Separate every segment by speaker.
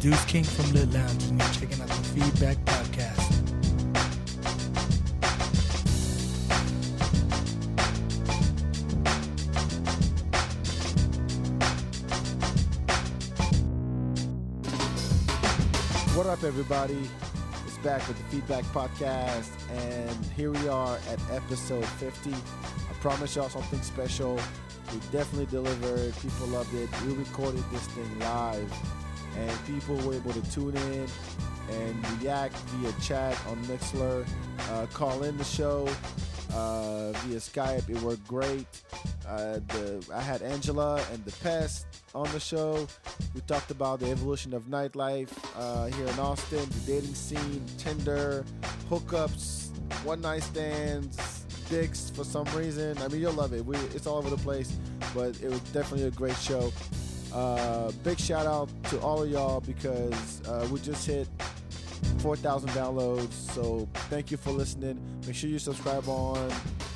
Speaker 1: Deuce King from Lit Lounge, and you're checking out the Feedback Podcast.
Speaker 2: What up, everybody? It's back with the Feedback Podcast, and here we are at episode 50. I promise y'all something special. We definitely delivered. People loved it. We recorded this thing live, and people were able to tune in and react via chat on Mixler, uh, call in the show uh, via Skype. It worked great. Uh, the, I had Angela and the Pest on the show. We talked about the evolution of nightlife uh, here in Austin, the dating scene, Tinder, hookups, one night stands, dicks for some reason. I mean, you'll love it. We, it's all over the place, but it was definitely a great show. Uh, big shout out to all of y'all because uh, we just hit 4,000 downloads. So thank you for listening. Make sure you subscribe on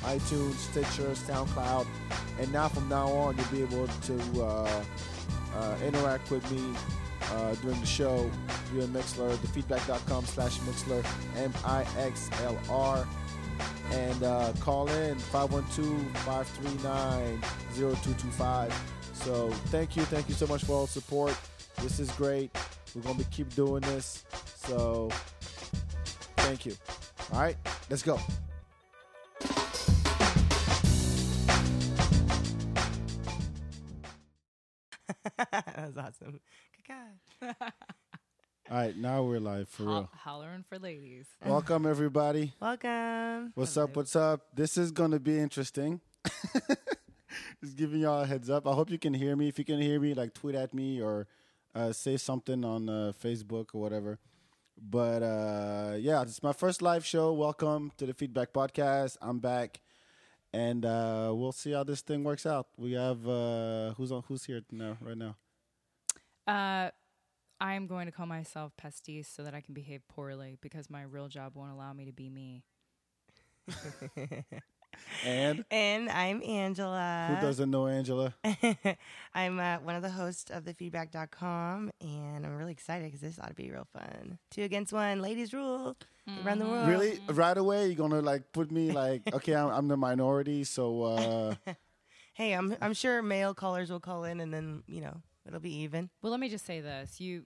Speaker 2: iTunes, Stitcher, SoundCloud, and now from now on you'll be able to uh, uh, interact with me uh, during the show via Mixler, thefeedback.com slash Mixler, M-I-X-L-R, and uh, call in 512-539-0225. So thank you, thank you so much for all the support. This is great. We're gonna be keep doing this. So thank you. All right, let's go.
Speaker 3: that was awesome. Caca.
Speaker 2: All right, now we're live for
Speaker 4: Ho-
Speaker 2: real.
Speaker 4: hollering for ladies.
Speaker 2: Welcome everybody.
Speaker 3: Welcome.
Speaker 2: What's up? What's up? This is going to be interesting. Just giving y'all a heads up. I hope you can hear me. If you can hear me, like tweet at me or uh, say something on uh, Facebook or whatever. But uh, yeah, it's my first live show. Welcome to the Feedback Podcast. I'm back, and uh, we'll see how this thing works out. We have uh, who's on, who's here now, right now?
Speaker 4: I'm Uh, going to call myself Pestis so that I can behave poorly because my real job won't allow me to be me.
Speaker 2: And
Speaker 3: And I'm Angela.
Speaker 2: who doesn't know Angela?
Speaker 3: uh, I'm uh, one of the hosts of thefeedback.com, and I'm really excited because this ought to be real fun. Two against one, ladies rule around
Speaker 4: Mm-hmm.
Speaker 3: the world.
Speaker 2: Really? Right away, you're gonna like put me like okay, I'm, I'm the minority, so. Uh,
Speaker 3: Hey, I'm I'm sure male callers will call in, and then you know it'll be even.
Speaker 4: Well, let me just say this: you,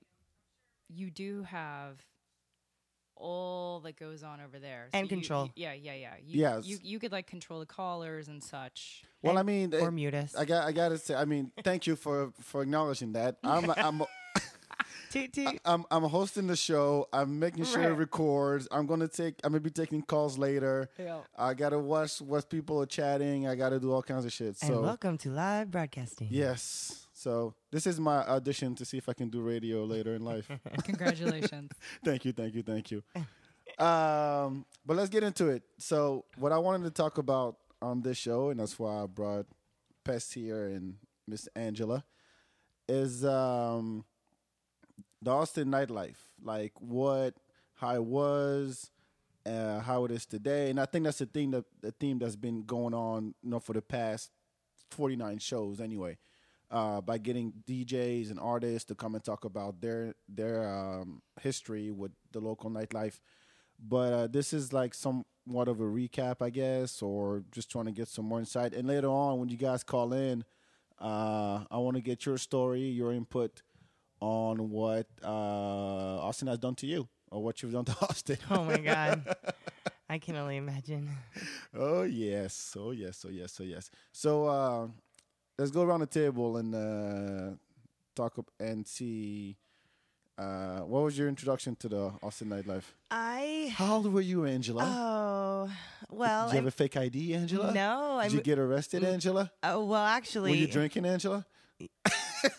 Speaker 4: you do have all that goes on over there So
Speaker 3: And
Speaker 4: you-
Speaker 3: control.
Speaker 4: yeah, yeah, yeah. You,
Speaker 2: Yes.
Speaker 4: You you could like control the callers and such.
Speaker 2: Well, I mean,
Speaker 3: or
Speaker 2: it-
Speaker 3: mute us.
Speaker 2: I got, I gotta say, I mean, thank you for for acknowledging that. I'm, I'm,
Speaker 3: Toot toot.
Speaker 2: I'm, I'm hosting the show. I'm making sure it
Speaker 4: Right.
Speaker 2: records. I'm gonna take, I'm gonna be taking calls later.
Speaker 4: Yeah.
Speaker 2: I gotta watch what people are chatting. I gotta do all kinds of shit.
Speaker 3: and
Speaker 2: So
Speaker 3: welcome to live broadcasting.
Speaker 2: yes, so this is my audition to see if I can do radio later in life.
Speaker 4: Congratulations.
Speaker 2: thank you, thank you, thank you. Um, but let's get into it. So, what I wanted to talk about on this show, and that's why I brought Pest here and Miss Angela, is um, the Austin nightlife. Like what, how it was, uh, how it is today, and I think that's the thing that the theme that's been going on, you know, for the past forty nine shows anyway. Uh, by getting DJs and artists to come and talk about their their um, history with the local nightlife, but uh, this is like somewhat of a recap, I guess, or just trying to get some more insight. And later on, when you guys call in, uh, I want to get your story, your input on what uh, Austin has done to you or what you've done to Austin.
Speaker 3: Oh my god, I can only imagine.
Speaker 2: oh yes, oh yes, oh yes, oh yes. So uh, let's go around the table and uh, talk up and see. Uh, what was your introduction to the Austin nightlife?
Speaker 3: I
Speaker 2: How old were you, Angela?
Speaker 3: oh well.
Speaker 2: Did you have
Speaker 3: I'm-
Speaker 2: a fake ID, Angela?
Speaker 3: No,
Speaker 2: Did
Speaker 3: I'm-
Speaker 2: you get arrested, Angela?
Speaker 3: oh well, actually,
Speaker 2: Were you drinking, Angela?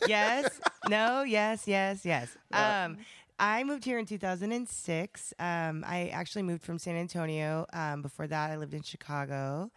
Speaker 3: yes. No. Yes. Yes. Yes.
Speaker 2: Uh,
Speaker 3: Um, I moved here in 2006. Um, I actually moved from San Antonio. Um, before that, I lived in Chicago,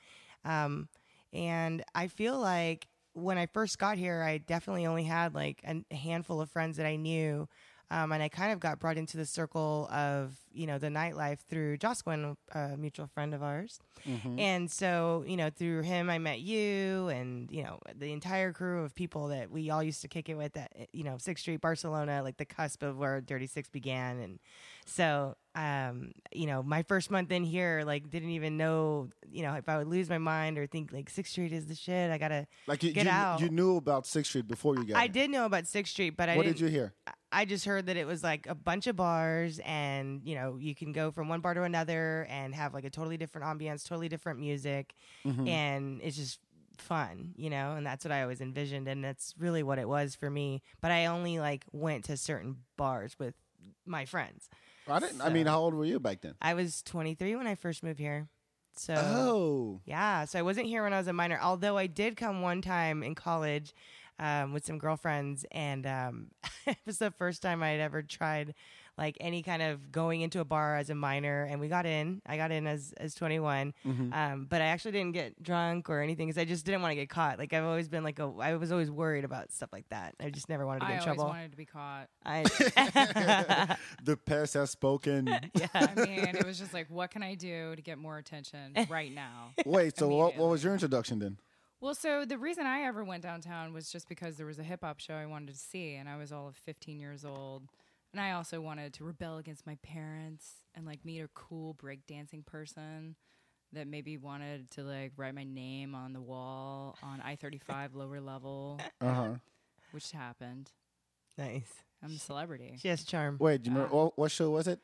Speaker 3: um, and I feel like when I first got here, I definitely only had like a handful of friends that I knew. Um, and I kind of got brought into the circle of, you know, the nightlife through Josquin, a mutual friend of ours.
Speaker 2: Mm-hmm.
Speaker 3: And so, you know, through him, I met you and, you know, the entire crew of people that we all used to kick it with at, eh, you know, Sixth Street, Barcelona, like the cusp of where Dirty Six began. And so, um, you know, my first month in here, like, didn't even know, you know, if I would lose my mind or think like Sixth Street is the shit. I gotta
Speaker 2: Like you,
Speaker 3: get
Speaker 2: you,
Speaker 3: out.
Speaker 2: you knew about Sixth Street before you got
Speaker 3: I
Speaker 2: here.
Speaker 3: did know about Sixth Street, but I
Speaker 2: What
Speaker 3: didn't.
Speaker 2: did you hear?
Speaker 3: I just heard that it was like a bunch of bars, and you know, you can go from one bar to another and have like a totally different ambiance, totally different music,
Speaker 2: Mm-hmm.
Speaker 3: and it's just fun, you know. And that's what I always envisioned, and that's really what it was for me. But I only like went to certain bars with my friends.
Speaker 2: I didn't. I mean,
Speaker 3: So-
Speaker 2: how old were you back then?
Speaker 3: I was 23 when I first moved here, so
Speaker 2: Oh,
Speaker 3: yeah, so I wasn't here when I was a minor, although I did come one time in college um, with some girlfriends, and um, it was the first time I had ever tried like any kind of going into a bar as a minor. And we got in. I got in as as 21, um, but I actually didn't get drunk or anything because I just didn't want to get caught. Like I've always been like a, I was always worried about stuff like that. I just never wanted to
Speaker 4: I
Speaker 3: get in
Speaker 4: always
Speaker 3: trouble.
Speaker 4: wanted to be caught.
Speaker 3: I,
Speaker 2: the past has spoken.
Speaker 4: I mean, it was just like, what can I do to get more attention right now?
Speaker 2: Wait, so what, what was your introduction then?
Speaker 4: Well, so the reason I ever went downtown was just because there was a hip hop show I wanted to see, and I was all of 15 years old. And I also wanted to rebel against my parents and like meet a cool breakdancing person that maybe wanted to like write my name on the wall on I 35 lower level,
Speaker 2: Uh huh.
Speaker 4: which happened.
Speaker 3: nice.
Speaker 4: I'm a celebrity.
Speaker 3: She has charm.
Speaker 2: Wait, do you
Speaker 4: Uh-huh.
Speaker 2: remember what, what show was it?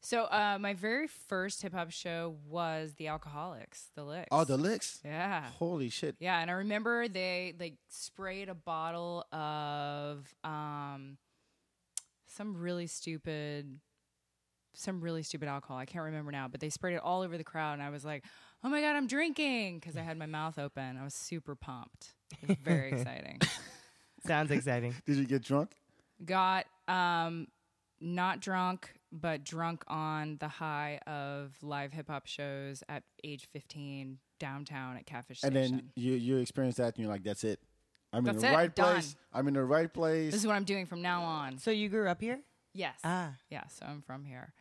Speaker 4: So uh, my very first hip hop show was The Alcoholics, The Licks.
Speaker 2: Oh, the licks.
Speaker 4: yeah.
Speaker 2: Holy shit!
Speaker 4: Yeah, and I remember they like sprayed a bottle of um some really stupid some really stupid alcohol. I can't remember now, but they sprayed it all over the crowd and I was like, "Oh my god, I'm drinking" cuz I had my mouth open. I was super pumped. It was very exciting.
Speaker 3: Sounds exciting.
Speaker 2: Did you get drunk?
Speaker 4: Got um not drunk, but drunk on the high of live hip hop shows at age 15 downtown at Catfish
Speaker 2: And
Speaker 4: Station.
Speaker 2: then you you experience that, and you're like, "That's it. I'm in
Speaker 4: That's
Speaker 2: the
Speaker 4: it,
Speaker 2: right
Speaker 4: done.
Speaker 2: place. I'm in the right
Speaker 4: this
Speaker 2: place."
Speaker 4: is what I'm doing from now on.
Speaker 3: So you grew up here?
Speaker 4: Yes.
Speaker 3: Ah.
Speaker 4: Yeah, so I'm from here.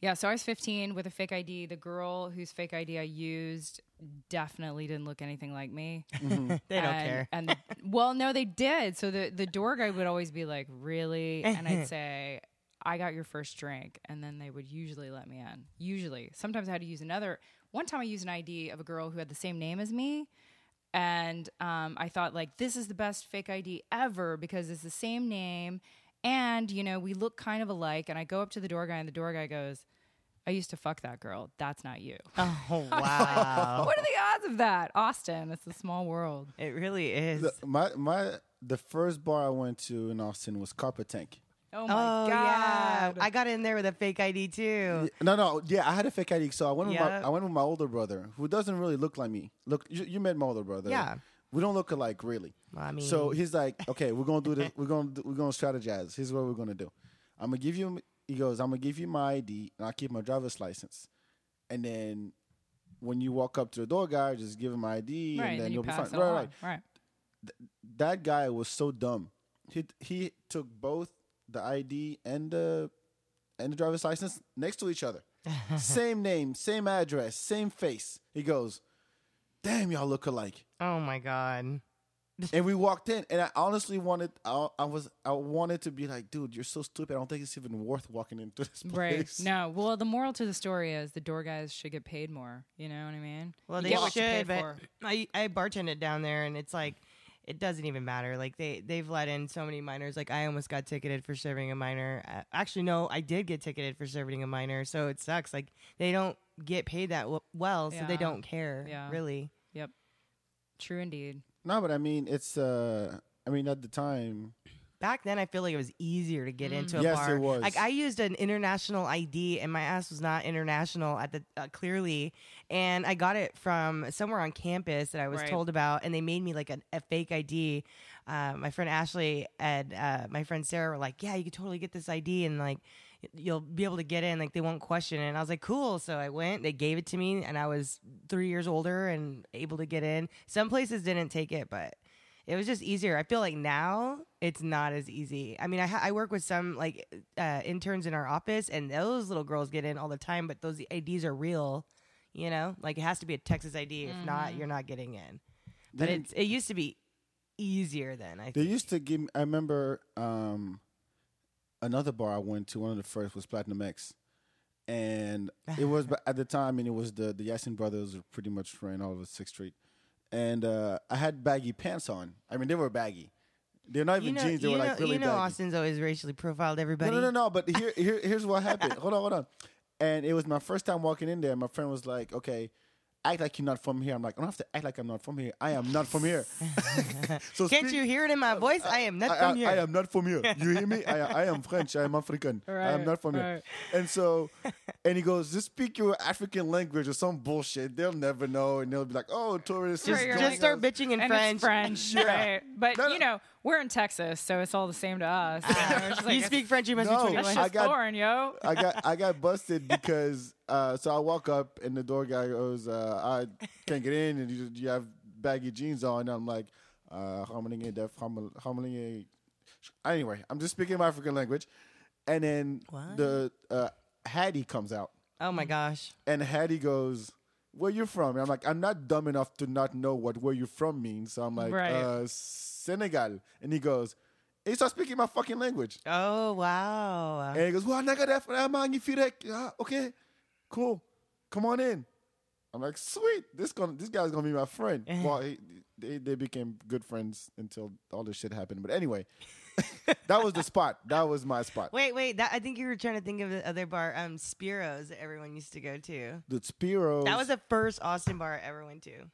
Speaker 4: Yeah, so I was 15 with a fake ID. The girl whose fake ID I used definitely didn't look anything like me.
Speaker 3: They don't
Speaker 4: and,
Speaker 3: care.
Speaker 4: And well, no, they did. So the the door guy would always be like, "Really?" And I'd say, "I got your first drink," and then they would usually let me in. Usually, sometimes I had to use another. One time I used an ID of a girl who had the same name as me, and um, I thought like, "This is the best fake ID ever because it's the same name." And you know we look kind of alike, and I go up to the door guy, and the door guy goes, "I used to fuck that girl. That's not you."
Speaker 3: Oh wow.
Speaker 4: What are the odds of that, Austin? It's a small world.
Speaker 3: It really is.
Speaker 2: The- my my the first bar I went to in Austin was Carpet Tank.
Speaker 4: Oh my
Speaker 3: oh yeah,
Speaker 4: god!
Speaker 3: I got in there with a fake ID
Speaker 4: Uh.
Speaker 3: too.
Speaker 2: No, no, yeah, I had a fake ID, so I went with my
Speaker 3: Yep.
Speaker 2: I went with my older brother, who doesn't really look like me. Look, you, you met my older brother.
Speaker 3: Yeah.
Speaker 2: we don't look alike really.
Speaker 3: Well, I mean,
Speaker 2: So he's like, okay, we're gonna do this. We're gonna do, we're gonna strategize. Here's what we're gonna do. I'm gonna give you. He goes, I'm gonna give you my ID and I'll keep my driver's license. And then when you walk up to the door guy, just give him my ID
Speaker 4: right,
Speaker 2: and then,
Speaker 4: then you
Speaker 2: you'll be fine.
Speaker 4: pass
Speaker 2: Right,
Speaker 4: it on.
Speaker 2: right.
Speaker 4: right.
Speaker 2: That guy was so dumb. He he took both the ID and the and the driver's license next to each other. same name, same address, same face. He goes, damn, y'all look alike
Speaker 3: oh my god,
Speaker 2: and we walked in, and I honestly wanted, I, I was, I wanted to be like, dude, you're so stupid. I don't think it's even worth walking into this
Speaker 4: Right.
Speaker 2: place.
Speaker 4: No. Well, the moral to the story is the door guys should get paid more. You know what I mean?
Speaker 3: well
Speaker 4: You
Speaker 3: they
Speaker 4: get what you pay
Speaker 3: should. But
Speaker 4: for.
Speaker 3: I I bartended down there, and it's like it doesn't even matter. Like they they've let in so many minors. Like I almost got ticketed for serving a minor. Uh, actually, no, I did get ticketed for serving a minor. So it sucks. Like they don't get paid that w- well, so
Speaker 4: Yeah.
Speaker 3: they don't care.
Speaker 4: Yeah.
Speaker 3: Really.
Speaker 4: Yep. True indeed.
Speaker 2: no, but I mean, it's, uh, I mean, at the time,
Speaker 3: Back then, I feel like it was easier to get into a
Speaker 2: Mm. Yes,
Speaker 3: bar.
Speaker 2: it was.
Speaker 3: Like I used an international ID, and my ass was not international at the uh, clearly, and I got it from somewhere on campus that I was
Speaker 4: Right.
Speaker 3: told about, and they made me like an, a fake ID. Uh, my friend Ashley and uh, my friend Sarah were like, "Yeah, you could totally get this ID, and like you'll be able to get in. Like they won't question it." And I was like, "Cool." So I went. They gave it to me, and I was three years older and able to get in. Some places didn't take it, but it was just easier. I feel like now it's not as easy. I mean, I, ha- I work with some like uh, interns in our office, and those little girls get in all the time, but those IDs are real. You know, like it has to be a Texas ID. If not,
Speaker 4: Mm-hmm.
Speaker 3: you're not getting in. But
Speaker 2: Didn't-
Speaker 3: it's it used to be easier then. I
Speaker 2: They
Speaker 3: think.
Speaker 2: used to give. me- I remember um, another bar I went to. One of the first was Platinum X, and it was ba- at the time, and it was the the Yasin brothers were pretty much ran all over Sixth Street, and uh, I had baggy pants on. I mean, they were baggy. They're not even
Speaker 3: You know,
Speaker 2: jeans. They
Speaker 3: you
Speaker 2: were
Speaker 3: know,
Speaker 2: like really
Speaker 3: you know
Speaker 2: baggy.
Speaker 3: Austin's always racially profiled everybody.
Speaker 2: No, no, no, no. But here, here, here's what happened. hold on, hold on. And it was my first time walking in there. And my friend was like, "Okay, act like you're not from here." I'm like, "I don't have to act like I'm not from here. I am not from here." so speak-
Speaker 3: Can't
Speaker 2: Uh,
Speaker 3: you hear it in my voice? I am not
Speaker 2: I,
Speaker 3: from
Speaker 2: I-
Speaker 3: here.
Speaker 2: I am not from here. You hear me? I, I am French. I am African. I am
Speaker 4: Right,
Speaker 2: not from here.
Speaker 4: right.
Speaker 2: And so, and he goes, just speak your African language or some bullshit. They'll never know. And they'll be like, oh, tourists.
Speaker 4: Right,
Speaker 2: don't
Speaker 4: you're
Speaker 3: Just
Speaker 4: like-
Speaker 2: know."
Speaker 3: start bitching in
Speaker 4: and
Speaker 3: French.
Speaker 4: it's French, right? But
Speaker 2: No, no.
Speaker 4: you know, we're in Texas, so it's all the same to us. You, know, it's just like,
Speaker 3: you speak French, you must
Speaker 2: No,
Speaker 3: be
Speaker 4: That's
Speaker 3: 21.
Speaker 4: just
Speaker 2: I got-
Speaker 4: foreign, yo.
Speaker 2: I got I got busted because uh, so I walk up and the door guy goes uh, I can't get in and you, you have baggy jeans on and I'm like uh, "Hamelinge def- hamel- hamelinge." anyway I'm just speaking my African language and then
Speaker 3: Wow.
Speaker 2: the uh, Hattie comes out
Speaker 3: oh my gosh.
Speaker 2: and Hattie goes, "Where you from?" And I'm like, "I'm not dumb enough to not know what where you from means." So I'm like,
Speaker 4: Right.
Speaker 2: uh, "Senegal," and he goes, "He starts speaking my fucking language,"
Speaker 3: Oh, wow.
Speaker 2: and he goes, "Well, that ah, okay, cool, come on in." I'm like, "Sweet, this gonna this guy's gonna be my friend." well, he, they they became good friends until all this shit happened. But anyway, that was the spot. That was my spot.
Speaker 3: Wait, wait. That, I think you were trying to think of the other bar, um, Spiro's that everyone used to go to.
Speaker 2: The Spiros.
Speaker 3: That was the first Austin bar I ever went to.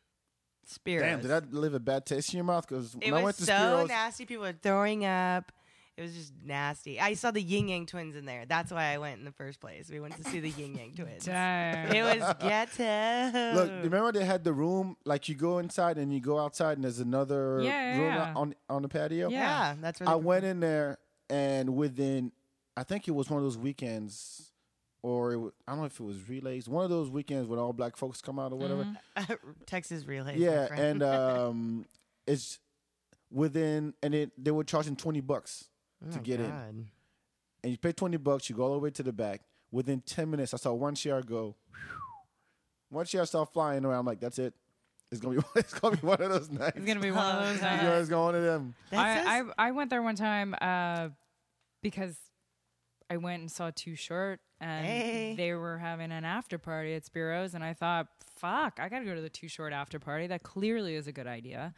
Speaker 3: Spiro's.
Speaker 2: damn. Did that leave a bad taste in your mouth? Because
Speaker 3: it
Speaker 2: when I
Speaker 3: was
Speaker 2: went to
Speaker 3: so
Speaker 2: Spiros,
Speaker 3: nasty. People were throwing up. It was just nasty. I saw the Ying Yang twins in there. That's why I went in the first place. We went to see the Ying Yang twins.
Speaker 4: Dang.
Speaker 3: It was ghetto.
Speaker 2: Look, remember they had the room like you go inside and you go outside and there's another
Speaker 4: Yeah, yeah,
Speaker 2: room
Speaker 4: yeah.
Speaker 2: on on the patio.
Speaker 4: Yeah.
Speaker 3: yeah, that's where
Speaker 2: I
Speaker 3: they-
Speaker 2: went in there and within I think it was one of those weekends or it wa- I don't know if it was relays, one of those weekends when all black folks come out or whatever.
Speaker 4: Mm-hmm.
Speaker 3: Texas Relay.
Speaker 2: Yeah, and um it's within and it they were charging 20 bucks
Speaker 3: Oh
Speaker 2: to get in.
Speaker 3: in.
Speaker 2: And you pay 20 bucks, you go all the way to the back. Within 10 minutes, I saw one chair go. One chair started flying around. I'm like, that's it. It's gonna be it's gonna be one of those nights.
Speaker 4: It's gonna be one
Speaker 3: oh,
Speaker 4: of those.
Speaker 2: You
Speaker 4: nights.
Speaker 2: guys going to them.
Speaker 4: I, I I went there one time uh, because I went and saw Too Short, and
Speaker 3: Hey.
Speaker 4: they were having an after party at Spiro's, and I thought, "Fuck, I gotta go to the Too Short after party." That clearly is a good idea.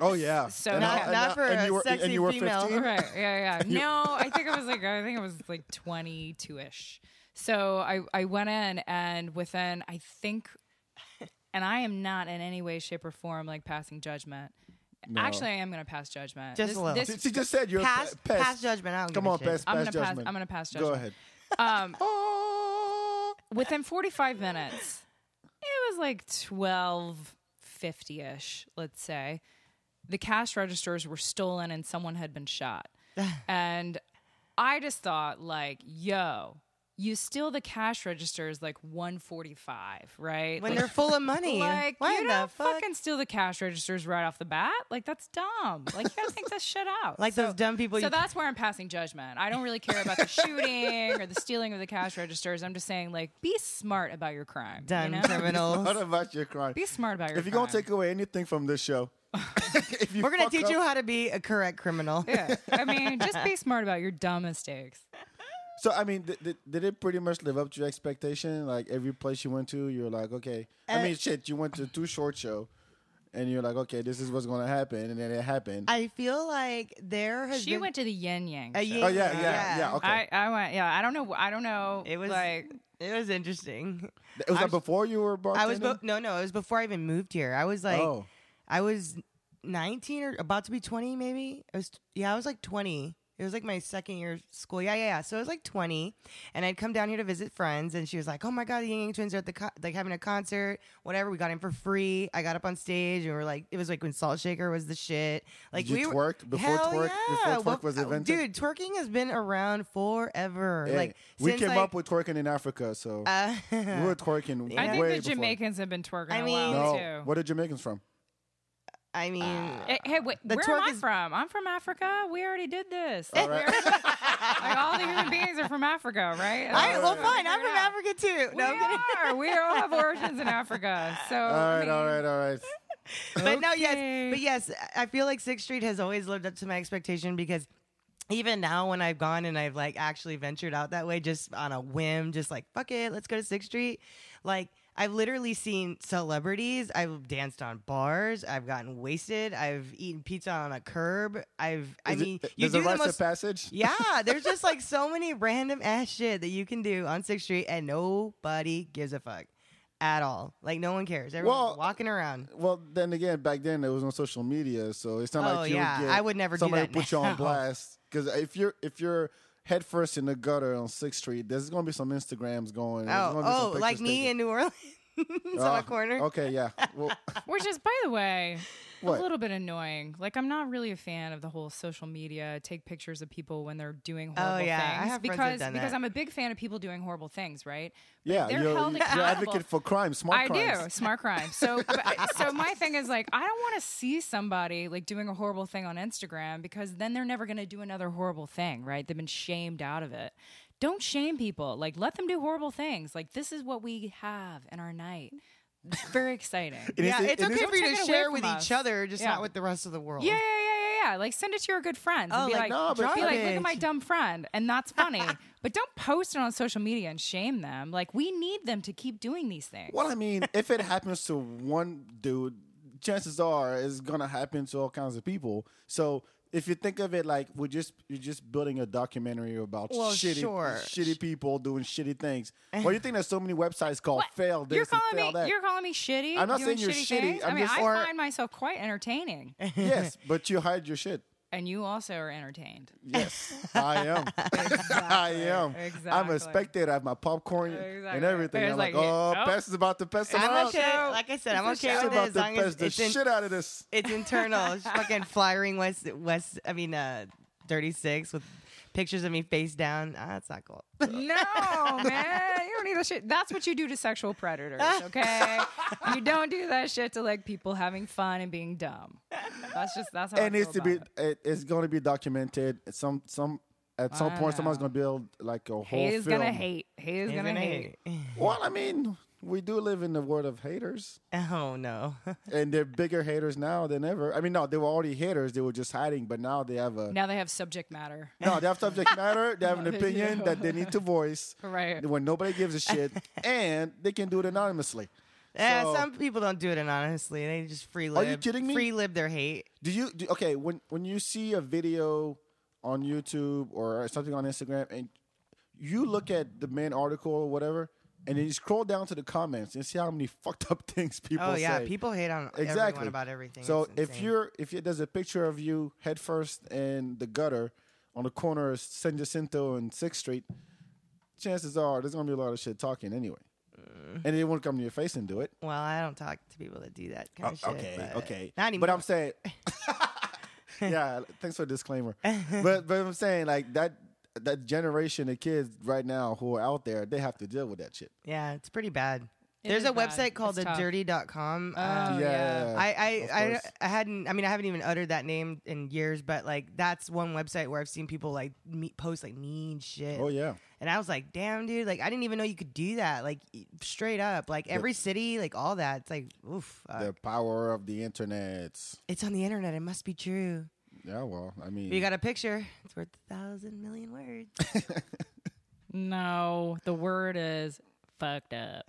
Speaker 2: Oh yeah.
Speaker 4: So
Speaker 2: And I-
Speaker 4: Not-
Speaker 2: and
Speaker 3: not
Speaker 2: I-
Speaker 3: for
Speaker 2: and
Speaker 3: a
Speaker 2: you were, and
Speaker 3: sexy
Speaker 2: you were
Speaker 3: female.
Speaker 2: 15?
Speaker 4: right? Yeah, yeah. No, I think I was like, I think I was like twenty-two ish. So I I went in, and within I think, and I am not in any way, shape, or form like passing judgment. Actually, I am gonna pass judgment.
Speaker 3: Just
Speaker 4: This-
Speaker 3: a little.
Speaker 4: this
Speaker 2: She, she just said you're a
Speaker 3: Pass-
Speaker 2: pe- pest.
Speaker 3: pass judgment, I don't
Speaker 2: Come
Speaker 3: give a
Speaker 2: on,
Speaker 3: shit.
Speaker 2: pass,
Speaker 4: I'm
Speaker 2: pass
Speaker 4: gonna pass-
Speaker 2: judgment.
Speaker 4: I'm gonna pass
Speaker 2: Go
Speaker 4: judgment.
Speaker 2: ahead.
Speaker 4: Um, within 45 minutes, it was like 1250 ish, let's say. The cash registers were stolen and someone had been shot. and I just thought, like, yo, you steal the cash registers like 145, right?
Speaker 3: when
Speaker 4: Like,
Speaker 3: they're full of money.
Speaker 4: like
Speaker 3: why
Speaker 4: you
Speaker 3: the
Speaker 4: don't
Speaker 3: fuck?
Speaker 4: fucking steal the cash registers right off the bat. Like that's dumb. Like you gotta think that shit out.
Speaker 3: Like those dumb people
Speaker 4: So
Speaker 3: you-
Speaker 4: that's where I'm passing judgment. I don't really care about the shooting or the stealing of the cash registers. I'm just saying, like, be smart about your crime.
Speaker 3: Dumb
Speaker 4: You know? Um,
Speaker 3: criminals.
Speaker 2: What about your crime?
Speaker 4: Be smart about your.
Speaker 2: If you're gonna
Speaker 4: crime.
Speaker 2: take away anything from this show, if you
Speaker 3: We're gonna
Speaker 2: fuck
Speaker 3: teach
Speaker 2: up-
Speaker 3: you how to be a correct criminal.
Speaker 4: yeah, I mean, just be smart about your dumb mistakes.
Speaker 2: So I mean, th- th- did it pretty much live up to your expectation? Like every place you went to, you're like, okay.
Speaker 3: Uh,
Speaker 2: I mean, shit, you went to two short show, and you're like, okay, this is what's gonna happen, and then it happened.
Speaker 3: I feel like there has
Speaker 4: She
Speaker 3: been
Speaker 4: went to the yin yang.
Speaker 3: a
Speaker 4: show.
Speaker 3: yin-
Speaker 2: oh yeah, yeah, yeah. okay.
Speaker 4: I, I went. Yeah, I don't know. I don't know.
Speaker 3: It was
Speaker 4: like
Speaker 3: it was interesting.
Speaker 2: Th- was that before you were bartending?
Speaker 3: I was bo- no no. It was before I even moved here. I was like,
Speaker 2: Oh.
Speaker 3: I was nineteen or about to be twenty, maybe. I was yeah, I was like twenty. It was like my second year of school. Yeah, yeah, yeah. So I was like twenty, and I'd come down here to visit friends, and she was like, "Oh my god, the Ying Yang Twins are at the co- like having a concert, whatever." We got in for free. I got up on stage, and we were like, it was like when Salt Shaker was the shit. Like
Speaker 2: you
Speaker 3: we were-
Speaker 2: twerk before
Speaker 3: Hell
Speaker 2: twerk-
Speaker 3: yeah.
Speaker 2: before twerk
Speaker 3: Well,
Speaker 2: was invented?
Speaker 3: Dude, twerking has been around forever.
Speaker 2: Hey,
Speaker 3: like
Speaker 2: we
Speaker 3: since,
Speaker 2: came
Speaker 3: like-
Speaker 2: up with twerking in Africa, so
Speaker 3: Uh,
Speaker 2: we were twerking.
Speaker 4: I think
Speaker 2: way
Speaker 4: the
Speaker 2: before.
Speaker 4: Jamaicans have been twerking
Speaker 3: I
Speaker 4: a
Speaker 3: mean-
Speaker 4: while
Speaker 2: No,
Speaker 4: too.
Speaker 2: what are Jamaicans from?
Speaker 3: I mean,
Speaker 4: Hey, hey, wait,
Speaker 3: The
Speaker 4: where am
Speaker 3: twerk
Speaker 4: I
Speaker 3: is-
Speaker 4: from? I'm from Africa. We already did this. Like, we already- like, all the human beings are from Africa, right? Oh,
Speaker 3: all right, well, fine. I'm
Speaker 4: Figure
Speaker 3: from
Speaker 4: it out.
Speaker 3: Africa too.
Speaker 4: We
Speaker 3: No, I'm kidding.
Speaker 4: are. We all have origins in Africa. So,
Speaker 2: All right, all right, all right.
Speaker 3: but no,
Speaker 4: Okay.
Speaker 3: yes, but yes, I feel like Sixth Street has always lived up to my expectation because even now when I've gone and I've like actually ventured out that way just on a whim, just like fuck it, let's go to Sixth Street, like. I've literally seen celebrities. I've danced on bars. I've gotten wasted. I've eaten pizza on a curb. I've, I
Speaker 2: Is it-
Speaker 3: mean, you
Speaker 2: there's a
Speaker 3: do the
Speaker 2: rites
Speaker 3: most.
Speaker 2: of passage.
Speaker 3: yeah, there's just like so many random ass shit that you can do on Sixth Street, and nobody gives a fuck at all. Like no one cares. Everyone's
Speaker 2: Well,
Speaker 3: walking around.
Speaker 2: Well, then again, back then there was no social media, so it's not
Speaker 3: Oh,
Speaker 2: like you
Speaker 3: yeah.
Speaker 2: would get
Speaker 3: I would never do
Speaker 2: somebody
Speaker 3: that
Speaker 2: put you
Speaker 3: now.
Speaker 2: on blast because if you're if you're head first in the gutter on Sixth Street, there's gonna be some Instagrams going. there's gonna be some
Speaker 3: Oh, oh, like
Speaker 2: pictures
Speaker 3: me
Speaker 2: taken.
Speaker 3: in New Orleans on
Speaker 2: Oh,
Speaker 3: a corner.
Speaker 2: Okay, yeah. Well,
Speaker 4: which is, by the way,
Speaker 2: What?
Speaker 4: a little bit annoying. Like, I'm not really a fan of the whole social media take pictures of people when they're doing horrible
Speaker 3: Oh, yeah. I
Speaker 4: things
Speaker 3: have friends
Speaker 4: because
Speaker 3: that have done
Speaker 4: because
Speaker 3: that.
Speaker 4: I'm a big fan of people doing horrible things, right? But
Speaker 2: yeah,
Speaker 4: they're
Speaker 2: you're,
Speaker 4: held
Speaker 2: you're
Speaker 4: accountable.
Speaker 2: advocate for crime, smart
Speaker 4: I
Speaker 2: crimes.
Speaker 4: do smart crime. So, but, so my thing is like, I don't want to see somebody like doing a horrible thing on Instagram because then they're never going to do another horrible thing, right? They've been shamed out of it. Don't shame people. Like, let them do horrible things. Like, this is what we have in our night. It's very exciting.
Speaker 2: It is-
Speaker 3: yeah,
Speaker 2: it
Speaker 3: it's
Speaker 2: is-
Speaker 3: okay for you
Speaker 4: Don't
Speaker 3: to
Speaker 4: take it away
Speaker 3: share
Speaker 4: from
Speaker 3: with
Speaker 4: us.
Speaker 3: each other, just
Speaker 4: Yeah.
Speaker 3: not with the rest of the world.
Speaker 4: Yeah, yeah, yeah, yeah, yeah. Like send it to your good friends.
Speaker 3: Oh,
Speaker 4: and be
Speaker 3: like,
Speaker 4: like,
Speaker 2: no, but-
Speaker 4: be like, look
Speaker 3: Garbage.
Speaker 4: at my dumb friend, and that's funny. but don't post it on social media and shame them. Like we need them to keep doing these things.
Speaker 2: Well, I mean, if it happens to one dude, chances are it's gonna happen to all kinds of people. So if you think of it like we're just you're just building a documentary about
Speaker 3: Well,
Speaker 2: shitty
Speaker 3: sure.
Speaker 2: shitty people doing shitty things. Well, you think there's so many websites called
Speaker 4: What?
Speaker 2: fail this
Speaker 4: You're calling
Speaker 2: and fail
Speaker 4: me.
Speaker 2: that.
Speaker 4: You're calling me shitty.
Speaker 2: I'm not
Speaker 4: doing
Speaker 2: saying you're shitty.
Speaker 4: things?
Speaker 2: I'm
Speaker 4: I mean,
Speaker 2: just-
Speaker 4: I
Speaker 2: Or-
Speaker 4: find myself quite entertaining,
Speaker 2: yes, but you hide your shit.
Speaker 4: and you also are entertained.
Speaker 2: Yes, I am. I am. I'm
Speaker 4: Exactly.
Speaker 2: a spectator. I have my popcorn and
Speaker 4: Exactly.
Speaker 2: everything.
Speaker 4: There's
Speaker 2: I'm like,
Speaker 4: like,
Speaker 2: oh,
Speaker 4: oh.
Speaker 2: Pest is about to pest someone
Speaker 3: I'm
Speaker 2: else.
Speaker 3: okay. Like I said, I'm
Speaker 2: She's
Speaker 3: okay with it
Speaker 2: about
Speaker 3: as
Speaker 2: to
Speaker 3: long as
Speaker 2: pest the
Speaker 3: it's, in,
Speaker 2: shit out of this.
Speaker 3: it's internal. It's fucking flyering West West. I mean, uh, thirty six with pictures of me face down. Ah, that's not cool.
Speaker 4: No, man, you don't need that shit. That's what you do to sexual predators, okay? you don't do that shit to like people having fun and being dumb. That's just that's how. I
Speaker 2: it needs
Speaker 4: feel
Speaker 2: to
Speaker 4: about
Speaker 2: be
Speaker 4: it.
Speaker 2: it, it's going to be documented at some some at some
Speaker 4: I
Speaker 2: point someone's
Speaker 4: know.
Speaker 2: going to build like a whole
Speaker 4: He is
Speaker 2: film.
Speaker 4: gonna hate. He is
Speaker 3: He's
Speaker 4: gonna,
Speaker 3: gonna
Speaker 4: hate.
Speaker 3: hate.
Speaker 2: well i mean we do live in the world of haters
Speaker 3: Oh no.
Speaker 2: and they're bigger haters now than ever i mean no they were already haters they were just hiding but now they have a
Speaker 4: Now they have subject matter.
Speaker 2: no they have subject matter they have an
Speaker 4: They do.
Speaker 2: opinion that they need to voice
Speaker 4: Right.
Speaker 2: when nobody gives a shit and they can do it anonymously
Speaker 3: Eh,
Speaker 2: So-
Speaker 3: some people don't do it anonymously. They just free
Speaker 2: Are
Speaker 3: lib.
Speaker 2: you kidding me?
Speaker 3: Free lib their hate.
Speaker 2: Do you do, okay when when you see a video on YouTube or something on Instagram and you look at the main article or whatever, and then you scroll down to the comments and see how many fucked up things people
Speaker 3: oh yeah,
Speaker 2: say.
Speaker 3: people hate on
Speaker 2: exactly
Speaker 3: everyone about everything.
Speaker 2: So
Speaker 3: It's
Speaker 2: if
Speaker 3: insane.
Speaker 2: you're if you, there's a picture of you head first in the gutter on the corner of San Jacinto and Sixth Street, chances are there's gonna be a lot of shit talking anyway,
Speaker 3: Uh.
Speaker 2: and it won't come to your face and do it.
Speaker 3: well, I don't talk to people that do that kind of shit.
Speaker 2: Oh, Okay,
Speaker 3: but
Speaker 2: okay.
Speaker 3: Not anymore.
Speaker 2: But I'm saying, yeah. Thanks for the disclaimer. but but I'm saying like that that generation of kids right now who are out there, they have to deal with that shit.
Speaker 3: Yeah, it's pretty bad.
Speaker 4: It
Speaker 3: There's
Speaker 4: is
Speaker 3: a
Speaker 4: bad.
Speaker 3: website called
Speaker 4: It's tough.
Speaker 3: thedirty.com.
Speaker 4: Oh,
Speaker 3: um,
Speaker 4: yeah.
Speaker 3: I
Speaker 2: of
Speaker 3: I, I
Speaker 2: course.
Speaker 3: I hadn't I mean I haven't even uttered that name in years, but like that's one website where I've seen people like me- post like mean shit.
Speaker 2: Oh yeah.
Speaker 3: And I was like, damn, dude, like I didn't even know you could do that. Like e- straight up, like every city, like all that. It's like, oof, uh,
Speaker 2: The power of the internet.
Speaker 3: it's on the internet. It must be true.
Speaker 2: Yeah, well, I mean,
Speaker 3: You got a picture. It's worth a thousand million words.
Speaker 4: No, the word is fucked up.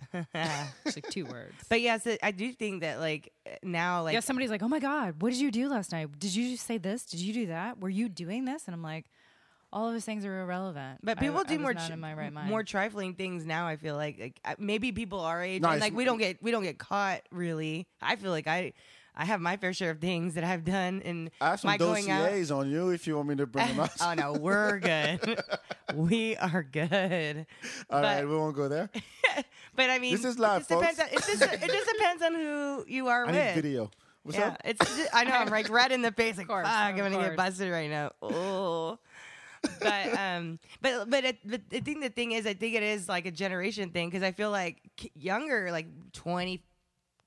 Speaker 4: It's like two words.
Speaker 3: But yes, it, I do think that like now, like
Speaker 4: yeah, somebody's like, "Oh my god, what did you do last night? Did you say this? Did you do that? Were you doing this?" And I'm like, "All of those things are irrelevant."
Speaker 3: But
Speaker 4: I-
Speaker 3: people
Speaker 4: I
Speaker 3: do
Speaker 4: was
Speaker 3: more
Speaker 4: not
Speaker 3: tr-
Speaker 4: in my right mind.
Speaker 3: more trifling things now. I feel like like I- maybe people our age,
Speaker 2: No,
Speaker 3: and,
Speaker 2: it's-
Speaker 3: like we don't get we don't get caught really. I feel like I I have my fair share of things that I've done and
Speaker 2: I have some
Speaker 3: my going out.
Speaker 2: dossiers on you if you want me to bring them out.
Speaker 3: oh no, we're good. we are good.
Speaker 2: All
Speaker 3: but-
Speaker 2: right, we won't go there.
Speaker 3: But I mean,
Speaker 2: This is live,
Speaker 3: it just depends on,
Speaker 2: folks.
Speaker 3: it, just, it just depends on who you are
Speaker 2: I
Speaker 3: with.
Speaker 2: need video. What's
Speaker 3: yeah,
Speaker 2: up?
Speaker 3: it's. ju- I know I'm like red in the face, like
Speaker 4: course,
Speaker 3: fuck, I'm
Speaker 4: of
Speaker 3: gonna
Speaker 4: course.
Speaker 3: get busted right now. Oh, but um, but but, it, but I think the thing is, I think it is like a generation thing because I feel like k- younger, like 20,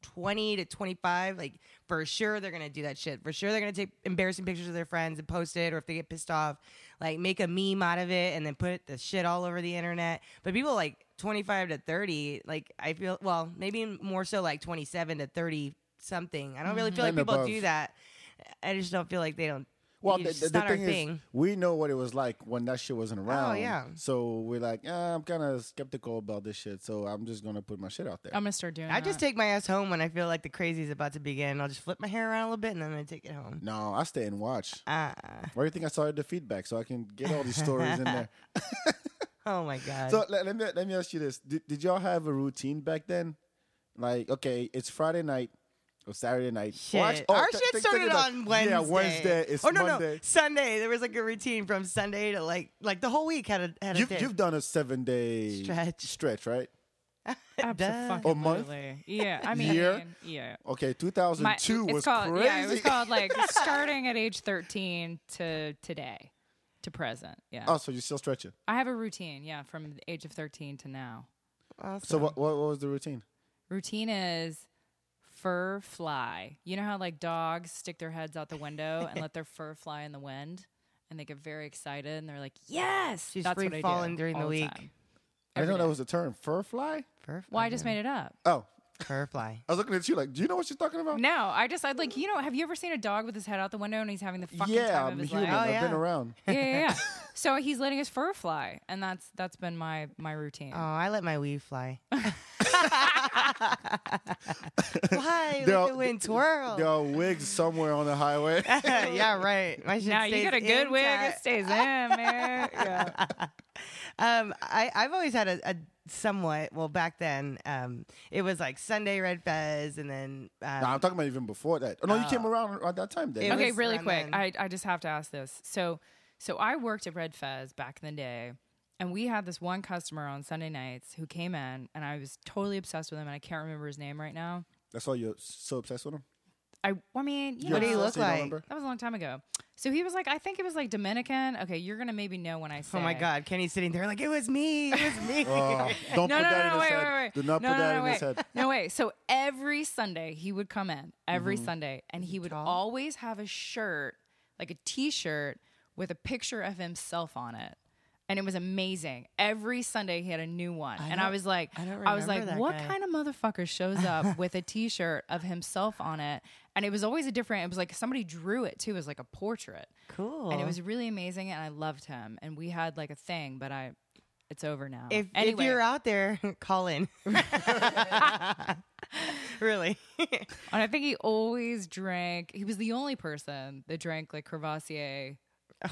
Speaker 3: 20 to 25, like for sure they're gonna do that shit. For sure they're gonna take embarrassing pictures of their friends and post it, or if they get pissed off, like make a meme out of it and then put the shit all over the internet. But people like 25 to 30, like I feel, well, maybe more so like 27 to 30 something. I don't really feel like
Speaker 2: Mm-hmm. And
Speaker 3: people
Speaker 2: above.
Speaker 3: do that. I just don't feel like they don't.
Speaker 2: Well,
Speaker 3: it's
Speaker 2: the,
Speaker 3: just
Speaker 2: the- the
Speaker 3: not
Speaker 2: thing
Speaker 3: our
Speaker 2: is,
Speaker 3: thing. Oh,
Speaker 2: we know what it was like when that shit wasn't around.
Speaker 3: yeah.
Speaker 2: So we're like, eh, I'm kind of skeptical about this shit. So I'm just gonna put my shit out there.
Speaker 3: Um,
Speaker 4: I'm gonna start doing.
Speaker 3: I just
Speaker 4: that.
Speaker 3: take my ass home when I feel like the crazy is about to begin. I'll just flip my hair around a little bit and then I take it home.
Speaker 2: no, I stay and watch.
Speaker 3: Uh,
Speaker 2: Why do you think I started the feedback so I can get all these stories in there?
Speaker 3: oh my god.
Speaker 2: So let, let me let me ask you this: did, did y'all have a routine back then? Like, okay, it's Friday night or Saturday night.
Speaker 3: Shit.
Speaker 2: Watch- oh,
Speaker 3: Our
Speaker 2: th-
Speaker 3: shit
Speaker 2: think- think
Speaker 3: started
Speaker 2: about-
Speaker 3: on Wednesday.
Speaker 2: Yeah, Wednesday. It's
Speaker 3: oh no,
Speaker 2: Monday.
Speaker 3: no, Sunday. There was like a routine from Sunday to like like the whole week had a had a
Speaker 2: You've,
Speaker 3: thing.
Speaker 2: you've done a seven day
Speaker 3: Stretch.
Speaker 2: stretch, right?
Speaker 4: Abso-fucking-lutely.
Speaker 2: Or month?
Speaker 4: Yeah, I mean,
Speaker 2: Year?
Speaker 4: yeah.
Speaker 2: Okay,
Speaker 4: My-
Speaker 2: 2002
Speaker 4: it's
Speaker 2: was
Speaker 4: called,
Speaker 2: crazy.
Speaker 4: Yeah, it was called like starting at age 13 to today, to present. Yeah,
Speaker 2: oh, so you're still stretching.
Speaker 4: I have a routine. Yeah, from the age of 13 to now.
Speaker 3: Awesome.
Speaker 2: So what, what what was the routine?
Speaker 4: Routine is fur fly. You know how like dogs stick their heads out the window and let their fur fly in the wind, and they get very excited and they're like, "Yes!"
Speaker 3: She's
Speaker 4: That's what I do
Speaker 3: free-falling during the
Speaker 4: all
Speaker 3: week.
Speaker 4: time.
Speaker 2: I didn't
Speaker 4: Every
Speaker 2: know that
Speaker 4: day.
Speaker 2: was the term. Fur fly?
Speaker 3: Fur
Speaker 4: Well, I just made it up.
Speaker 2: Oh,
Speaker 3: Furfly.
Speaker 2: I was looking at you like, do you know what you're talking about?
Speaker 4: No, I just I'd like you know. Have you ever seen a dog with his head out the window and he's having the fucking
Speaker 2: yeah,
Speaker 4: time of
Speaker 2: I'm
Speaker 4: his
Speaker 2: human.
Speaker 4: life?
Speaker 2: I've been
Speaker 3: yeah.
Speaker 2: around.
Speaker 4: yeah, yeah, yeah. so he's letting his fur fly, and that's that's been my my routine.
Speaker 3: Oh, I let my weave fly. Why?
Speaker 2: They're all-
Speaker 3: Look at wind twirl.
Speaker 4: Oh.
Speaker 2: There are wigs somewhere on the highway.
Speaker 3: yeah, right. My shit
Speaker 4: now you
Speaker 3: stays
Speaker 4: got a good wig;
Speaker 3: intact.
Speaker 4: it stays in, man. Yeah.
Speaker 3: Um, I, I've always had a, a somewhat well back then. Um, it was like Sunday red fez, and then um,
Speaker 2: no, I'm talking about even before that. Oh, no, you came around at that time then.
Speaker 3: It
Speaker 4: okay,
Speaker 3: was
Speaker 4: really
Speaker 3: around
Speaker 4: quick.
Speaker 3: then.
Speaker 4: I, I just have to ask this. So so I worked at Red Fez back in the day, and we had this one customer on Sunday nights who came in, and I was totally obsessed with him, and I can't remember his name right now.
Speaker 2: That's why you're so obsessed with him.
Speaker 4: I, I mean, you
Speaker 2: You're
Speaker 3: What do
Speaker 4: know,
Speaker 3: you
Speaker 2: obsessed,
Speaker 3: look
Speaker 2: you don't
Speaker 3: like?
Speaker 2: remember?
Speaker 4: that was a long time ago. So he was like, I think it was like Dominican. Okay, you're gonna maybe know when I say.
Speaker 3: oh my god, Kenny's sitting there like it was me, it was me.
Speaker 2: Oh, don't
Speaker 4: No,
Speaker 2: put that
Speaker 4: no, no,
Speaker 2: in
Speaker 4: no,
Speaker 2: his
Speaker 4: wait,
Speaker 2: head.
Speaker 4: wait, wait.
Speaker 2: Do not
Speaker 4: no,
Speaker 2: put
Speaker 4: no,
Speaker 2: that
Speaker 4: no,
Speaker 2: in
Speaker 4: wait.
Speaker 2: his head.
Speaker 4: No, wait. So every Sunday he would come in, every
Speaker 2: Mm-hmm.
Speaker 4: Sunday, and he would
Speaker 3: tall?
Speaker 4: always have a shirt, like a t shirt, with a picture of himself on it. And it was amazing. Every Sunday he had a new one. and I
Speaker 3: don't-
Speaker 4: was like,
Speaker 3: I
Speaker 4: I,
Speaker 3: don't
Speaker 4: was
Speaker 3: remember
Speaker 4: like,
Speaker 3: that
Speaker 4: what
Speaker 3: guy."
Speaker 4: kind of motherfucker shows up with a t shirt of himself on it? And it was always a different, it was like somebody drew it too. It was like a portrait.
Speaker 3: Cool.
Speaker 4: And it was really amazing. And I loved him. And we had like a thing, but I, it's over now.
Speaker 3: if,
Speaker 4: anyway,
Speaker 3: if you're out there, call in. really.
Speaker 4: And I think he always drank. He was the only person that drank like Crevassier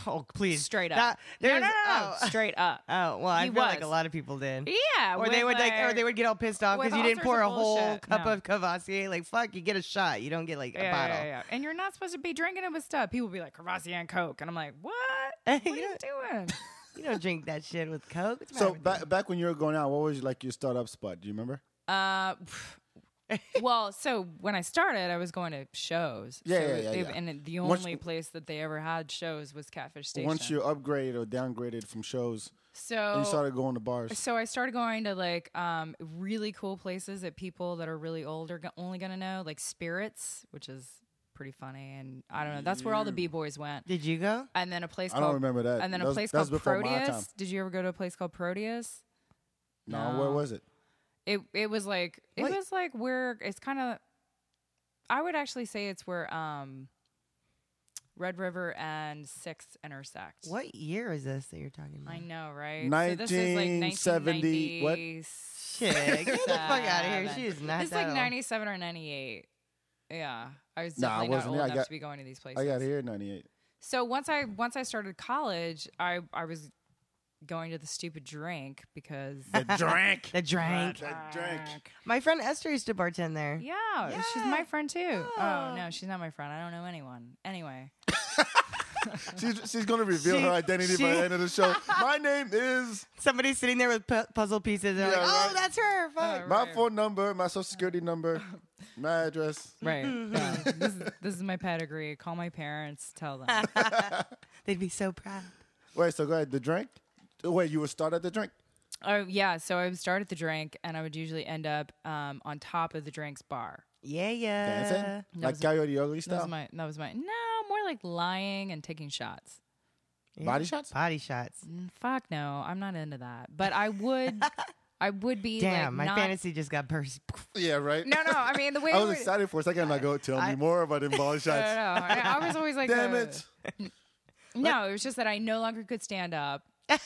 Speaker 3: oh, please.
Speaker 4: straight up.
Speaker 3: That-
Speaker 4: No,
Speaker 3: there's,
Speaker 4: no, no, no,
Speaker 3: Oh,
Speaker 4: straight up.
Speaker 3: oh, well, I
Speaker 4: He
Speaker 3: feel like a
Speaker 4: was.
Speaker 3: lot of people did.
Speaker 4: yeah.
Speaker 3: Or they
Speaker 4: with,
Speaker 3: would like, or they would get all pissed off
Speaker 4: with
Speaker 3: because you
Speaker 4: all
Speaker 3: didn't
Speaker 4: sorts
Speaker 3: pour a
Speaker 4: of
Speaker 3: whole
Speaker 4: bullshit.
Speaker 3: cup
Speaker 4: No.
Speaker 3: of Cavassier. Like, fuck, you get a shot. You don't get like
Speaker 4: Yeah,
Speaker 3: a
Speaker 4: yeah,
Speaker 3: bottle.
Speaker 4: yeah, yeah. And you're not supposed to be drinking it with stuff. People be like Crevassier and Coke, and I'm like, what? What are
Speaker 3: You
Speaker 4: you doing?
Speaker 3: You don't drink that shit with Coke. What's the
Speaker 2: So
Speaker 3: matter with
Speaker 2: back back when you were going out, what was like your startup spot? Do you remember?
Speaker 4: Uh, well, so when I started, I was going to shows.
Speaker 2: Yeah,
Speaker 4: so
Speaker 2: yeah, yeah,
Speaker 4: they-
Speaker 2: yeah.
Speaker 4: And the
Speaker 2: Once-
Speaker 4: only place that they ever had shows was Catfish Station.
Speaker 2: Once you upgraded or downgraded from shows,
Speaker 4: so
Speaker 2: and you started going to bars.
Speaker 4: So I started going to like um, really cool places that people that are really old are go- only going to know, like Spirits, which is pretty funny. And I don't know, that's where all the b boys went.
Speaker 3: you? Did you go?
Speaker 4: And then a place
Speaker 2: Mm. I don't
Speaker 4: called
Speaker 2: remember that.
Speaker 4: And then
Speaker 2: That
Speaker 4: a
Speaker 2: was-
Speaker 4: place
Speaker 2: that was
Speaker 4: called
Speaker 2: before my time.
Speaker 4: Proteus. Did you ever go to a place called Proteus?
Speaker 2: No, where was it?
Speaker 4: It it was like it
Speaker 3: What?
Speaker 4: was like where it's kind of. I would actually say it's where um, Red River and Sixth intersect.
Speaker 3: What year is this that you're talking about?
Speaker 4: I know, right? So this is like
Speaker 2: 1970 what?
Speaker 4: 1996.
Speaker 3: Shit, get the fuck out of here. She is not
Speaker 4: It's
Speaker 3: that
Speaker 4: like
Speaker 3: old.
Speaker 4: 97 or 98. Yeah. I was
Speaker 2: Nah, I
Speaker 4: definitely not
Speaker 2: wasn't
Speaker 4: old
Speaker 2: there. I
Speaker 4: enough
Speaker 2: got-
Speaker 4: to be going to these places.
Speaker 2: I got here in '98.
Speaker 4: So once I once I started college, I I was going to the stupid drink because
Speaker 2: Drink.
Speaker 3: The drank.
Speaker 2: That drink.
Speaker 3: My friend Esther used to bartend there.
Speaker 4: yeah, she's
Speaker 3: Yeah.
Speaker 4: my friend too.
Speaker 3: Oh.
Speaker 4: Oh no, she's not my friend. I don't know anyone. Anyway,
Speaker 2: She's, she's going to reveal
Speaker 3: She-
Speaker 2: her identity by
Speaker 3: she-
Speaker 2: the end of the show. My name is
Speaker 3: Somebody's sitting there with pu- puzzle pieces. And they're
Speaker 2: Yeah,
Speaker 3: like,
Speaker 2: right. Uh-huh.
Speaker 3: oh, that's her. Fuck.
Speaker 4: Uh,
Speaker 2: my
Speaker 4: Right.
Speaker 2: phone number, my social security number, my address.
Speaker 4: right? yeah. this, is, this is my pedigree. Call my parents. Tell them.
Speaker 3: They'd be so proud.
Speaker 2: Wait, so go ahead. The drink. Wait, you would start at the drink.
Speaker 4: Oh yeah, so I would start at the drink, and I would usually end up um, on top of the drinks bar.
Speaker 3: Yeah, yeah.
Speaker 2: Dancing? like
Speaker 4: was-
Speaker 2: Coyote Ugly
Speaker 4: That
Speaker 3: Oh.
Speaker 2: style?
Speaker 4: was my. That was my. No, more like lying and taking shots.
Speaker 3: Yeah.
Speaker 2: Body shots?
Speaker 3: Body shots.
Speaker 4: Mm, Fuck no, I'm not into that. But I would. I would be.
Speaker 3: Damn,
Speaker 4: like,
Speaker 3: my
Speaker 4: not,
Speaker 3: fantasy just got burst.
Speaker 2: Yeah, right?
Speaker 4: No, no. I mean, the way
Speaker 2: I
Speaker 4: we-
Speaker 2: was excited for a second. I'm like, go tell
Speaker 3: I-
Speaker 2: me more about them body
Speaker 4: No,
Speaker 2: shots.
Speaker 4: no, no. I, I was always like,
Speaker 2: Damn
Speaker 4: uh,
Speaker 2: it.
Speaker 4: No, it was just that I no longer could stand up.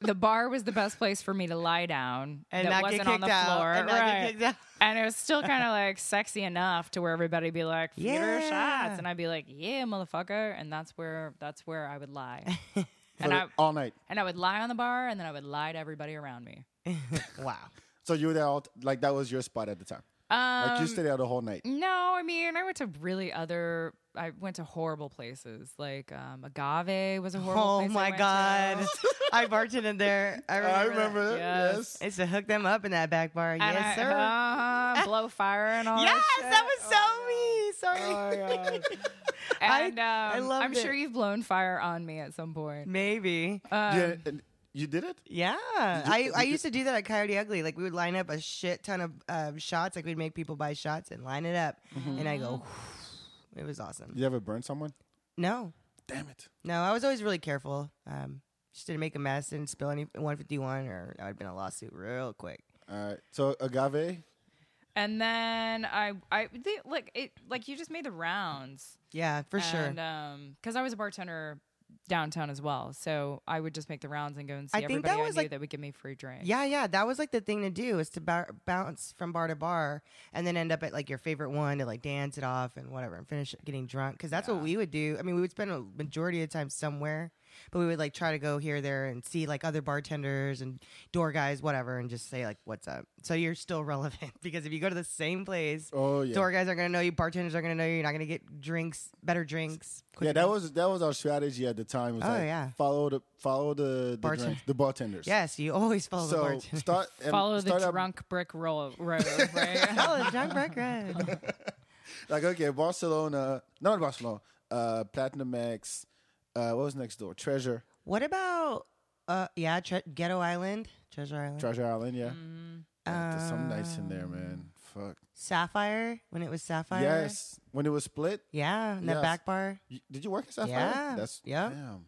Speaker 4: the bar was the best place for me to lie down
Speaker 3: And
Speaker 4: that
Speaker 3: not
Speaker 4: wasn't
Speaker 3: get kicked
Speaker 4: on the
Speaker 3: out.
Speaker 4: floor,
Speaker 3: and not
Speaker 4: right?
Speaker 3: get kicked out.
Speaker 4: And it was still kind of like sexy enough to where everybody'd be like, "Fewer
Speaker 3: Yeah.
Speaker 4: shots," and I'd be like, "Yeah, motherfucker," and that's where that's where I would lie,
Speaker 2: For
Speaker 4: and
Speaker 2: the-
Speaker 4: I
Speaker 2: all night.
Speaker 4: and I would lie on the bar, and then I would lie to everybody around me.
Speaker 3: Wow.
Speaker 2: So you were there all, like, that was your spot at the time.
Speaker 4: Um,
Speaker 2: Like, you stayed there the whole night.
Speaker 4: No, I mean, I went to really other. I went to horrible places. Like um, Agave was a horrible.
Speaker 3: Oh
Speaker 4: place I
Speaker 3: my
Speaker 4: went to.
Speaker 3: God. I bartended there. I remember.
Speaker 2: I remember
Speaker 3: That.
Speaker 2: that.
Speaker 4: Yes.
Speaker 2: Yes.
Speaker 3: I used to hook them up in that back bar.
Speaker 4: And
Speaker 3: yes,
Speaker 4: I-
Speaker 3: sir.
Speaker 4: uh, blow fire and all.
Speaker 3: yes, that was
Speaker 4: shit.
Speaker 3: so
Speaker 2: Oh,
Speaker 3: me. Sorry. I-
Speaker 4: oh. And, um,
Speaker 3: I loved
Speaker 4: I'm sure
Speaker 3: it. Mm,
Speaker 4: you've blown fire on me at some point.
Speaker 3: Maybe.
Speaker 4: Um,
Speaker 2: yeah, and you did it?
Speaker 3: Yeah, I, I used to do that at Coyote Ugly. Like we would line up a shit ton of um, shots. Like we'd make people buy shots and line it up,
Speaker 2: Mm-hmm.
Speaker 3: and I go, it was awesome.
Speaker 2: You ever burn someone?
Speaker 3: No,
Speaker 2: Damn it.
Speaker 3: no, I was always really careful. Um, just didn't make a mess, didn't spill any 151, or I would have been a lawsuit real quick.
Speaker 2: All right. So agave.
Speaker 4: And then I, I they, like it, like you just made the rounds
Speaker 3: Yeah, for sure.
Speaker 4: And, um, because I was a bartender downtown as well, so I would just make the rounds and go and see
Speaker 3: I think
Speaker 4: everybody
Speaker 3: that was,
Speaker 4: I knew
Speaker 3: like-
Speaker 4: that would give me free drinks.
Speaker 3: Yeah, yeah, that was like the thing to do is to bar- bounce from bar to bar and then end up at like your favorite one to like dance it off and whatever and finish getting drunk because that's what we would do. I mean, we would spend a majority of the time somewhere, but we would like try to go here, there, and see like other bartenders and door guys, whatever, and just say like, "What's up?" So you're still relevant because if you go to the same place,
Speaker 2: Oh yeah.
Speaker 3: door guys aren't gonna know you, bartenders aren't gonna know you, you're not gonna get drinks, better drinks.
Speaker 2: yeah,
Speaker 3: quicker
Speaker 2: that
Speaker 3: drinks.
Speaker 2: was that was our strategy at the time. Was
Speaker 3: Oh,
Speaker 2: like,
Speaker 3: yeah.
Speaker 2: Follow the follow the the,
Speaker 3: Barten-
Speaker 2: drinks, the bartenders.
Speaker 3: yes, you always follow the
Speaker 2: So
Speaker 3: bartender.
Speaker 2: start and
Speaker 4: Follow the
Speaker 2: start up,
Speaker 4: drunk brick roll road, right?
Speaker 3: Follow the drunk record.
Speaker 2: Like okay, Barcelona, not Barcelona, uh, Platinum X. Uh, what was next door? Treasure,
Speaker 3: What about uh yeah, tre- Ghetto Island, Treasure Island,
Speaker 2: Treasure Island. Yeah.
Speaker 3: Mm-hmm.
Speaker 2: Yeah, there's some nights in there,
Speaker 3: Um,
Speaker 2: man. Fuck.
Speaker 3: Sapphire when it was Sapphire.
Speaker 2: Yes. When it was split,
Speaker 3: Yeah, in that
Speaker 2: Yes.
Speaker 3: back bar.
Speaker 2: you, did you work at Sapphire?
Speaker 3: Yeah.
Speaker 2: That's
Speaker 3: Yep.
Speaker 2: Damn.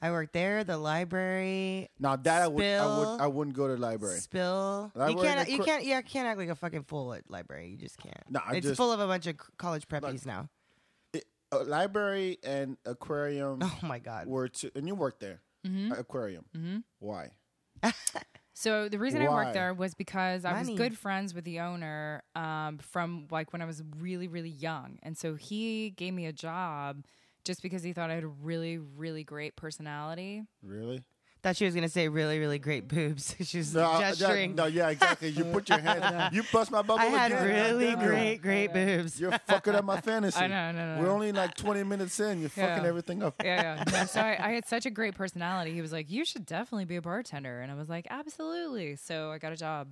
Speaker 3: I worked there. The library.
Speaker 2: Now that I would, I
Speaker 3: Spill.
Speaker 2: would I wouldn't go to the library.
Speaker 3: Spill. you
Speaker 2: Library
Speaker 3: can't.
Speaker 2: that
Speaker 3: You
Speaker 2: cr-
Speaker 3: can't. Yeah, can't act like a fucking fool at library. You just can't.
Speaker 2: Nah, I
Speaker 3: it's
Speaker 2: just-
Speaker 3: full of a bunch of c- college preppies now.
Speaker 2: A library and aquarium
Speaker 3: Oh my god.
Speaker 2: were two, and you worked there.
Speaker 4: Mhm.
Speaker 2: Aquarium.
Speaker 4: mm-hmm.
Speaker 2: Why?
Speaker 4: So the reason I
Speaker 2: Why?
Speaker 4: worked there was because I
Speaker 3: Money.
Speaker 4: was good friends with the owner um, from like when I was really really young, and so he gave me a job just because he thought I had a really really great personality.
Speaker 2: Really?
Speaker 3: Thought she was gonna say really, really great boobs. she was
Speaker 2: No, I-
Speaker 3: gesturing.
Speaker 2: yeah, no, yeah, exactly. You put your hand. you bust my bubble
Speaker 3: I had
Speaker 2: again.
Speaker 3: really
Speaker 2: Goddamn it.
Speaker 3: great, great boobs.
Speaker 2: You're fucking up my fantasy.
Speaker 4: I know, no, no,
Speaker 2: We're
Speaker 4: no.
Speaker 2: only like 20 minutes in. You're fucking
Speaker 4: Yeah.
Speaker 2: everything up.
Speaker 4: Yeah, yeah. No, so I, I had such a great personality. He was like, "You should definitely be a bartender," and I was like, "Absolutely." So I got a job.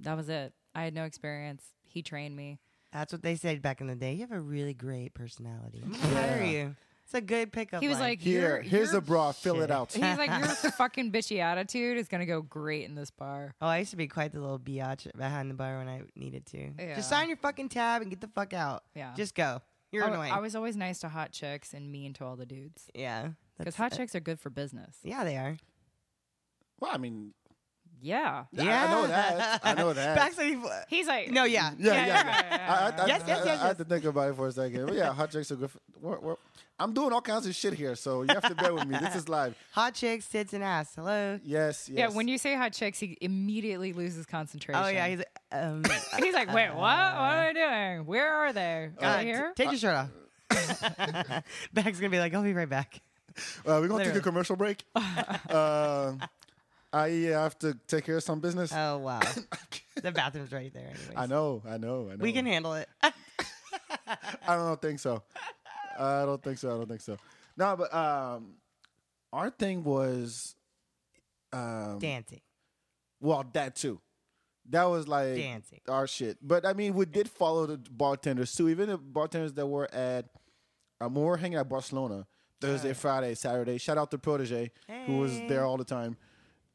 Speaker 4: That was it. I had no experience. He trained me.
Speaker 3: That's what they said back in the day. You have a really great personality. I'm proud of you. It's a good pickup.
Speaker 4: He was
Speaker 3: line.
Speaker 4: like,
Speaker 2: Here,
Speaker 4: "Your-
Speaker 2: here's
Speaker 4: your-
Speaker 2: a bra. Fill it out.
Speaker 4: He's like, "Your fucking bitchy attitude is gonna go great in this bar."
Speaker 3: Oh, I used to be quite the little biatch behind the bar when I needed to.
Speaker 4: Yeah.
Speaker 3: Just sign your fucking tab and get the fuck out.
Speaker 4: Yeah.
Speaker 3: Just go. You're
Speaker 4: I,
Speaker 3: annoying.
Speaker 4: I was always nice to hot chicks and mean to all the dudes.
Speaker 3: yeah.
Speaker 4: Because
Speaker 3: That's-
Speaker 4: hot
Speaker 3: uh,
Speaker 4: chicks are good for business.
Speaker 3: Yeah, they are.
Speaker 2: Well, I mean,
Speaker 4: Yeah.
Speaker 2: I- I know that. I know that.
Speaker 3: Back to the-
Speaker 4: He's like,
Speaker 3: no, yeah.
Speaker 2: yeah, yeah.
Speaker 4: Yeah,
Speaker 2: yeah,
Speaker 4: yeah, yeah,
Speaker 2: I- I, I,
Speaker 3: Yes, yes,
Speaker 2: I-
Speaker 3: yes,
Speaker 2: I had to think about it for a second. But yeah, hot chicks are good. For, we're, we're, I'm doing all kinds of shit here, so you have to bear with me. This is live.
Speaker 3: Hot chicks, tits, and ass. Hello.
Speaker 2: Yes, yes.
Speaker 4: yeah, when you say hot chicks, he immediately loses concentration.
Speaker 3: Oh, yeah. He's like, um,
Speaker 4: And he's like, wait, what? What are they doing? Where are they? Right here?
Speaker 3: uh, take your shirt off. Beck's going to be like, I'll be right back.
Speaker 2: Uh, we're gonna take
Speaker 3: Literally.
Speaker 2: a commercial break. uh, I uh, have to take care of some business.
Speaker 3: Oh, wow. the bathroom's right there. Anyways.
Speaker 2: I know, I know, I know.
Speaker 3: We can handle it.
Speaker 2: I don't think so. I don't think so. I don't think so. No, but um, our thing was, um,
Speaker 3: Dancing.
Speaker 2: well, that too. That was like
Speaker 3: Dancing.
Speaker 2: our shit. But I mean, we did follow the bartenders too. Even the bartenders that were at, um, when we were hanging at Barcelona Thursday, Friday, Saturday. Shout out to Protege who was
Speaker 3: Hey.
Speaker 2: there all the time,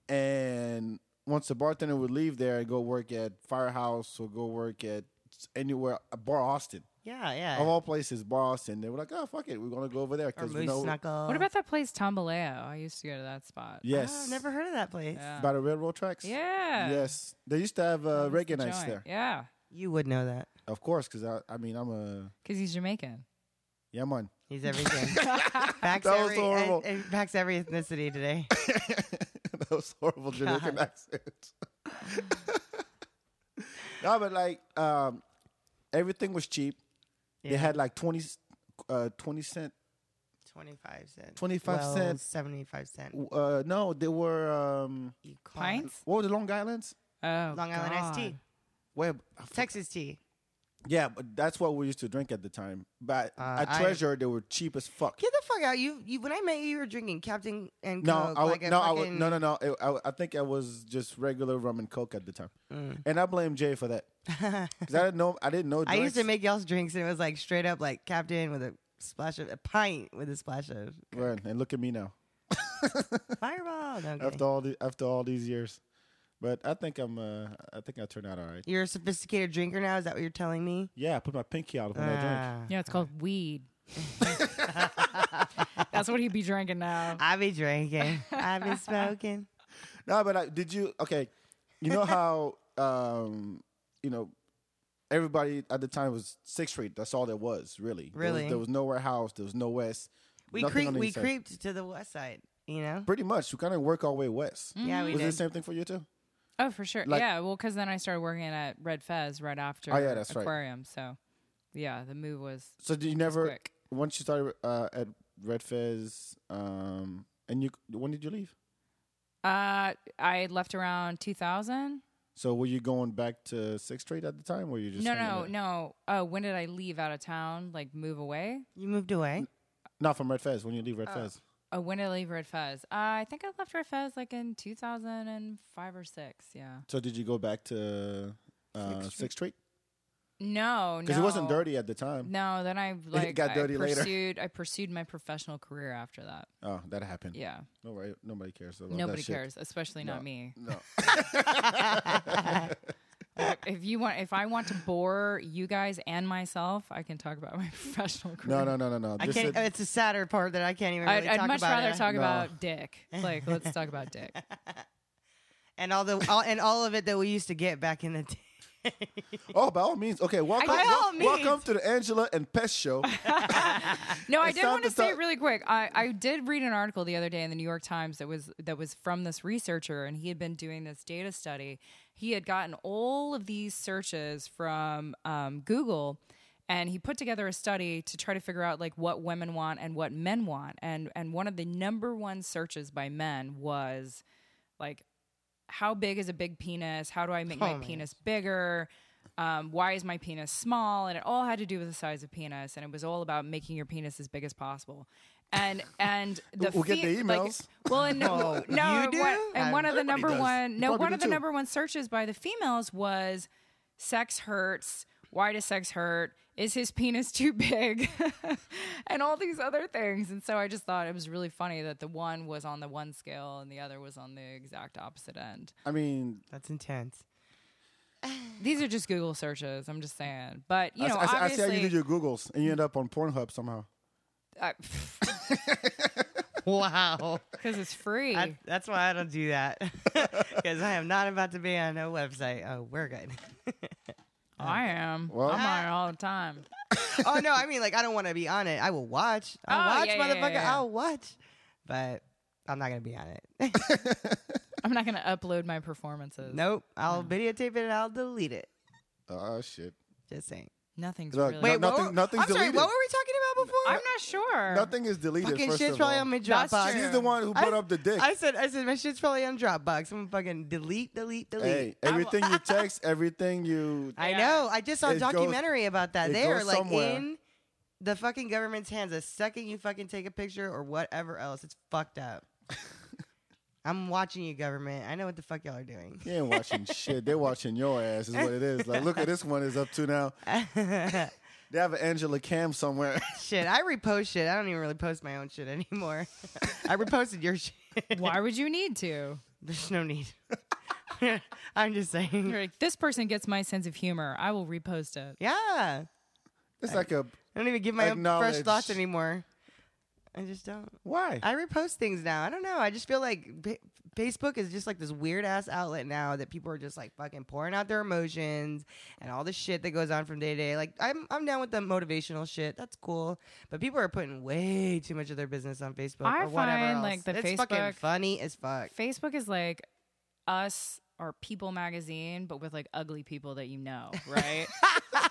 Speaker 2: and once the bartender would leave there and go work at Firehouse or go work at anywhere, uh, Bar Austin.
Speaker 3: Yeah, yeah.
Speaker 2: Of all places, Bar Austin. They were like, oh, fuck it. We're going to go over there.
Speaker 3: or Ah,
Speaker 2: Because we
Speaker 3: Moose
Speaker 2: know.
Speaker 3: Knuckle.
Speaker 4: What about that place Tomboleo? I used to go to that spot.
Speaker 2: Yes.
Speaker 3: Oh, never heard of that place.
Speaker 4: Yeah.
Speaker 2: By the railroad tracks?
Speaker 4: Yeah.
Speaker 2: Yes. They used to have uh,
Speaker 4: That was
Speaker 2: reggae
Speaker 4: the
Speaker 2: nights
Speaker 4: joint.
Speaker 2: there.
Speaker 4: Yeah.
Speaker 3: You would know that.
Speaker 2: Of course, because I, I mean, I'm a.
Speaker 4: Because he's Jamaican.
Speaker 2: Yeah, man.
Speaker 3: He's everything. Backs
Speaker 2: That was
Speaker 3: every,
Speaker 2: horrible.
Speaker 3: and- and backs every ethnicity today.
Speaker 2: that was horrible Jamaican
Speaker 3: God.
Speaker 2: accent. no, but like um, everything was cheap. They
Speaker 3: Yeah.
Speaker 2: had like 20, uh, 20 cent.
Speaker 3: 25 cents.
Speaker 2: 25
Speaker 3: well,
Speaker 2: cent.
Speaker 3: 75 cent.
Speaker 2: Uh, no, they were um,
Speaker 3: You call it.
Speaker 4: Pints?
Speaker 2: what were the Long Island's?
Speaker 4: Oh.
Speaker 3: Long Island iced
Speaker 4: God.
Speaker 3: tea.
Speaker 2: Where?
Speaker 3: Texas tea.
Speaker 2: Yeah, but that's what we used to drink at the time. But
Speaker 3: Uh,
Speaker 2: at
Speaker 3: I-
Speaker 2: Treasure, they were cheap as fuck.
Speaker 3: Get the fuck out. You, you when I met you, you were drinking Captain and
Speaker 2: No,
Speaker 3: Coke.
Speaker 2: I,
Speaker 3: like
Speaker 2: w-
Speaker 3: a
Speaker 2: no, I
Speaker 3: fucking,
Speaker 2: w- no, no, no, It- I w- I think I was just regular rum and coke at the time, and I blame Jay for that because I didn't know. I didn't know.
Speaker 3: Mm. I used to
Speaker 2: drinks.
Speaker 3: make y'all's drinks, and it was like straight up like Captain with a splash of a pint with a splash of
Speaker 2: Right, and look at me now.
Speaker 3: Fireball. No, okay.
Speaker 2: after all the after all these years. But I think I'm uh, I think I turned out all right.
Speaker 3: You're a sophisticated drinker now. Is that what you're telling me?
Speaker 2: Yeah, I put my pinky out when I drink.
Speaker 3: Ah.
Speaker 4: Yeah, it's called weed. That's what he'd be drinking now.
Speaker 3: Ah, I be drinking. I be smoking.
Speaker 2: No, but I, did you okay, you know how um you know everybody at the time was Sixth Street, that's all there was, really. There was-
Speaker 3: Really?
Speaker 2: There was, no warehouse, there was no west.
Speaker 3: We
Speaker 2: nothing
Speaker 3: creep.
Speaker 2: on the
Speaker 3: We
Speaker 2: east side.
Speaker 3: creeped to the west side. You know.
Speaker 2: Pretty much, we kind of work our way west.
Speaker 3: Yeah, Mm, we
Speaker 2: Was it the
Speaker 3: did.
Speaker 2: same thing for you too?
Speaker 4: Oh, for sure.
Speaker 2: Like-
Speaker 4: yeah, well, because then I started working at Red Fez right after
Speaker 2: Oh, yeah, that's right.
Speaker 4: Aquarium. So, yeah, the move was
Speaker 2: So did you never
Speaker 4: quick.
Speaker 2: once you started uh, at Red Fez, um and you when did you leave?
Speaker 4: Uh, I had left around 2000.
Speaker 2: So were you going back to Sixth Street at the time? Or were you just
Speaker 4: no,
Speaker 2: hanging
Speaker 4: no,
Speaker 2: out?
Speaker 4: no. Uh, when did I leave out of town? Like move away?
Speaker 3: You moved away.
Speaker 2: Not from Red Fez. When you leave Red Fez,
Speaker 4: Oh, when did I leave Red Fez? Uh, I think I left Red Fez like in 2005 or six. Yeah.
Speaker 2: so did you go back to uh,
Speaker 3: Sixth Street?
Speaker 2: Sixth Street?
Speaker 4: No, no.
Speaker 2: Because it wasn't dirty at the time.
Speaker 4: No, then I like
Speaker 2: got
Speaker 4: I
Speaker 2: dirty later.
Speaker 4: pursued, I pursued my professional career after that.
Speaker 2: Oh, that happened.
Speaker 4: Yeah,
Speaker 2: Nobody, nobody cares. About
Speaker 4: nobody
Speaker 2: that shit.
Speaker 4: cares, especially
Speaker 2: No.
Speaker 4: not me.
Speaker 2: No.
Speaker 4: Like, if you want, if I want to bore you guys and myself, I can talk about my professional career.
Speaker 2: no, no, no, no, no.
Speaker 3: I
Speaker 2: Just
Speaker 3: can't.
Speaker 2: said-
Speaker 3: it's a sadder part that I can't even.
Speaker 4: I'd,
Speaker 3: Really
Speaker 4: I'd
Speaker 3: talk
Speaker 4: much
Speaker 3: about
Speaker 4: rather
Speaker 3: it.
Speaker 4: talk
Speaker 2: No.
Speaker 4: about dick. Like, let's talk about dick.
Speaker 3: and all the all, and all of it that we used to get back in the day.
Speaker 2: oh, by all means. Okay, welcome.
Speaker 4: By all
Speaker 2: wel- welcome
Speaker 3: means.
Speaker 2: to the Angela and Pest Show.
Speaker 4: No, I
Speaker 2: It's
Speaker 4: did
Speaker 2: not
Speaker 4: want to
Speaker 2: the
Speaker 4: say
Speaker 2: thought-
Speaker 4: really quick. I, I did read an article the other day in the New York Times that was that was from this researcher, and he had been doing this data study. He had gotten all of these searches from um, Google, and he put together a study to try to figure out like what women want and what men want. And and one of the number one searches by men was like how big is a big penis? How do I
Speaker 2: Oh,
Speaker 4: make my penis bigger? Um, why is my penis small? And it all had to do with the size of penis, and it was all about making your penis as big as possible. And and the
Speaker 2: We'll get the
Speaker 4: like-
Speaker 2: emails. Oh,
Speaker 4: well, and no,
Speaker 3: Whoa,
Speaker 4: no,
Speaker 3: you
Speaker 4: and
Speaker 3: do?
Speaker 4: one- and one of the
Speaker 2: Everybody
Speaker 4: number
Speaker 2: does.
Speaker 4: one,
Speaker 2: You
Speaker 4: no,
Speaker 2: probably
Speaker 4: one
Speaker 2: do
Speaker 4: of the
Speaker 2: too.
Speaker 4: number one searches by the females was sex hurts. Why does sex hurt? Is his penis too big? and all these other things. And so I just thought it was really funny that the one was on the one scale and the other was on the exact opposite end.
Speaker 2: I mean,
Speaker 3: That's intense.
Speaker 4: These are just Google searches. I'm just saying. But, you
Speaker 2: I,
Speaker 4: know,
Speaker 2: I, I see
Speaker 4: obviously.
Speaker 2: how you did your Googles and you end up on Pornhub somehow.
Speaker 3: Wow.
Speaker 4: because uh, it's free.
Speaker 3: I, that's why I don't do that because I am not about to be on a website. Oh, we're good.
Speaker 4: I am.
Speaker 2: Well-
Speaker 4: I'm on it all the time.
Speaker 3: oh no, I mean like I don't want to be on it. I will watch. I'll
Speaker 4: Oh,
Speaker 3: watch,
Speaker 4: yeah, yeah,
Speaker 3: motherfucker.
Speaker 4: yeah, yeah.
Speaker 3: I'll watch, but I'm not gonna be on it.
Speaker 4: I'm not going to upload my performances.
Speaker 3: nope.
Speaker 4: Mm.
Speaker 3: I'll videotape it and I'll delete it.
Speaker 2: Oh shit.
Speaker 3: Just saying.
Speaker 4: Nothing's
Speaker 2: Look, no-
Speaker 4: really.
Speaker 3: Wait, what
Speaker 2: nothing-
Speaker 3: were-
Speaker 2: nothing's
Speaker 3: I'm sorry.
Speaker 2: deleted.
Speaker 3: What were we talking about before?
Speaker 4: I'm not sure.
Speaker 2: Nothing is deleted.
Speaker 3: fucking
Speaker 2: first
Speaker 3: shit's
Speaker 2: of
Speaker 3: probably
Speaker 2: all.
Speaker 3: on my
Speaker 4: That's
Speaker 3: Dropbox.
Speaker 4: true.
Speaker 2: She's the one who put up the dick.
Speaker 3: I said, I said, my shit's probably on Dropbox. I'm gonna fucking delete, delete, delete.
Speaker 2: hey, everything you text, everything you.
Speaker 3: I
Speaker 4: Yeah.
Speaker 3: know. I just saw a
Speaker 2: It goes-
Speaker 3: documentary about that.
Speaker 2: it
Speaker 3: They are
Speaker 2: goes
Speaker 3: like
Speaker 2: somewhere.
Speaker 3: in the fucking government's hands the second you fucking take a picture or whatever else. It's fucked up. I'm watching you, government. I know what the fuck y'all are doing.
Speaker 2: You ain't watching shit. They're watching your ass, is what it is. Like, look at this one is up to now. They have an Angela Cam somewhere.
Speaker 3: shit, I repost shit. I don't even really post my own shit anymore. I reposted your shit.
Speaker 4: Why would you need to?
Speaker 3: There's no need. I'm just saying.
Speaker 4: You're like, this person gets my sense of humor. I will repost it.
Speaker 3: Yeah.
Speaker 2: It's like a
Speaker 3: I don't even give my own fresh
Speaker 2: Acknowledge.
Speaker 3: thoughts anymore. I just don't.
Speaker 2: why?
Speaker 3: I repost things now. I don't know. I just feel like pa- Facebook is just like this weird ass outlet now that people are just like fucking pouring out their emotions and all the shit that goes on from day to day. Like I'm I'm down with the motivational shit. That's cool. But people are putting way too much of their business on Facebook
Speaker 4: I
Speaker 3: or whatever.
Speaker 4: find,
Speaker 3: else.
Speaker 4: like, the
Speaker 3: it's fucking
Speaker 4: Facebook-
Speaker 3: funny as fuck.
Speaker 4: Facebook is like us or People magazine, but with like ugly people that you know, right?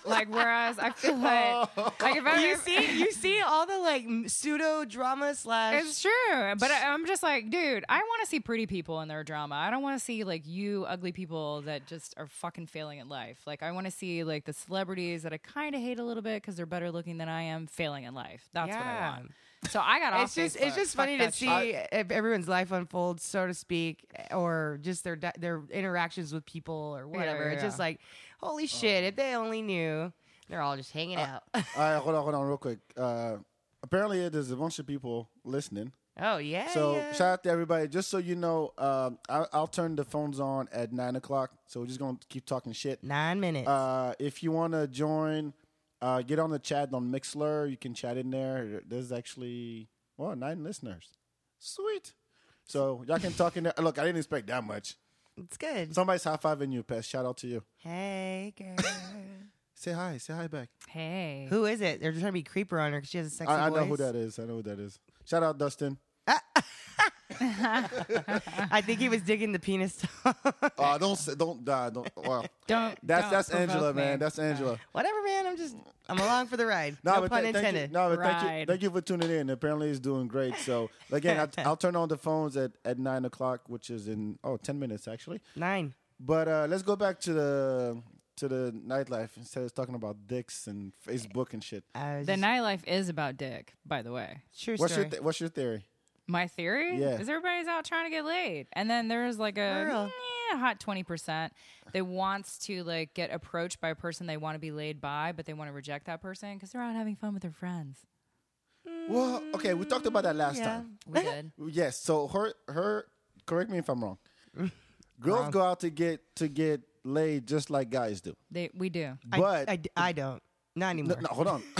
Speaker 4: like, whereas I feel like, like if I
Speaker 3: Oh. you see you see all the like pseudo drama slash
Speaker 4: It's true, but I, I'm just like, dude, I want to see pretty people in their drama. I don't want to see like you ugly people that just are fucking failing at life. Like, I want to see like the celebrities that I kind of hate a little bit because they're better looking than I am failing at life. That's
Speaker 3: Yeah.
Speaker 4: what I want. So I got off.
Speaker 3: it's just
Speaker 4: Facebook.
Speaker 3: it's just
Speaker 4: Fuck
Speaker 3: funny to
Speaker 4: that
Speaker 3: see
Speaker 4: shit.
Speaker 3: if everyone's life unfolds, so to speak, or just their di- their interactions with people or whatever.
Speaker 4: yeah,
Speaker 3: It's just
Speaker 4: yeah.
Speaker 3: like,
Speaker 2: Oh,
Speaker 3: holy shit! If they only knew, they're all just hanging
Speaker 2: Uh,
Speaker 3: out.
Speaker 2: All right, hold on, hold on, real quick. Uh, apparently, there's a bunch of people listening.
Speaker 3: oh yeah.
Speaker 2: So
Speaker 3: yeah.
Speaker 2: shout out to everybody. Just so you know, um, I, I'll turn the phones on at nine o'clock. So we're just gonna keep talking shit.
Speaker 3: nine minutes.
Speaker 2: Uh, if you want to join, uh, get on the chat on Mixler. You can chat in there. There's actually well nine listeners. Sweet. So y'all can talk in there. Look, I didn't expect that much.
Speaker 3: it's good.
Speaker 2: Somebody's high fiving you, Pest. Shout out to you.
Speaker 3: hey girl,
Speaker 2: Say hi. Say hi back.
Speaker 4: hey,
Speaker 3: who is it? They're trying to be creeper on her because she has a sexy
Speaker 2: I, I
Speaker 3: voice.
Speaker 2: know who that is. I know who that is. Shout out Dustin.
Speaker 3: I think he was digging the penis.
Speaker 2: Oh, don't say- don't die. Don't. Wow.
Speaker 4: don't.
Speaker 2: That's
Speaker 4: don't
Speaker 2: that's
Speaker 4: provoke
Speaker 2: Angela,
Speaker 4: me.
Speaker 2: man. That's Angela.
Speaker 3: whatever, man. I'm just I'm along for the ride.
Speaker 2: No,
Speaker 3: no
Speaker 2: but
Speaker 3: pun
Speaker 2: th- thank you.
Speaker 3: intended.
Speaker 2: No, but thank you.
Speaker 4: Ride.
Speaker 2: Thank you for tuning in. Apparently, it's doing great. So again, I, I'll turn on the phones at at nine o'clock, which is in oh 10 minutes actually.
Speaker 3: Nine.
Speaker 2: But uh, let's go back to the to the nightlife instead of talking about dicks and Facebook and shit.
Speaker 3: I was
Speaker 4: The
Speaker 3: Uh, just-
Speaker 4: nightlife is about dick, by the way.
Speaker 3: True
Speaker 2: What's
Speaker 3: story.
Speaker 2: your th- What's your theory?
Speaker 4: My theory
Speaker 2: Yeah.
Speaker 4: is everybody's out trying to get laid, and then there's like a
Speaker 3: Girl.
Speaker 4: meh, hot twenty percent that wants to like get approached by a person they want to be laid by, but they want to reject that person because they're out having fun with their friends.
Speaker 2: Well, okay, we talked about that last
Speaker 3: yeah.
Speaker 2: time.
Speaker 4: We did.
Speaker 2: Yes. So her her correct me if I'm wrong. Girls go out to get to get laid just like guys do.
Speaker 4: They we do.
Speaker 3: I-
Speaker 2: But
Speaker 3: I, d- I don't. Not anymore.
Speaker 2: No, no, hold on.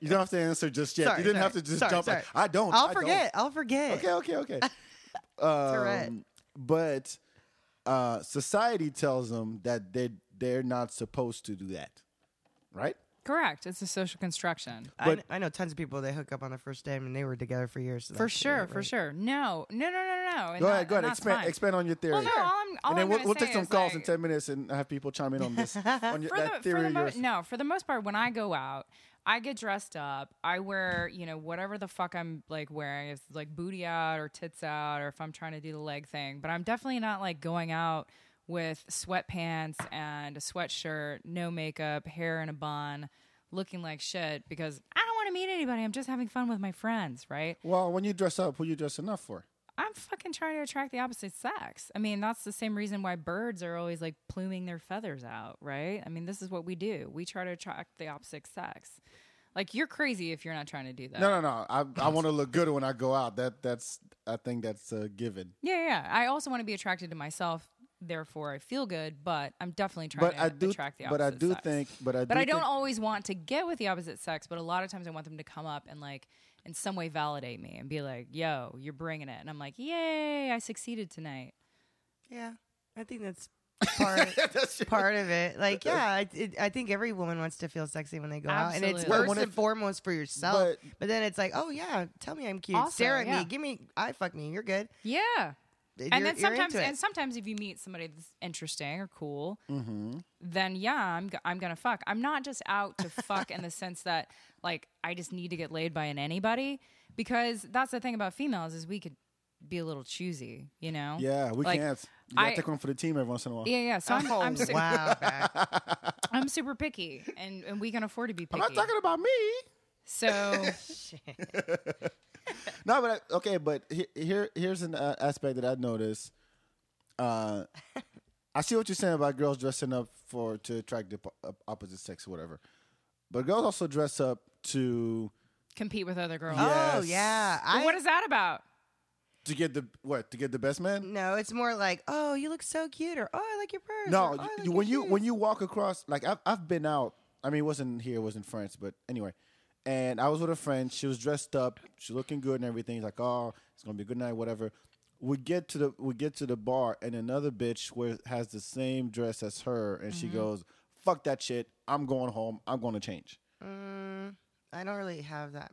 Speaker 2: you don't have to answer just yet.
Speaker 3: Sorry,
Speaker 2: you didn't
Speaker 3: sorry,
Speaker 2: have to just
Speaker 3: sorry,
Speaker 2: jump.
Speaker 3: sorry.
Speaker 2: in. I don't. I
Speaker 3: I'll
Speaker 2: don't.
Speaker 3: forget. I'll forget.
Speaker 2: Okay, okay, okay.
Speaker 3: right.
Speaker 2: Um, But uh, society tells them that they they're not supposed to do that, right?
Speaker 4: Correct. It's a social construction.
Speaker 3: I, kn- I know tons of people that hook up on the first day and they were together for years. so
Speaker 4: For
Speaker 3: that's-
Speaker 4: sure, for sure. No, no, no, no, no. and
Speaker 2: Go
Speaker 4: that-
Speaker 2: ahead, go ahead.
Speaker 4: and that's
Speaker 2: Expand,
Speaker 4: fine.
Speaker 2: expand on your theory.
Speaker 4: Well, no, all I'm, all
Speaker 2: and then
Speaker 4: I'm
Speaker 2: we'll,
Speaker 4: gonna
Speaker 2: we'll take
Speaker 4: say
Speaker 2: some
Speaker 4: is,
Speaker 2: calls in
Speaker 4: like,
Speaker 2: ten minutes and have people chime in on this on your,
Speaker 4: for
Speaker 2: that
Speaker 4: the,
Speaker 2: theory.
Speaker 4: for the
Speaker 2: of
Speaker 4: mo-
Speaker 2: yours.
Speaker 4: no, for the most part, when I go out, I get dressed up. I wear, you know, whatever the fuck I'm like wearing. It's like booty out or tits out, or if I'm trying to do the leg thing. But I'm definitely not like going out with sweatpants and a sweatshirt, no makeup, hair in a bun, looking like shit because I don't want to meet anybody. I'm just having fun with my friends, right?
Speaker 2: Well, when you dress up, who you dressing up for?
Speaker 4: I'm fucking trying to attract the opposite sex. I mean, that's the same reason why birds are always like pluming their feathers out, right? I mean, this is what we do. We try to attract the opposite sex. Like you're crazy if you're not trying to do that.
Speaker 2: No, no, no. I I want to look good when I go out. That that's I think that's a given.
Speaker 4: Yeah, yeah. I also want to be attracted to myself. Therefore, I feel good, but I'm definitely trying
Speaker 2: But
Speaker 4: to
Speaker 2: I do,
Speaker 4: attract the opposite
Speaker 2: but I do
Speaker 4: sex.
Speaker 2: think, but I do
Speaker 4: But I don't
Speaker 2: think-
Speaker 4: always want to get with the opposite sex, but a lot of times I want them to come up and like in some way validate me and be like, "Yo, you're bringing it." And I'm like, "Yay, I succeeded tonight."
Speaker 3: Yeah, I think that's part part of it. Like,
Speaker 2: Uh,
Speaker 3: yeah, it, it, I think every woman wants to feel sexy when they go out, and it's
Speaker 4: Absolutely. Well,
Speaker 3: first
Speaker 2: when
Speaker 3: and
Speaker 2: if-
Speaker 3: foremost for yourself.
Speaker 2: but-
Speaker 3: But, then it's like, oh yeah, tell me I'm cute.
Speaker 4: Also,
Speaker 3: Stare at
Speaker 4: yeah.
Speaker 3: me. Give me. I fuck me. You're good.
Speaker 4: Yeah.
Speaker 3: You're-
Speaker 4: and then
Speaker 3: you're
Speaker 4: sometimes
Speaker 3: into it.
Speaker 4: and sometimes if you meet somebody that's interesting or cool
Speaker 3: Mm-hmm.
Speaker 4: then yeah i'm g- i'm gonna fuck i'm not just out to fuck in the sense that like i just need to get laid by an anybody because that's the thing about females is we could be a little choosy you know
Speaker 2: Yeah, we
Speaker 4: Like,
Speaker 2: can't. You gotta
Speaker 4: I-
Speaker 2: take one for the team every once in a while.
Speaker 4: yeah yeah so i'm
Speaker 3: oh
Speaker 4: I'm, su-
Speaker 3: wow. Beck.
Speaker 4: I'm super picky and, and we can afford to be
Speaker 2: I'm
Speaker 4: picky
Speaker 2: not talking about me.
Speaker 4: so
Speaker 2: No, but I, okay, but he, here here's an uh, aspect that I noticed. Uh, I see what you're saying about girls dressing up for to attract the po- op- opposite sex or whatever, but girls also dress up to
Speaker 4: compete with other girls
Speaker 2: Yeah.
Speaker 3: Oh
Speaker 2: Yes.
Speaker 3: yeah.
Speaker 4: But
Speaker 3: I
Speaker 4: what is that about
Speaker 2: to get the what to get the best man.
Speaker 3: No, it's more like, oh, you look so cute, or oh, I like your purse.
Speaker 2: No,
Speaker 3: or, "Oh, I
Speaker 2: you- you-
Speaker 3: like your
Speaker 2: when you when
Speaker 3: shoes."
Speaker 2: you walk across, like I've I've been out. I mean, it wasn't here, it was in France, but anyway. And I was with a friend. She was dressed up. She looking good and everything. She's like, oh, it's gonna be a good night, whatever. We get to the we get to the bar, and another bitch wears has the same dress as her, and she
Speaker 3: Mm-hmm.
Speaker 2: goes, "Fuck that shit. I'm going home. I'm going to change."
Speaker 3: I don't really have that.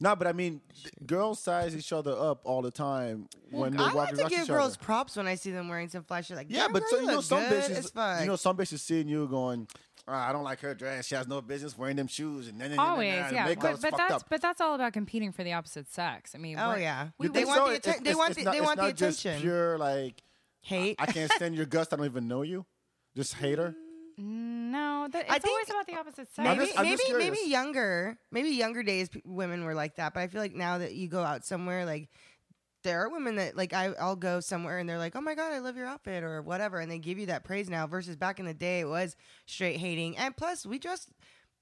Speaker 2: No, but I mean, th- girls size each other up all the time when they're
Speaker 3: I like
Speaker 2: walking
Speaker 3: to
Speaker 2: across
Speaker 3: give
Speaker 2: each
Speaker 3: girls
Speaker 2: other.
Speaker 3: props when I see them wearing some flashy. Like,
Speaker 2: Yeah,
Speaker 3: "Damn,
Speaker 2: but
Speaker 3: girl,
Speaker 2: so you know
Speaker 3: look
Speaker 2: some
Speaker 3: good as
Speaker 2: bitches,
Speaker 3: fuck."
Speaker 2: you know some bitches seeing you going, "Ah, I don't like her dress. She has no business wearing them shoes and then
Speaker 4: Always, yeah.
Speaker 2: makeup's
Speaker 4: But, but
Speaker 2: fucked
Speaker 4: that's
Speaker 2: up.
Speaker 4: but that's all about competing for the opposite sex. I mean,
Speaker 3: Oh,
Speaker 4: we're-
Speaker 3: yeah.
Speaker 4: we
Speaker 3: You
Speaker 4: would-
Speaker 3: think want so? the atten-
Speaker 2: it's-
Speaker 3: they
Speaker 2: it's-
Speaker 3: want
Speaker 2: it's
Speaker 3: the-
Speaker 2: not-
Speaker 3: they
Speaker 2: it's
Speaker 3: want the
Speaker 2: not just
Speaker 3: attention.
Speaker 2: Pure like
Speaker 3: hate.
Speaker 2: I can't stand your guts. I don't even know you. Just hate her.
Speaker 4: no, that, it's
Speaker 3: I
Speaker 4: always
Speaker 3: think- uh,
Speaker 4: about the opposite sex.
Speaker 2: I'm
Speaker 3: Maybe,
Speaker 2: just- I'm
Speaker 3: maybe,
Speaker 2: just
Speaker 3: maybe
Speaker 2: curious.
Speaker 3: younger, maybe younger days p- women were like that. But I feel like now that you go out somewhere, like there are women that like I, I'll go somewhere and they're like, "Oh my god, I love your outfit" or whatever, and they give you that praise now. Versus back in the day, it was straight hating, and plus we dressed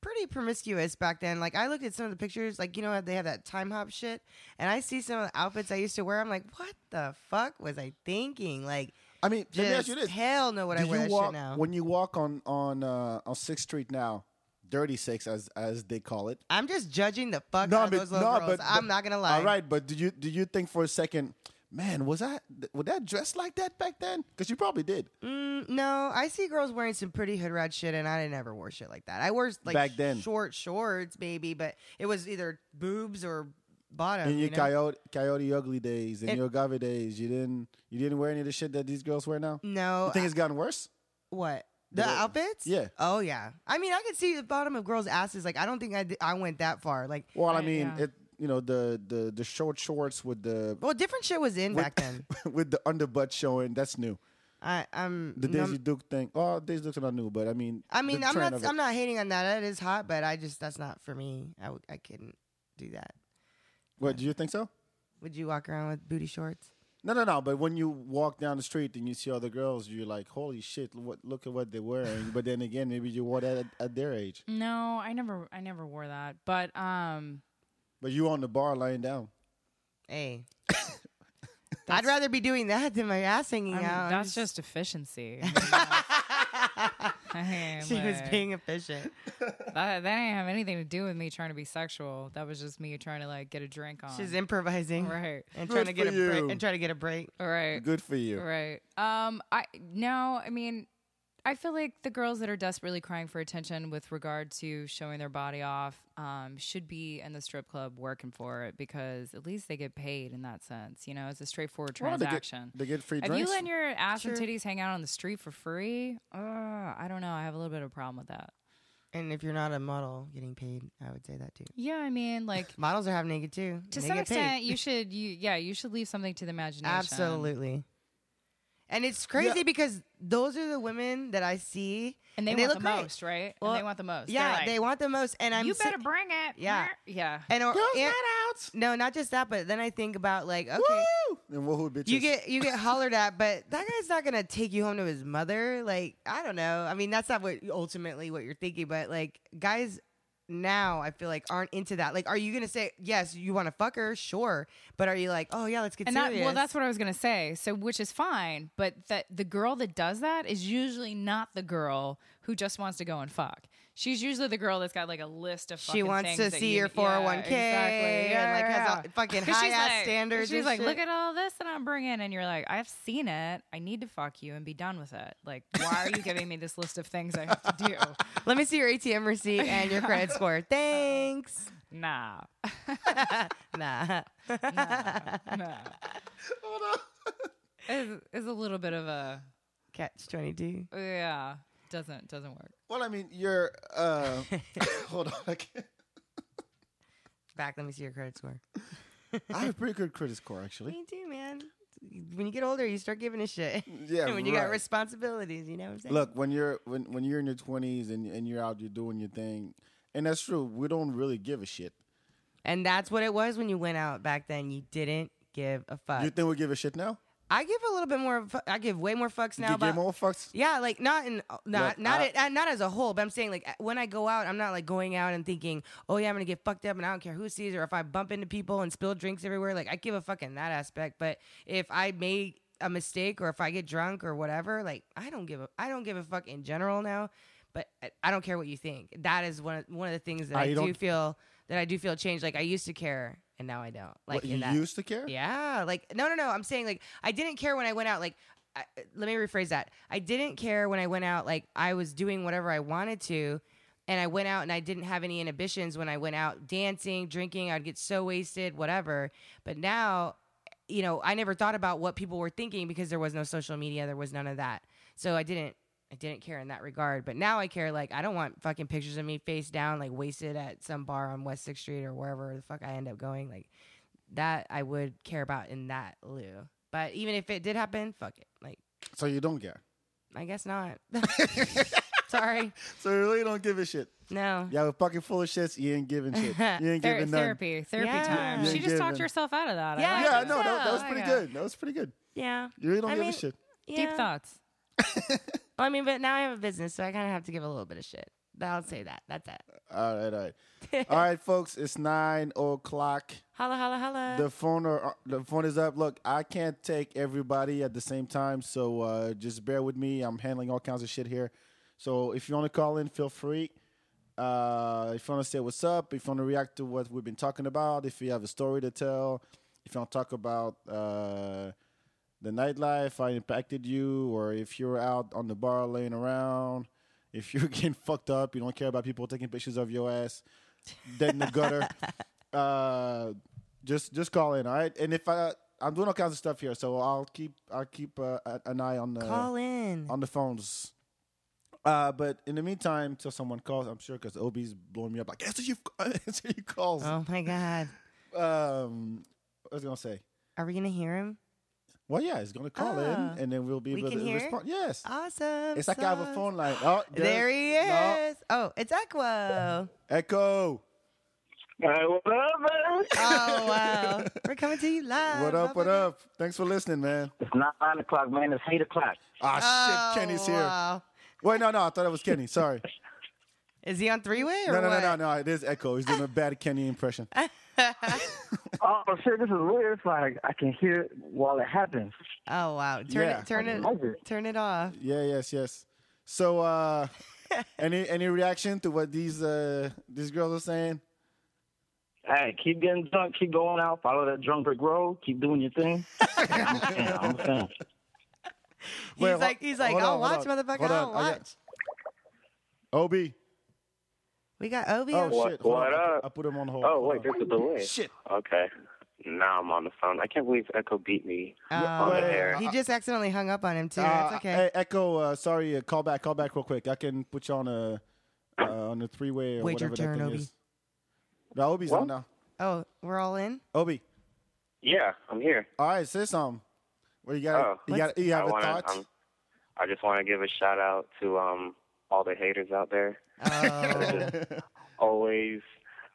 Speaker 3: pretty promiscuous back then. Like I looked at some of the pictures, like you know how they have that time hop shit, and I see some of the outfits I used to wear. I'm like, what the fuck was I thinking? Like,
Speaker 2: I mean, let me ask
Speaker 3: just
Speaker 2: you this:
Speaker 3: hell no, what I
Speaker 2: Do
Speaker 3: wear
Speaker 2: you
Speaker 3: that
Speaker 2: walk
Speaker 3: shit now.
Speaker 2: when you walk on on uh, on Sixth Street now, Dirty Six as as they call it?
Speaker 3: I'm just judging the fuck
Speaker 2: No,
Speaker 3: out of
Speaker 2: but
Speaker 3: those little
Speaker 2: no,
Speaker 3: girls.
Speaker 2: but
Speaker 3: I'm
Speaker 2: but-
Speaker 3: not gonna lie.
Speaker 2: All right, but do you do you think for a second, man, was I th- would that dress like that back then? Because you probably did
Speaker 3: Mm, no, I see girls wearing some pretty hood rat shit, and I didn't ever wear shit like that. I wore like
Speaker 2: Back then.
Speaker 3: short shorts, baby, but it was either boobs or bottom.
Speaker 2: in your
Speaker 3: you know?
Speaker 2: coyote coyote ugly days, in
Speaker 3: It-
Speaker 2: your agave days. You didn't you didn't wear any of the shit that these girls wear now.
Speaker 3: no, uh,
Speaker 2: You think it's gotten worse?
Speaker 3: what the
Speaker 2: The-
Speaker 3: outfits?
Speaker 2: yeah.
Speaker 3: Oh yeah. I mean, I could see the bottom of girls' asses. Like, I don't think I did- I went that far. Like,
Speaker 2: Well, I
Speaker 4: Right,
Speaker 2: mean,
Speaker 4: yeah.
Speaker 2: it you know the the the short shorts with the
Speaker 3: well, different shit was in
Speaker 2: With-
Speaker 3: back then.
Speaker 2: with the underbutt showing. That's new.
Speaker 3: I, I'm
Speaker 2: The
Speaker 3: num-
Speaker 2: Daisy Duke thing. Oh, Daisy Duke's not new, but I mean,
Speaker 3: I mean,
Speaker 2: the
Speaker 3: I'm
Speaker 2: trend
Speaker 3: not
Speaker 2: of it.
Speaker 3: I'm not hating on that. That is hot, but I just that's not for me. I w- I couldn't do that.
Speaker 2: What do you think so?
Speaker 3: Would you walk around with booty shorts?
Speaker 2: No, no, no. But when you walk down the street and you see other girls, you're like, "Holy shit! What, look at what they're wearing." but then again, maybe you wore that at, at their age.
Speaker 4: No, I never, I never wore that. But um,
Speaker 2: But you on the bar lying down.
Speaker 3: Hey. I'd rather be doing that than my ass hanging
Speaker 4: I mean,
Speaker 3: out. I'm
Speaker 4: that's just efficiency. I mean, that's- I
Speaker 3: she was
Speaker 4: like,
Speaker 3: being efficient.
Speaker 4: that, that didn't have anything to do with me trying to be sexual. That was just me trying to like get a drink on.
Speaker 3: She's improvising
Speaker 4: right,
Speaker 3: and
Speaker 2: Good
Speaker 3: trying to get
Speaker 2: for
Speaker 3: a break
Speaker 2: you.
Speaker 3: and trying to get a break.
Speaker 4: right,
Speaker 2: Good for you.
Speaker 4: right. Um, I no, I mean, I feel like the girls that are desperately crying for attention with regard to showing their body off, um, should be in the strip club working for it because at least they get paid in that sense. You know, it's a straightforward
Speaker 2: Well, they get-
Speaker 4: transaction.
Speaker 2: They get free
Speaker 4: If you
Speaker 2: drinks.
Speaker 4: let your ass and titties hang out on the street for free, uh, I don't know. I have a little bit of a problem with that.
Speaker 3: And if you're not a model getting paid, I would say that too.
Speaker 4: Yeah, I mean, like
Speaker 3: Models are half naked too. and
Speaker 4: to
Speaker 3: they
Speaker 4: some
Speaker 3: get paid.
Speaker 4: extent, you should, you yeah, you should leave something to the imagination.
Speaker 3: Absolutely. And it's crazy because those are the women that I see,
Speaker 4: and they
Speaker 3: they
Speaker 4: want
Speaker 3: look
Speaker 4: the
Speaker 3: great.
Speaker 4: most, right?
Speaker 3: Well,
Speaker 4: and they want the most.
Speaker 3: yeah,
Speaker 4: They're like,
Speaker 3: they want the most. And I'm
Speaker 4: you
Speaker 3: si-
Speaker 4: better bring it.
Speaker 3: Yeah.
Speaker 4: yeah.
Speaker 3: and or,
Speaker 2: girls
Speaker 3: and-
Speaker 2: not out.
Speaker 3: no, not just that, but then I think about like okay,
Speaker 2: Woo! And woohoo, bitches.
Speaker 3: You get you get hollered at, but that guy's not gonna take you home to his mother. Like I don't know. I mean, that's not what ultimately what you're thinking, but like guys now I feel like aren't into that. Like, are you gonna say yes? You want to fuck her? Sure, but are you like, oh yeah, let's get
Speaker 4: And that,
Speaker 3: serious?
Speaker 4: well, that's what I was gonna say. So, which is fine, but that the girl that does that is usually not the girl who just wants to go and fuck. She's usually the girl that's got like a list of.
Speaker 3: She
Speaker 4: fucking
Speaker 3: wants
Speaker 4: things
Speaker 3: to
Speaker 4: that
Speaker 3: see
Speaker 4: you-
Speaker 3: your
Speaker 4: yeah,
Speaker 3: 401k
Speaker 4: exactly.
Speaker 3: and, like, has all-
Speaker 4: yeah.
Speaker 3: fucking
Speaker 4: 'Cause she's
Speaker 3: high-ass
Speaker 4: like-
Speaker 3: standards
Speaker 4: She's
Speaker 3: and
Speaker 4: like,
Speaker 3: shit."
Speaker 4: look at all this that I'm bringing, and you're like, I've seen it. I need to fuck you and be done with it. Like, why are you giving me this list of things I have to do?
Speaker 3: Let me see your ATM receipt and your credit score. Thanks.
Speaker 4: Nah,
Speaker 3: nah.
Speaker 4: nah. It's, it's a little bit of a
Speaker 3: Catch twenty two.
Speaker 4: yeah. Doesn't doesn't work.
Speaker 2: Well, I mean, you're. Uh, hold on. I, can't-
Speaker 3: Back. Let me see your credit score.
Speaker 2: I have a pretty good credit score, actually.
Speaker 3: Me too, man. When you get older, you start giving a shit.
Speaker 2: Yeah,
Speaker 3: when you got
Speaker 2: right.
Speaker 3: responsibilities, you know what I'm saying?
Speaker 2: Look, when you're when, when you're in your twenties and and you're out, you're doing your thing, and that's true. We don't really give a shit.
Speaker 3: And that's what it was when you went out back then. You didn't give a fuck.
Speaker 2: You think we give a shit now?
Speaker 3: I give a little bit more. fu- I give way more fucks now.
Speaker 2: you
Speaker 3: about,
Speaker 2: give more fucks.
Speaker 3: Yeah, like not in not
Speaker 2: Look,
Speaker 3: not
Speaker 2: I-
Speaker 3: it- uh, not as a whole, but I'm saying like uh, when I go out, I'm not like going out and thinking, oh yeah, I'm gonna get fucked up, and I don't care who sees or if I bump into people and spill drinks everywhere. Like I give a fuck in that aspect, but if I make a mistake or if I get drunk or whatever, like I don't give a I don't give a fuck in general now. But I- I don't care what you think. That is one of, one of the things that
Speaker 2: Ah,
Speaker 3: I,
Speaker 2: you
Speaker 3: do
Speaker 2: don't-
Speaker 3: feel that I do feel changed. Like I used to care, and now I don't. Like
Speaker 2: What, you
Speaker 3: in that,
Speaker 2: used to care.
Speaker 3: yeah, like no, no, no. I'm saying like I didn't care when I went out. Like, I, let me rephrase that. I didn't care when I went out. Like I was doing whatever I wanted to, and I went out and I didn't have any inhibitions when I went out dancing, drinking. I'd get so wasted, whatever. But now, you know, I never thought about what people were thinking because there was no social media. There was none of that. So I didn't. I didn't care in that regard, but now I care. Like I don't want fucking pictures of me face down, like wasted at some bar on West Sixth Street or wherever the fuck I end up going. Like that I would care about in that lieu. But even if it did happen, fuck it. Like,
Speaker 2: So you don't care.
Speaker 3: I guess not. Sorry.
Speaker 2: So you really don't give a shit.
Speaker 3: No.
Speaker 2: Yeah, we're fucking full of shits. You ain't giving shit. You ain't
Speaker 4: Ther-
Speaker 2: giving none.
Speaker 4: therapy, therapy
Speaker 3: Yeah.
Speaker 4: time.
Speaker 3: You
Speaker 4: She
Speaker 2: ain't
Speaker 4: just talked
Speaker 2: giving-
Speaker 4: herself out of that. I
Speaker 3: Yeah,
Speaker 4: like
Speaker 2: Yeah,
Speaker 4: it.
Speaker 2: no, that, that was
Speaker 4: I
Speaker 2: pretty
Speaker 4: like it.
Speaker 2: good. That was pretty good.
Speaker 3: Yeah.
Speaker 2: You really don't
Speaker 3: Oh, I
Speaker 2: give
Speaker 3: mean-
Speaker 2: a shit.
Speaker 3: yeah.
Speaker 4: Deep thoughts.
Speaker 3: I mean, but now I have a business, so I kind of have to give a little bit of shit. I'll say that. That's it.
Speaker 2: All right, all right, all right, folks. It's nine o'clock.
Speaker 3: Holla, holla, holla.
Speaker 2: The phone are, uh, the phone is up. Look, I can't take everybody at the same time, so uh, just bear with me. I'm handling all kinds of shit here. So if you want to call in, feel free. Uh, if you want to say what's up, if you want to react to what we've been talking about, if you have a story to tell, if you want to talk about uh, the nightlife, how it impacted you, or if you're out on the bar laying around, if you're getting fucked up, you don't care about people taking pictures of your ass dead in the gutter. Uh, just just call in, all right. And if I I'm doing all kinds of stuff here, so I'll keep I'll keep uh, a- an eye on the
Speaker 3: Call in.
Speaker 2: on the phones. Uh, but in the meantime, till someone calls, I'm sure because Obi's blowing me up like answer you answer your calls.
Speaker 3: Oh my God.
Speaker 2: Um, what was I gonna say?
Speaker 3: Are we going to hear him?
Speaker 2: Well, yeah, he's gonna call
Speaker 3: Ah.
Speaker 2: in, and then we'll be
Speaker 3: We
Speaker 2: able
Speaker 3: can
Speaker 2: to
Speaker 3: hear?
Speaker 2: respond. Yes,
Speaker 3: Awesome.
Speaker 2: it's like I have a
Speaker 3: sauce.
Speaker 2: phone line. Oh,
Speaker 3: There he
Speaker 2: No.
Speaker 3: is. Oh, it's Equo.
Speaker 2: Echo.
Speaker 5: Hey, what up, man?
Speaker 3: Oh, wow. We're coming to you live.
Speaker 2: What up? What
Speaker 3: motherfucker.
Speaker 2: up? Thanks for listening, man.
Speaker 5: It's not nine o'clock, man. It's eight o'clock.
Speaker 2: Ah,
Speaker 3: Oh,
Speaker 2: shit, Kenny's here.
Speaker 3: wow.
Speaker 2: Wait, no, no, I thought it was Kenny. Sorry.
Speaker 3: Is he on three way or
Speaker 2: No, no,
Speaker 3: what?
Speaker 2: no, no, no. It is Echo. He's doing a bad Kenny impression.
Speaker 5: Oh shit, this is weird. It's like I can hear it while it happens.
Speaker 3: Oh wow! Turn
Speaker 2: Yeah.
Speaker 3: it, turn
Speaker 5: I love
Speaker 3: it,
Speaker 5: it.
Speaker 3: turn it off.
Speaker 2: Yeah, yes, yes. So, uh, any any reaction to what these uh these girls are saying?
Speaker 5: Hey, keep getting drunk, keep going out, follow that drunk brick road, keep doing your thing. I'm a fan. I'm a fan.
Speaker 3: He's
Speaker 2: Wait, hol-
Speaker 3: like, he's like,
Speaker 2: hold
Speaker 3: I'll
Speaker 2: on,
Speaker 3: watch,
Speaker 2: hold on,
Speaker 3: motherfucker,
Speaker 2: hold on,
Speaker 3: I'll
Speaker 2: I
Speaker 3: watch.
Speaker 2: got- Obi.
Speaker 3: We got Obi.
Speaker 2: Oh
Speaker 3: on-
Speaker 6: What-
Speaker 2: shit. Hold on,
Speaker 6: what
Speaker 2: I put-
Speaker 6: up?
Speaker 2: I put him on hold.
Speaker 6: Oh
Speaker 2: Hold
Speaker 6: wait,
Speaker 2: on.
Speaker 6: there's a delay.
Speaker 2: Shit.
Speaker 6: Okay. Now I'm on the phone. I can't believe Echo beat me.
Speaker 3: Oh,
Speaker 6: wait, wait,
Speaker 3: he
Speaker 2: wait.
Speaker 3: just accidentally hung up on him too.
Speaker 2: Uh,
Speaker 3: That's okay.
Speaker 2: Hey, Echo. Uh, sorry. Uh, call back. Call back real quick. I can put you on a uh, on a three way or
Speaker 3: Wait your
Speaker 2: whatever
Speaker 3: turn,
Speaker 2: that thing
Speaker 3: Obi.
Speaker 2: is. No, Obi's
Speaker 6: What?
Speaker 2: on now.
Speaker 3: oh, we're all in.
Speaker 2: Obi.
Speaker 6: Yeah, I'm here.
Speaker 2: All right, say something. Well, you got
Speaker 6: Oh.
Speaker 2: you got you have
Speaker 6: I
Speaker 2: a
Speaker 6: wanna,
Speaker 2: thought.
Speaker 6: um, I just want to give a shout out to um all the haters out there.
Speaker 3: Oh,
Speaker 6: Always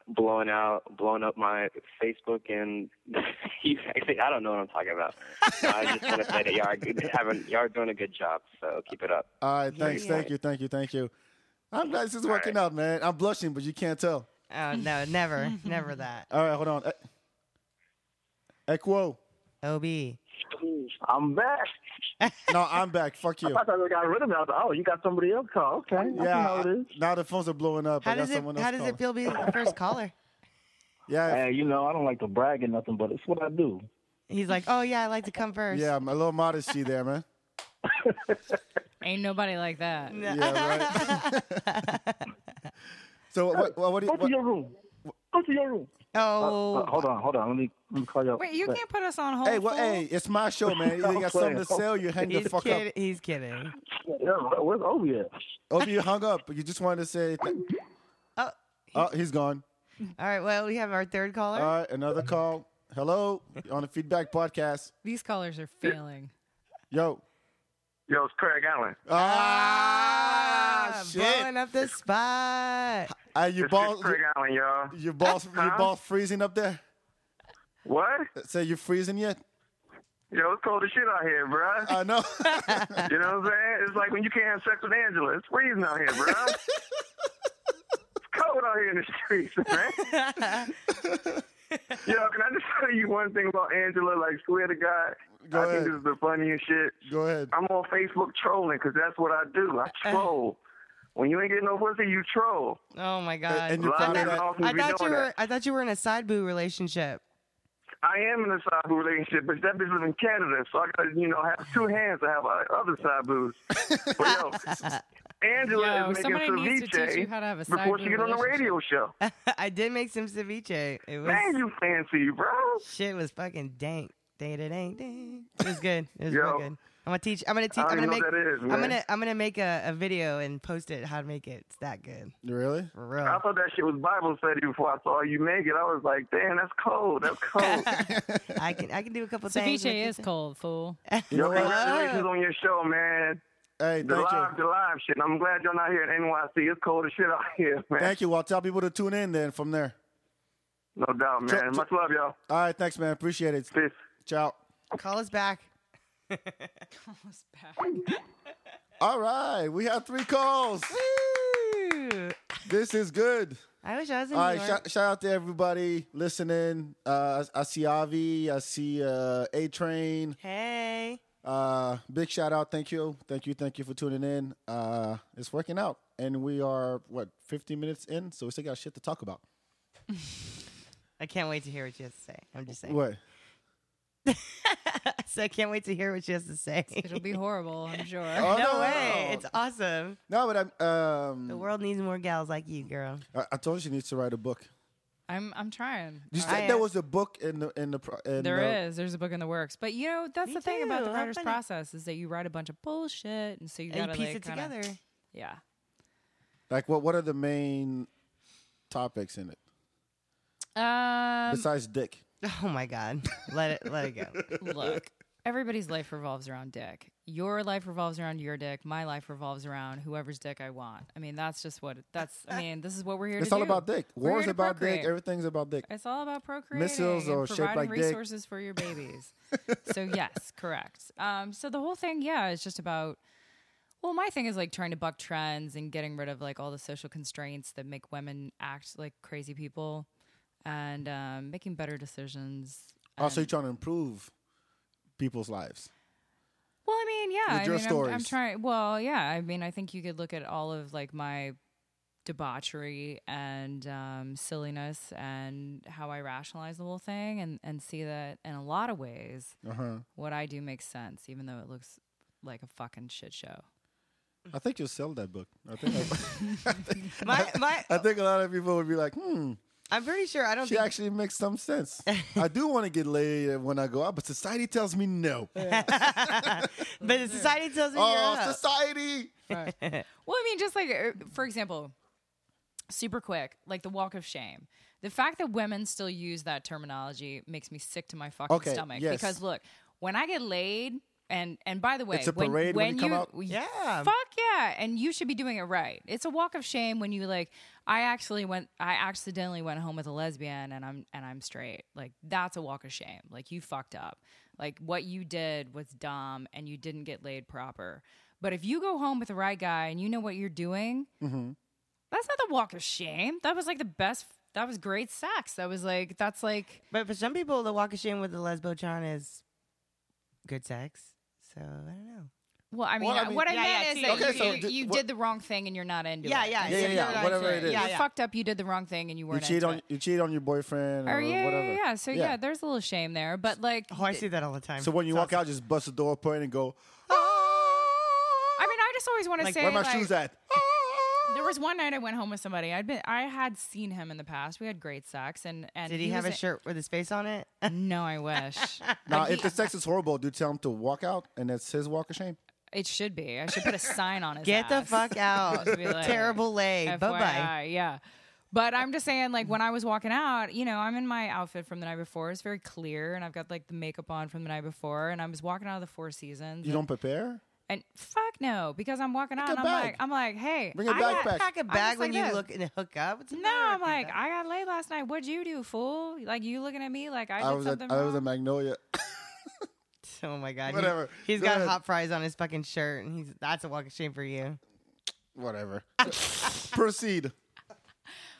Speaker 6: blowing out, blowing up my Facebook and you actually, I don't know what I'm talking about. I just want to say that y'all are good, having y'all are doing a good job. So keep it up.
Speaker 2: All right,
Speaker 3: Yeah,
Speaker 2: thanks,
Speaker 3: yeah.
Speaker 2: thank you, thank you, thank you. I'm glad this is working out, man. I'm blushing, but you can't tell.
Speaker 3: oh no, never, never that.
Speaker 2: All right, hold on. eh, E- Equo.
Speaker 3: Obi.
Speaker 5: I'm back.
Speaker 2: No, I'm back. Fuck
Speaker 5: I
Speaker 2: you.
Speaker 5: thought I got rid of me. I was like, oh, you got somebody else call. Okay. I can
Speaker 2: Yeah.
Speaker 5: know this.
Speaker 2: Now the phones are blowing up.
Speaker 3: How
Speaker 2: I got
Speaker 3: does it?
Speaker 2: someone else
Speaker 3: How does
Speaker 2: calling.
Speaker 3: it feel being the first caller?
Speaker 2: Yeah,
Speaker 5: Hey, you know, I don't like to brag or nothing, but it's what I do.
Speaker 3: He's like, oh yeah, I like to come first.
Speaker 2: yeah. I'm a little modesty there, man.
Speaker 4: Ain't nobody like that.
Speaker 2: Yeah, Uh, right. so what? What? what, do you,
Speaker 5: Go to
Speaker 2: what
Speaker 5: your room. Go to your room.
Speaker 3: Oh,
Speaker 5: Uh, hold on, hold on. Let me, let me call you up.
Speaker 4: Wait, you can't put us on hold.
Speaker 2: hey, what?
Speaker 4: fool.
Speaker 2: Hey, it's my show, man. You got something to sell? You hang the
Speaker 3: he's
Speaker 2: fuck
Speaker 3: kidding. He's kidding.
Speaker 5: Yeah, where's Obi at?
Speaker 2: up. Obi, you Oh, hung up. You just wanted to say.
Speaker 3: Oh,
Speaker 2: oh, he's gone.
Speaker 3: All right. Well, we have our third caller.
Speaker 2: All right, another call. Hello, You're on the feedback podcast.
Speaker 4: These callers are failing.
Speaker 2: Yo.
Speaker 6: Yo, it's Craig Allen.
Speaker 2: Ah, shit.
Speaker 3: blowing up the spot.
Speaker 2: Uh, your balls,
Speaker 6: Allen, y'all.
Speaker 2: your balls, your
Speaker 6: Huh?
Speaker 2: balls freezing up there.
Speaker 6: What?
Speaker 2: Say you're freezing yet?
Speaker 7: Yo, it's cold as shit out here, bruh.
Speaker 2: I know.
Speaker 7: You know what I'm saying? It's like when you can't have sex with Angela. It's freezing out here, bruh. it's cold out here in the streets, man. Yo, can I just tell you one thing about Angela? Like, swear to God,
Speaker 2: Go
Speaker 7: I
Speaker 2: ahead.
Speaker 7: think this is the funniest shit.
Speaker 2: Go ahead.
Speaker 7: I'm on Facebook trolling because that's what I do. I troll. when you ain't getting no pussy, you troll.
Speaker 3: Oh my god.
Speaker 2: and you're
Speaker 7: Lot of
Speaker 2: probably
Speaker 7: men
Speaker 2: not-
Speaker 7: often
Speaker 3: I
Speaker 7: be
Speaker 3: thought you
Speaker 7: doing
Speaker 3: were
Speaker 7: that.
Speaker 3: I thought you were in a side boo relationship.
Speaker 7: I am in a sabu relationship, but that bitch live in Canada, so I gotta, you know, have two hands to have uh, other sabus. but yo, Angela
Speaker 4: Yo,
Speaker 7: is making
Speaker 4: somebody needs to
Speaker 7: ceviche
Speaker 4: teach you how to have a side
Speaker 7: before she
Speaker 4: boob
Speaker 7: get on the
Speaker 4: relationship.
Speaker 7: radio show.
Speaker 3: I did make some ceviche. It was
Speaker 7: Man, you fancy, bro.
Speaker 3: shit was fucking dank. Dang, dang, dang, dang. It was good. It was
Speaker 7: Yo.
Speaker 3: real good. I'm gonna teach. I'm gonna teach.
Speaker 7: I
Speaker 3: I'm
Speaker 7: don't
Speaker 3: gonna
Speaker 7: even
Speaker 3: make.
Speaker 7: know what that is,
Speaker 3: I'm
Speaker 7: man.
Speaker 3: gonna. I'm gonna make a, a video and post it. How to make it. It's that good.
Speaker 2: Really?
Speaker 3: For
Speaker 7: I
Speaker 3: real.
Speaker 7: thought that shit was Bible study before I saw you make it. I was like, damn, that's cold. That's cold.
Speaker 3: I can. I can do a couple things. with
Speaker 4: Ceviche is
Speaker 3: this.
Speaker 4: cold, fool.
Speaker 7: Yo,
Speaker 2: know what?
Speaker 7: congratulations on your show, man.
Speaker 2: Hey,
Speaker 7: The
Speaker 2: thank you.
Speaker 7: live, the live shit. I'm glad y'all not here in NYC. It's cold as shit out here, man.
Speaker 2: Thank you. I'll tell people to tune in then from there.
Speaker 7: No doubt,
Speaker 2: Tell-
Speaker 7: man.
Speaker 2: tell-
Speaker 7: Much love, y'all.
Speaker 2: All right, thanks, man. Appreciate it.
Speaker 7: Peace.
Speaker 2: Ciao.
Speaker 3: Call us back.
Speaker 4: Almost back.
Speaker 2: All right, we have three calls.
Speaker 3: Woo!
Speaker 2: This is good.
Speaker 3: I wish I was in
Speaker 2: All
Speaker 3: New
Speaker 2: right,
Speaker 3: York.
Speaker 2: shout, shout out to everybody listening. Uh, I see Avi, I see uh, A Train.
Speaker 3: hey.
Speaker 2: Uh, big shout out. Thank you. Thank you. Thank you for tuning in. Uh, it's working out. And we are, what, 15 minutes in? So we still got shit to talk about.
Speaker 3: I can't wait to hear what she has to say. I'm just saying.
Speaker 2: What?
Speaker 3: so I can't wait to hear what she has to say.
Speaker 4: It'll be horrible, I'm sure.
Speaker 2: Oh,
Speaker 3: no way. It's awesome.
Speaker 2: No, but I'm,
Speaker 3: The
Speaker 2: um,
Speaker 3: world needs more gals like you, girl.
Speaker 2: I, I told you she needs to write a book.
Speaker 4: I'm I'm trying. Uh,
Speaker 2: You
Speaker 3: I
Speaker 2: said there
Speaker 3: am.
Speaker 2: was a book in the in the pro- in
Speaker 4: There is.
Speaker 2: the,
Speaker 4: There's a book in the works. But you know, that's
Speaker 3: Me
Speaker 4: the thing about
Speaker 3: too.
Speaker 4: the
Speaker 3: How
Speaker 4: writer's
Speaker 3: funny.
Speaker 4: process is that you write a bunch of bullshit and so you
Speaker 3: And
Speaker 4: gotta
Speaker 3: you piece
Speaker 4: like,
Speaker 3: it
Speaker 4: kinda-
Speaker 3: together.
Speaker 4: Yeah.
Speaker 2: Like what what are the main topics in it
Speaker 4: Um,
Speaker 2: besides dick?
Speaker 3: Oh my god. Let it let it go.
Speaker 4: look, everybody's life revolves around dick. Your life revolves around your dick. My life revolves around whoever's dick I want. I mean, that's just what. That's. I mean, this is what we're here
Speaker 2: It's
Speaker 4: to
Speaker 2: all
Speaker 4: do.
Speaker 2: about dick.
Speaker 4: We're
Speaker 2: War's
Speaker 4: here to
Speaker 2: about dick.
Speaker 4: procreate.
Speaker 2: Everything's about dick.
Speaker 4: It's all about procreating
Speaker 2: Missiles
Speaker 4: and
Speaker 2: are shaped like
Speaker 4: providing
Speaker 2: dick.
Speaker 4: resources for your babies. so yes, correct. Um, so the whole thing, yeah, is just about. Well, my thing is like trying to buck trends and getting rid of like all the social constraints that make women act like crazy people, and um, making better decisions.
Speaker 2: Also, Oh, you're trying to improve people's lives.
Speaker 4: Well, I mean, yeah.
Speaker 2: With your
Speaker 4: I mean, I'm- I'm,
Speaker 2: stories.
Speaker 4: trying. Well, yeah. I mean, I think you could look at all of like my debauchery and um, silliness and how I rationalize the whole thing, and and see that in a lot of ways,
Speaker 2: Uh-huh.
Speaker 4: what I do makes sense, even though it looks like a fucking shit show. Mm-hmm.
Speaker 2: I think you'll sell that book. I think I, think,
Speaker 3: My my
Speaker 2: I think a lot of people would be like, hmm,
Speaker 3: I'm pretty sure I don't
Speaker 2: she
Speaker 3: think
Speaker 2: actually makes some sense. I do want to get laid when I go out, but society tells me no.
Speaker 3: but the society tells me
Speaker 2: oh,
Speaker 3: you're out.
Speaker 2: society.
Speaker 4: Well, I mean, just like er, for example, super quick, like the walk of shame. The fact that women still use that terminology makes me sick to my fucking
Speaker 2: Okay,
Speaker 4: stomach.
Speaker 2: yes.
Speaker 4: Because look, when I get laid, and and by the way,
Speaker 2: It's a parade when you come out?
Speaker 3: Yeah.
Speaker 4: fuck yeah, and you should be doing it right. It's a walk of shame when you like. I actually went. I accidentally went home with a lesbian, and I'm and I'm straight. Like that's a walk of shame. Like you fucked up. Like what you did was dumb, and you didn't get laid proper. But if you go home with the right guy and you know what you're doing, that's not the walk of shame. That was like the best. That was great sex. That was like that's like
Speaker 3: But for some people the walk of shame with the lesbo chon is good sex. So I don't know.
Speaker 4: well. I mean,
Speaker 2: Well, I mean-
Speaker 4: what I
Speaker 3: Yeah,
Speaker 4: meant
Speaker 3: yeah,
Speaker 4: is
Speaker 3: see,
Speaker 4: that
Speaker 2: okay,
Speaker 4: you,
Speaker 2: so
Speaker 4: you,
Speaker 2: did-
Speaker 4: you
Speaker 2: what-
Speaker 4: did the wrong thing and you're not into
Speaker 3: Yeah,
Speaker 4: it.
Speaker 3: yeah,
Speaker 2: Yeah, yeah,
Speaker 3: you're
Speaker 2: yeah,
Speaker 3: not
Speaker 2: whatever
Speaker 3: into
Speaker 2: it is.
Speaker 3: Yeah,
Speaker 4: you
Speaker 3: yeah.
Speaker 4: fucked up. You did the wrong thing and you
Speaker 2: You
Speaker 4: weren't
Speaker 2: cheat
Speaker 4: into
Speaker 2: on
Speaker 4: it.
Speaker 2: you cheat on your boyfriend or,
Speaker 4: Or Oh, yeah,
Speaker 2: whatever.
Speaker 4: yeah, yeah. So yeah. there's a little shame there, but like,
Speaker 3: Oh, I see that all the time.
Speaker 2: So when you
Speaker 3: It's
Speaker 2: walk
Speaker 3: awesome.
Speaker 2: out, just bust the door open and go, "Ah!"
Speaker 4: I mean, I just always want to
Speaker 3: Like,
Speaker 4: say,
Speaker 2: "Where my
Speaker 4: like,
Speaker 2: shoes at?" Ah!
Speaker 4: there was one night I went home with somebody. I'd been, I had seen him in the past. We had great sex, and and
Speaker 3: Did he, have
Speaker 4: was
Speaker 3: a shirt with his face on it?
Speaker 4: No, I wish.
Speaker 2: Now, if the sex is horrible, do tell him to walk out, and that's his walk of shame.
Speaker 4: It should be. I should put a sign on his.
Speaker 3: Get the
Speaker 4: ass.
Speaker 3: fuck out.
Speaker 4: Just be like,
Speaker 3: Terrible lay. Bye bye.
Speaker 4: FYI, Yeah. But I'm just saying, like, when I was walking out, you know, I'm in my outfit from the night before. It's very clear, and I've got like the makeup on from the night before. And I was walking out of the Four Seasons.
Speaker 2: You
Speaker 4: and,
Speaker 2: don't prepare.
Speaker 4: and fuck no, because I'm walking out
Speaker 2: a
Speaker 4: and I'm
Speaker 2: bag.
Speaker 4: like, I'm like, hey,
Speaker 2: Bring a
Speaker 4: I
Speaker 2: backpack.
Speaker 4: got-
Speaker 3: Pack a
Speaker 4: I'm just
Speaker 3: bag
Speaker 4: like
Speaker 3: when you
Speaker 4: this.
Speaker 3: look and hook up. What's the
Speaker 4: No,
Speaker 3: matter
Speaker 4: I'm
Speaker 3: with
Speaker 4: like,
Speaker 3: people?
Speaker 4: I got laid last night. What'd you do, fool? Like, you looking at me like I did
Speaker 2: I was at
Speaker 4: something
Speaker 2: I
Speaker 4: wrong?
Speaker 2: was at Magnolia.
Speaker 3: Oh my god.
Speaker 2: Whatever.
Speaker 3: He, has
Speaker 2: Go
Speaker 3: got
Speaker 2: ahead.
Speaker 3: hot fries on his fucking shirt, and he's that's a walk of shame for you.
Speaker 2: Whatever. Proceed.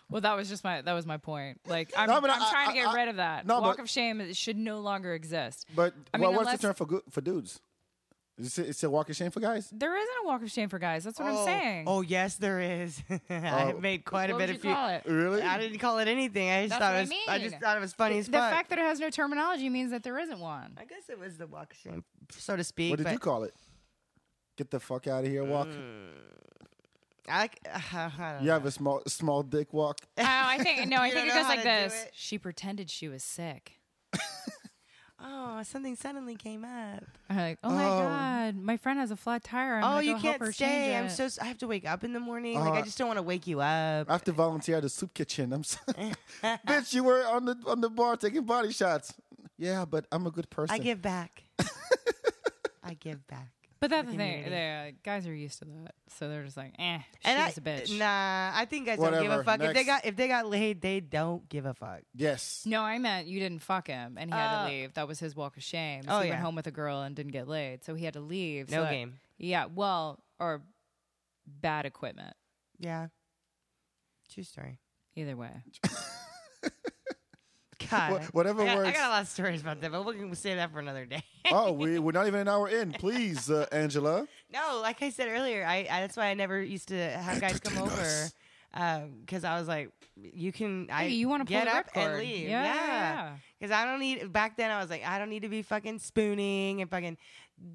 Speaker 4: Well, that was just my that was my point. Like I'm,
Speaker 2: No, but
Speaker 4: I'm
Speaker 2: I-
Speaker 4: trying to
Speaker 2: I-
Speaker 4: get
Speaker 2: I-
Speaker 4: rid of that.
Speaker 2: no,
Speaker 4: Walk
Speaker 2: but-
Speaker 4: of shame is- should no longer exist.
Speaker 2: But
Speaker 4: I
Speaker 2: well,
Speaker 4: mean,
Speaker 2: what's
Speaker 4: unless-
Speaker 2: the term for good, for dudes? Is it, is it walk of shame for guys?
Speaker 4: There isn't a walk of shame for guys. That's what
Speaker 3: oh,
Speaker 4: I'm saying.
Speaker 3: Oh yes, there is. I have
Speaker 2: Oh.
Speaker 3: made quite
Speaker 4: what
Speaker 3: a bit of
Speaker 4: would you
Speaker 3: few-
Speaker 4: call it?
Speaker 2: Really?
Speaker 3: I didn't call it anything. I just
Speaker 4: That's
Speaker 3: thought
Speaker 4: what
Speaker 3: it
Speaker 4: I
Speaker 3: was. I just
Speaker 4: mean.
Speaker 3: thought it was funny as
Speaker 4: The
Speaker 3: fuck.
Speaker 4: fact that it has no terminology means that there isn't one.
Speaker 3: I guess it was the walk of shame, so to speak.
Speaker 2: what did
Speaker 3: but
Speaker 2: you call it? Get the fuck out of here, walk.
Speaker 3: Mm. I, I don't
Speaker 2: You
Speaker 3: know.
Speaker 2: have a small small dick walk.
Speaker 4: Oh, I think no. I
Speaker 3: You don't
Speaker 4: think it
Speaker 3: know
Speaker 4: goes
Speaker 3: how
Speaker 4: like
Speaker 3: to do
Speaker 4: this.
Speaker 3: it.
Speaker 4: She pretended she was sick.
Speaker 3: Oh, something suddenly came up.
Speaker 4: I'm like, oh, my
Speaker 2: Oh.
Speaker 4: god, my friend has a flat tire. I'm
Speaker 3: oh,
Speaker 4: gonna
Speaker 3: you
Speaker 4: go help
Speaker 3: can't
Speaker 4: her
Speaker 3: stay.
Speaker 4: change
Speaker 3: I'm
Speaker 4: it."
Speaker 3: so. s- I have to wake up in the morning. like I
Speaker 2: Uh,
Speaker 3: just don't want to wake you up.
Speaker 2: I have to volunteer at the soup kitchen. I'm sorry. bitch. You were on the on the bar taking body shots. Yeah, but I'm a good person.
Speaker 3: I give back. I give back.
Speaker 4: But that's
Speaker 3: the
Speaker 4: the thing.
Speaker 3: community.
Speaker 4: They, uh, guys are used to that, so they're just like, eh, she's
Speaker 3: And
Speaker 4: a bitch.
Speaker 3: Nah, I think guys don't give a
Speaker 2: Whatever,
Speaker 3: fuck. If they
Speaker 2: next.
Speaker 3: got if they got laid, they don't give a fuck.
Speaker 2: yes.
Speaker 4: No, I meant you didn't fuck him, and he had
Speaker 3: Oh.
Speaker 4: to leave. That was his walk of shame.
Speaker 3: Oh,
Speaker 4: so he
Speaker 3: yeah.
Speaker 4: went home with a girl and didn't get laid, so he had to leave.
Speaker 3: No
Speaker 4: so that-
Speaker 3: game.
Speaker 4: yeah, well, or bad equipment.
Speaker 3: Yeah. True story.
Speaker 4: Either way,
Speaker 3: God.
Speaker 2: Wha- whatever
Speaker 3: I got, I
Speaker 2: works.
Speaker 3: got a lot of stories about that, but we can say that for another day.
Speaker 2: oh, we we're not even an hour in. Please, uh, Angela.
Speaker 3: No, like I said earlier, I, I that's why I never used to have guys come
Speaker 2: Entertain
Speaker 3: over
Speaker 2: us.
Speaker 3: because I was like, you can. I
Speaker 4: Hey, you
Speaker 3: want
Speaker 4: wanna
Speaker 3: to
Speaker 4: pull
Speaker 3: get
Speaker 4: the
Speaker 3: up and
Speaker 4: ripcord.
Speaker 3: leave?
Speaker 4: Yeah, yeah,
Speaker 3: Yeah,
Speaker 4: yeah.
Speaker 3: because I don't need. Back then, I was like, I don't need to be fucking spooning and fucking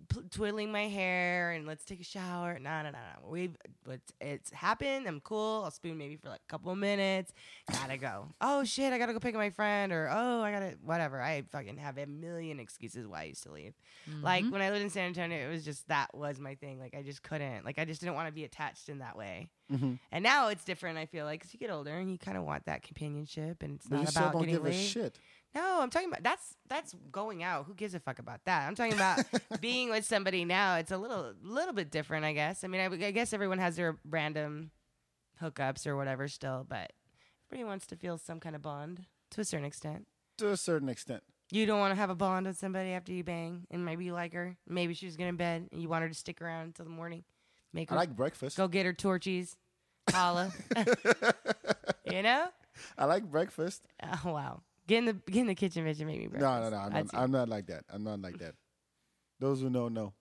Speaker 3: pl- twiddling my hair and let's take a shower. No, no, no, no. We, it's, it's happened. I'm cool. I'll spoon maybe for like a couple minutes. Gotta go. Oh shit, I gotta go pick up my friend, or oh, I gotta whatever. I fucking have a million excuses why I used to leave. Like
Speaker 2: Mm-hmm.
Speaker 3: when I lived in San Antonio, it was just that was my thing. Like I just couldn't. Like I just didn't want to be attached in that way.
Speaker 2: Mhm.
Speaker 3: And now it's different. I feel like because you get older and you kind of want that companionship, and it's
Speaker 2: But
Speaker 3: not
Speaker 2: you still
Speaker 3: about
Speaker 2: don't
Speaker 3: getting
Speaker 2: give a
Speaker 3: laid.
Speaker 2: shit.
Speaker 3: No, I'm talking about that's that's going out. Who gives a fuck about that? I'm talking about being with somebody now. It's a little little bit different, I guess. I mean, I, I guess everyone has their random hookups or whatever still, but everybody wants to feel some kind of bond to a certain extent.
Speaker 2: To a certain extent.
Speaker 3: You don't want to have a bond with somebody after you bang, and maybe you like her. Maybe she was in bed, and you want her to stick around until the morning. Make
Speaker 2: I
Speaker 3: her
Speaker 2: like breakfast.
Speaker 3: go get her torchies, holla. you know?
Speaker 2: I like breakfast.
Speaker 3: Oh wow. Get in the get in the kitchen, bitch, and make me breakfast.
Speaker 2: No, no, no. I'm not,
Speaker 3: That's it.
Speaker 2: I'm not like that. I'm not like that. Those who know know.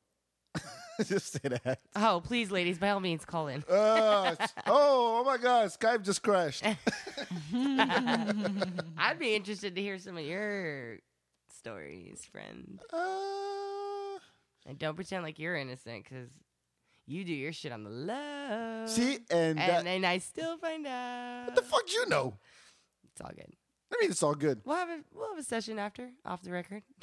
Speaker 2: Just say that.
Speaker 3: Oh, please, ladies, by all means, call in.
Speaker 2: Uh, s- oh, oh my God! Skype just crashed. Uh,
Speaker 3: I'd be interested to hear some of your stories, friend.
Speaker 2: Uh,
Speaker 3: And don't pretend like you're innocent because you do your shit on the low.
Speaker 2: see, and,
Speaker 3: And
Speaker 2: that,
Speaker 3: then I still find out.
Speaker 2: what the fuck you know?
Speaker 3: It's all good.
Speaker 2: I mean, it's all good.
Speaker 3: We'll have a we'll have a session after, off the record.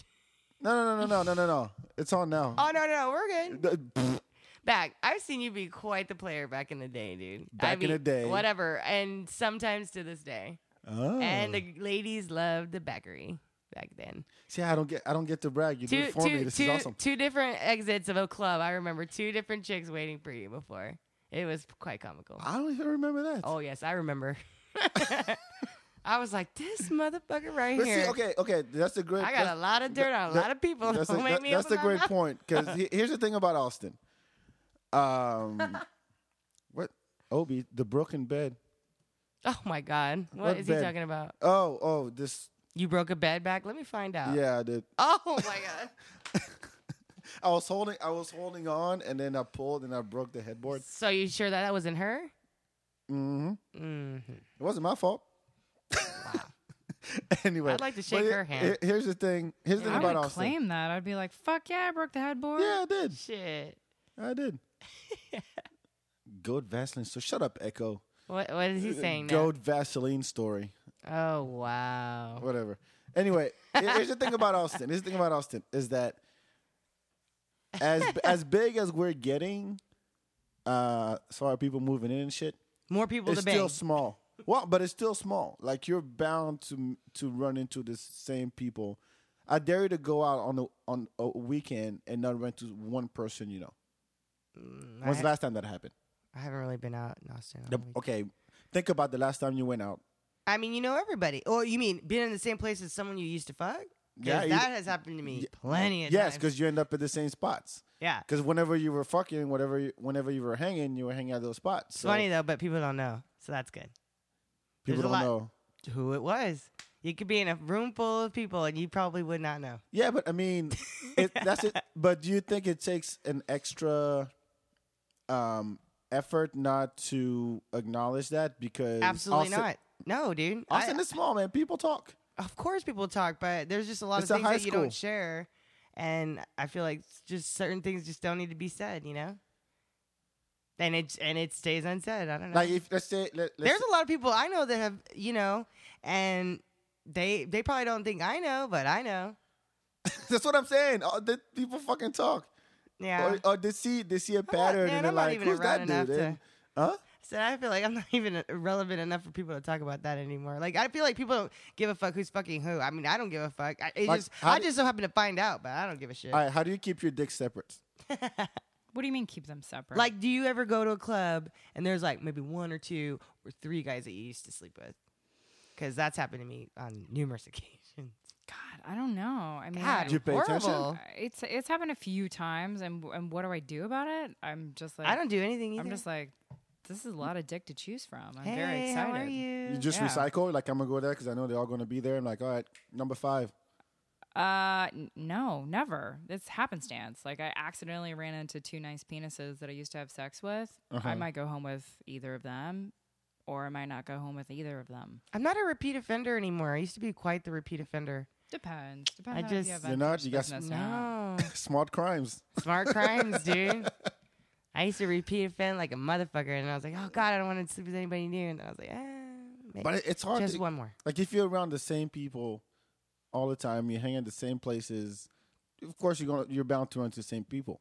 Speaker 2: No, no, no, no, no, no, no, no. It's on now.
Speaker 3: Oh no, no, we're good.
Speaker 2: The- pfft,
Speaker 3: Back. I've seen you be quite the player back in the day, dude. I
Speaker 2: Back in
Speaker 3: mean,
Speaker 2: the day.
Speaker 3: Whatever. And sometimes to this day.
Speaker 2: oh.
Speaker 3: And the ladies loved the backery back then.
Speaker 2: see, I don't get, I don't get to brag. You do it for me. This
Speaker 3: two-
Speaker 2: is awesome.
Speaker 3: two different exits of a club. I remember two different chicks waiting for you before. It was quite comical.
Speaker 2: I don't even remember that.
Speaker 3: oh yes, I remember. I was like, this motherfucker right
Speaker 2: but
Speaker 3: here.
Speaker 2: see, okay, okay. That's a great.
Speaker 3: I got a
Speaker 2: that's-
Speaker 3: lot of dirt on a
Speaker 2: that-
Speaker 3: lot of people.
Speaker 2: That's, a,
Speaker 3: Don't make
Speaker 2: that-
Speaker 3: me
Speaker 2: that's
Speaker 3: up
Speaker 2: the
Speaker 3: about
Speaker 2: great
Speaker 3: that.
Speaker 2: point. Because here's the thing about Austin. Um, what Obi the broken bed?
Speaker 3: Oh my god,
Speaker 2: What
Speaker 3: what is
Speaker 2: bed?
Speaker 3: he talking about?
Speaker 2: Oh, oh, this.
Speaker 3: You broke a bed back? Let me find out.
Speaker 2: Yeah, I did.
Speaker 3: Oh my god.
Speaker 2: I was holding, I was holding on, and then I pulled, and I broke the headboard.
Speaker 3: so you sure that that wasn't her?
Speaker 2: Mm-hmm.
Speaker 3: Mm.
Speaker 2: It wasn't my fault. anyway,
Speaker 3: I'd like to
Speaker 2: but
Speaker 3: shake
Speaker 2: he-
Speaker 3: her hand.
Speaker 2: he- Here's the thing. Here's the
Speaker 4: I
Speaker 2: thing about
Speaker 4: would
Speaker 2: Austin.
Speaker 4: claim that. I'd be like, fuck yeah, I broke the headboard.
Speaker 2: Yeah, I did.
Speaker 3: Shit.
Speaker 2: I did. Goat Vaseline. So shut up, Echo.
Speaker 3: What What is
Speaker 2: Uh,
Speaker 3: he saying now?
Speaker 2: Goat Vaseline story.
Speaker 3: Oh wow.
Speaker 2: Whatever. Anyway, here- here's the thing about Austin. Here's the thing about Austin is that as as big as we're getting, uh, so are people moving in and shit.
Speaker 3: More people
Speaker 2: it's
Speaker 3: to bang.
Speaker 2: still small. Well, but it's still small. Like you're bound to to run into the same people. I dare you to go out on a on a weekend and not run into one person you know.
Speaker 3: Mm, I
Speaker 2: When's
Speaker 3: ha-
Speaker 2: the last time that happened?
Speaker 3: I haven't really been out in Austin. all
Speaker 2: The-
Speaker 3: week.
Speaker 2: okay, think about the last time you went out.
Speaker 3: Oh, I mean, you know everybody. Or you mean being in the same place as someone you used to fuck?
Speaker 2: Yeah,
Speaker 3: Because
Speaker 2: you-
Speaker 3: that has happened to me plenty of
Speaker 2: yes,
Speaker 3: times.
Speaker 2: because you end up at the same spots.
Speaker 3: yeah.
Speaker 2: Because whenever you were fucking, whatever, you, whenever you were hanging, you were hanging at those spots.
Speaker 3: It's
Speaker 2: So
Speaker 3: funny though, but people don't know, so that's good.
Speaker 2: people
Speaker 3: there's a
Speaker 2: don't
Speaker 3: lot-
Speaker 2: know.
Speaker 3: Who it was? You could be in a room full of people and you probably would not know.
Speaker 2: Yeah, but I mean, it, that's it. But do you think it takes an extra um, effort not to acknowledge that? Because
Speaker 3: Absolutely
Speaker 2: Austin-
Speaker 3: not. No, dude. I-
Speaker 2: Austin is small, man. People talk.
Speaker 3: of course people talk, but there's just a lot
Speaker 2: It's a
Speaker 3: of things
Speaker 2: high
Speaker 3: that you
Speaker 2: school.
Speaker 3: don't share. And I feel like s- just certain things just don't need to be said, you know? And it and it stays unsaid. I don't know.
Speaker 2: Like if let's say let, let's
Speaker 3: there's a lot of people I know that have, you know, and they they probably don't think I know, but I know.
Speaker 2: that's what I'm saying. Oh, the, people fucking talk,
Speaker 3: Yeah.
Speaker 2: or, or they see they see a
Speaker 3: I'm not-
Speaker 2: pattern and
Speaker 3: man,
Speaker 2: they're
Speaker 3: I'm not
Speaker 2: like,
Speaker 3: even
Speaker 2: "Who's that
Speaker 3: around enough
Speaker 2: dude?"
Speaker 3: to-
Speaker 2: And- huh?
Speaker 3: So I feel like I'm not even relevant enough for people to talk about that anymore. Like I feel like people don't give a fuck who's fucking who. I mean, I don't give a fuck. I, it
Speaker 2: Like,
Speaker 3: just
Speaker 2: how
Speaker 3: I
Speaker 2: do-
Speaker 3: just so happen to find out, but I don't give a shit.
Speaker 2: All right, how do you keep your dick separate?
Speaker 4: What do you mean keep them separate?
Speaker 3: Like, do you ever go to a club and there's like maybe one or two or three guys that you used to sleep with? Because that's happened to me on numerous occasions.
Speaker 4: God, I don't know. I mean,
Speaker 3: God,
Speaker 2: you pay attention?
Speaker 3: horrible.
Speaker 4: it's it's happened a few times, and and what do I do about it? I'm just like
Speaker 3: I don't do anything either.
Speaker 4: I'm just like, this is a lot of dick to choose from. I'm
Speaker 3: hey,
Speaker 4: very excited.
Speaker 3: How are you?
Speaker 2: You just
Speaker 4: Yeah.
Speaker 2: recycle. Like I'm gonna go there because I know they're all gonna be there. I'm like, all right, number five.
Speaker 4: Uh, n- no, never. It's happenstance. Like I accidentally ran into two nice penises that I used to have sex with.
Speaker 3: Uh-huh.
Speaker 4: I might go home with either of them, or I might not go home with either of them.
Speaker 3: I'm not a repeat offender anymore. I used to be quite the repeat offender.
Speaker 4: Depends. Depends.
Speaker 3: I
Speaker 4: on
Speaker 3: just-
Speaker 4: if you have
Speaker 2: You're not?
Speaker 4: unfinished
Speaker 2: You got-
Speaker 4: business or not.
Speaker 3: No.
Speaker 2: Smart crimes.
Speaker 3: Smart crimes, dude. I used to repeat offend like a motherfucker, and I was like, oh God, I don't want to sleep with anybody new. And I was like, ah, maybe
Speaker 2: But it- it's hard.
Speaker 3: just
Speaker 2: to,
Speaker 3: one more.
Speaker 2: Like if you're around the same people all the time, you hang at the same places. Of course, you're gonna you're bound to run into the same people.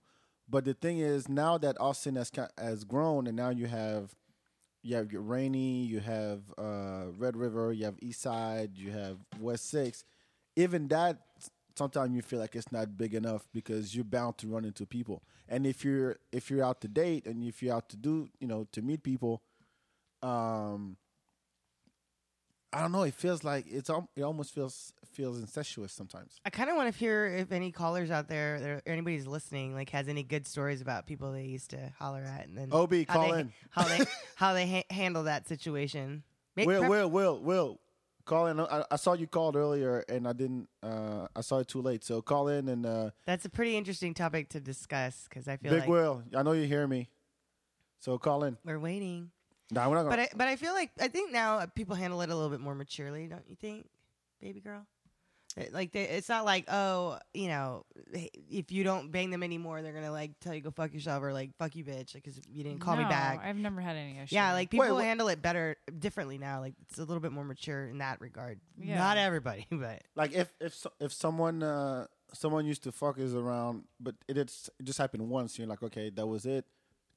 Speaker 2: But the thing is, now that Austin has ki- has grown, and now you have you have your Rainy, you have uh, Red River, you have East Side, you have West Six. Even that, sometimes you feel like it's not big enough because you're bound to run into people. And if you're if you're out to date and if you're out to do you know to meet people, um, I don't know. It feels like it's al- it almost feels feels incestuous sometimes.
Speaker 3: I kind of want to hear if any callers out there, there- or anybody's listening, like has any good stories about people they used to holler at, and then
Speaker 2: Ob,
Speaker 3: how
Speaker 2: call
Speaker 3: they,
Speaker 2: in.
Speaker 3: how they how they ha- handle that situation. Make
Speaker 2: Will,
Speaker 3: prep-
Speaker 2: Will, Will, Will, call in. I, I saw you called earlier, and I didn't. Uh, I saw it too late. So call in and uh,
Speaker 3: That's a pretty interesting topic to discuss because I feel
Speaker 2: Big
Speaker 3: like
Speaker 2: Will. I know you hear me. So call in.
Speaker 3: we're waiting.
Speaker 2: Nah, we're not
Speaker 3: But
Speaker 2: gonna.
Speaker 3: I, but I feel like I think now uh, people handle it a little bit more maturely, don't you think, baby girl? Uh, Like they, it's not like oh you know h- if you don't bang them anymore they're gonna like tell you go fuck yourself or like fuck you bitch because you didn't call me
Speaker 4: No,
Speaker 3: back.
Speaker 4: I've never had any issues.
Speaker 3: Yeah, like people
Speaker 2: wait.
Speaker 3: handle it better differently now. Like it's a little bit more mature in that regard.
Speaker 4: Yeah.
Speaker 3: Not everybody, but
Speaker 2: like if if so- if someone uh, someone used to fuck is around, but it, it's, it just happened once. You're like, okay, that was it.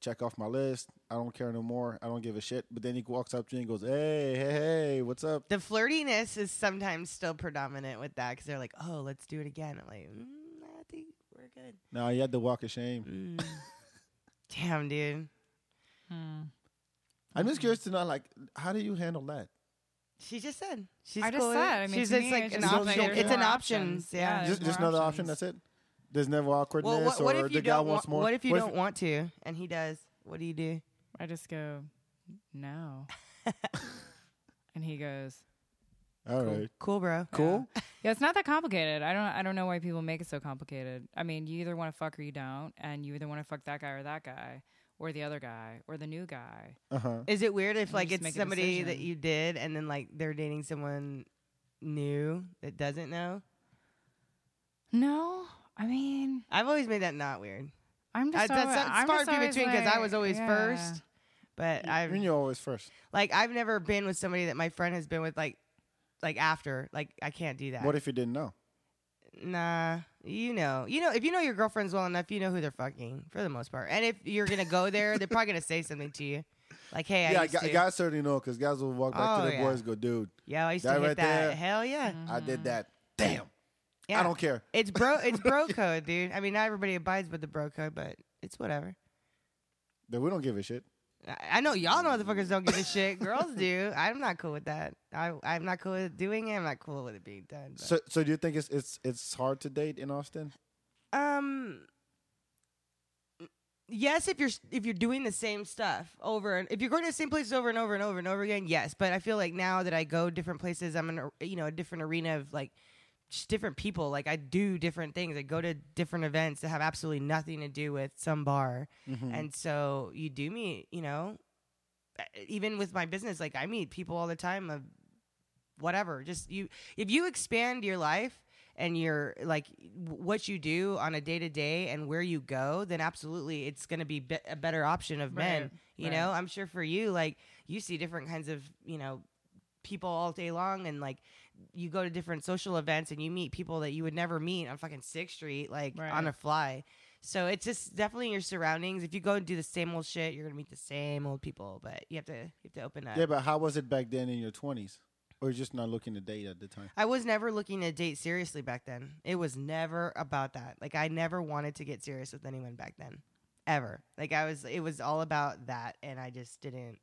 Speaker 2: Check off my list. I don't care no more. I don't give a shit. But then he walks up to you and goes, "Hey, hey, hey, what's up?"
Speaker 3: the flirtiness is sometimes still predominant with that because they're like, "Oh, let's do it again." I'm like, mm, I think we're good.
Speaker 2: Nah, you had the walk of shame.
Speaker 3: Mm. Damn, dude.
Speaker 4: Hmm.
Speaker 2: I'm just curious to know, like, how do you handle that?
Speaker 3: She just said she's.
Speaker 4: I just
Speaker 3: cool with
Speaker 4: said,
Speaker 3: it.
Speaker 4: I mean,
Speaker 3: she's
Speaker 4: to
Speaker 3: just
Speaker 4: me,
Speaker 3: like
Speaker 4: it's
Speaker 3: an
Speaker 2: just
Speaker 3: option.
Speaker 2: like there's
Speaker 3: It's an
Speaker 4: more
Speaker 3: option.
Speaker 4: options.
Speaker 3: Yeah.
Speaker 4: Yeah,
Speaker 2: just
Speaker 4: more
Speaker 2: just another option.
Speaker 4: options.
Speaker 2: That's it. There's never awkwardness,
Speaker 3: well, what, what
Speaker 2: or
Speaker 3: if you
Speaker 2: the guy
Speaker 3: don't
Speaker 2: wants
Speaker 3: want?
Speaker 2: more.
Speaker 3: What if you don't want to, and he does? What do you do?
Speaker 4: I just go, no. and he goes,
Speaker 2: All right.
Speaker 3: Cool, bro.
Speaker 2: Cool.
Speaker 4: Yeah, it's not that complicated. I don't I don't know why people make it so complicated. I mean, you either want to fuck or you don't, and you either want to fuck that guy or that guy or the other guy or the new guy.
Speaker 2: Uh huh.
Speaker 3: Is it weird if
Speaker 4: You
Speaker 3: like
Speaker 4: just
Speaker 3: it's
Speaker 4: make a
Speaker 3: somebody that
Speaker 4: decision.
Speaker 3: you did and then like they're dating someone new that doesn't know?
Speaker 4: No, I mean,
Speaker 3: I've always made that not weird.
Speaker 4: I'm
Speaker 3: I,
Speaker 4: just
Speaker 3: Uh, that's
Speaker 4: alwa-
Speaker 3: not
Speaker 4: I'm
Speaker 3: smart
Speaker 4: just
Speaker 3: in
Speaker 4: always
Speaker 3: between because I was
Speaker 4: like,
Speaker 3: always
Speaker 4: yeah.
Speaker 3: first. But
Speaker 2: I mean,
Speaker 3: I've
Speaker 2: you're always first.
Speaker 3: like I've never been with somebody that my friend has been with like like after. Like I can't do that.
Speaker 2: What if you didn't know?
Speaker 3: Nah, you know, you know, if you know your girlfriends well enough, you know who they're fucking for the most part. And if you're gonna go there, they're probably gonna say something to you, like, "Hey, I
Speaker 2: yeah,
Speaker 3: used
Speaker 2: gu-
Speaker 3: to,
Speaker 2: guys certainly know because guys will walk back
Speaker 3: Oh,
Speaker 2: to their
Speaker 3: yeah.
Speaker 2: boys, and go, dude,
Speaker 3: yeah, I used to
Speaker 2: That
Speaker 3: hit
Speaker 2: right
Speaker 3: that.
Speaker 2: there.
Speaker 3: Hell yeah,
Speaker 2: I did that. Damn,
Speaker 3: yeah.
Speaker 2: I don't care.
Speaker 3: It's bro. It's bro code, dude. I mean, not everybody abides by the bro code, but it's whatever.
Speaker 2: But we don't give a shit.
Speaker 3: I- I know y'all motherfuckers don't give a shit. Girls do. I'm not cool with that. I, I'm not cool with doing it. I'm not cool with it being done. but-
Speaker 2: So, so do you think it's it's it's hard to date in Austin?
Speaker 3: Um. Yes, if you're if you're doing the same stuff over and if you're going to the same places over and over and over and over again, yes. But I feel like now that I go different places, I'm in a, you know a different arena of like just different people. Like I do different things. I go to different events that have absolutely nothing to do with some bar,
Speaker 2: Mm-hmm.
Speaker 4: Mm-hmm.
Speaker 3: and so you do meet you know e, even with my business, like I meet people all the time of whatever. Just you, if you expand your life and your like w- what you do on a day to day and where you go, then absolutely it's going to be, be a better option of men.
Speaker 4: Right,
Speaker 3: You
Speaker 4: right.
Speaker 3: know, I'm sure for you, like you see different kinds of you know people all day long, and like you go to different social events and you meet people that you would never meet on fucking Sixth Street, like
Speaker 4: Right.
Speaker 3: on a fly. So it's just definitely your surroundings. If you go and do the same old shit, you're gonna meet the same old people. But you have to you have to open up.
Speaker 2: Yeah, but how was it back then in your twenties, or just not looking to date at the time?
Speaker 3: I was never looking to date seriously back then. It was never about that. Like I never wanted to get serious with anyone back then, ever. Like I was, it was all about that, and I just didn't.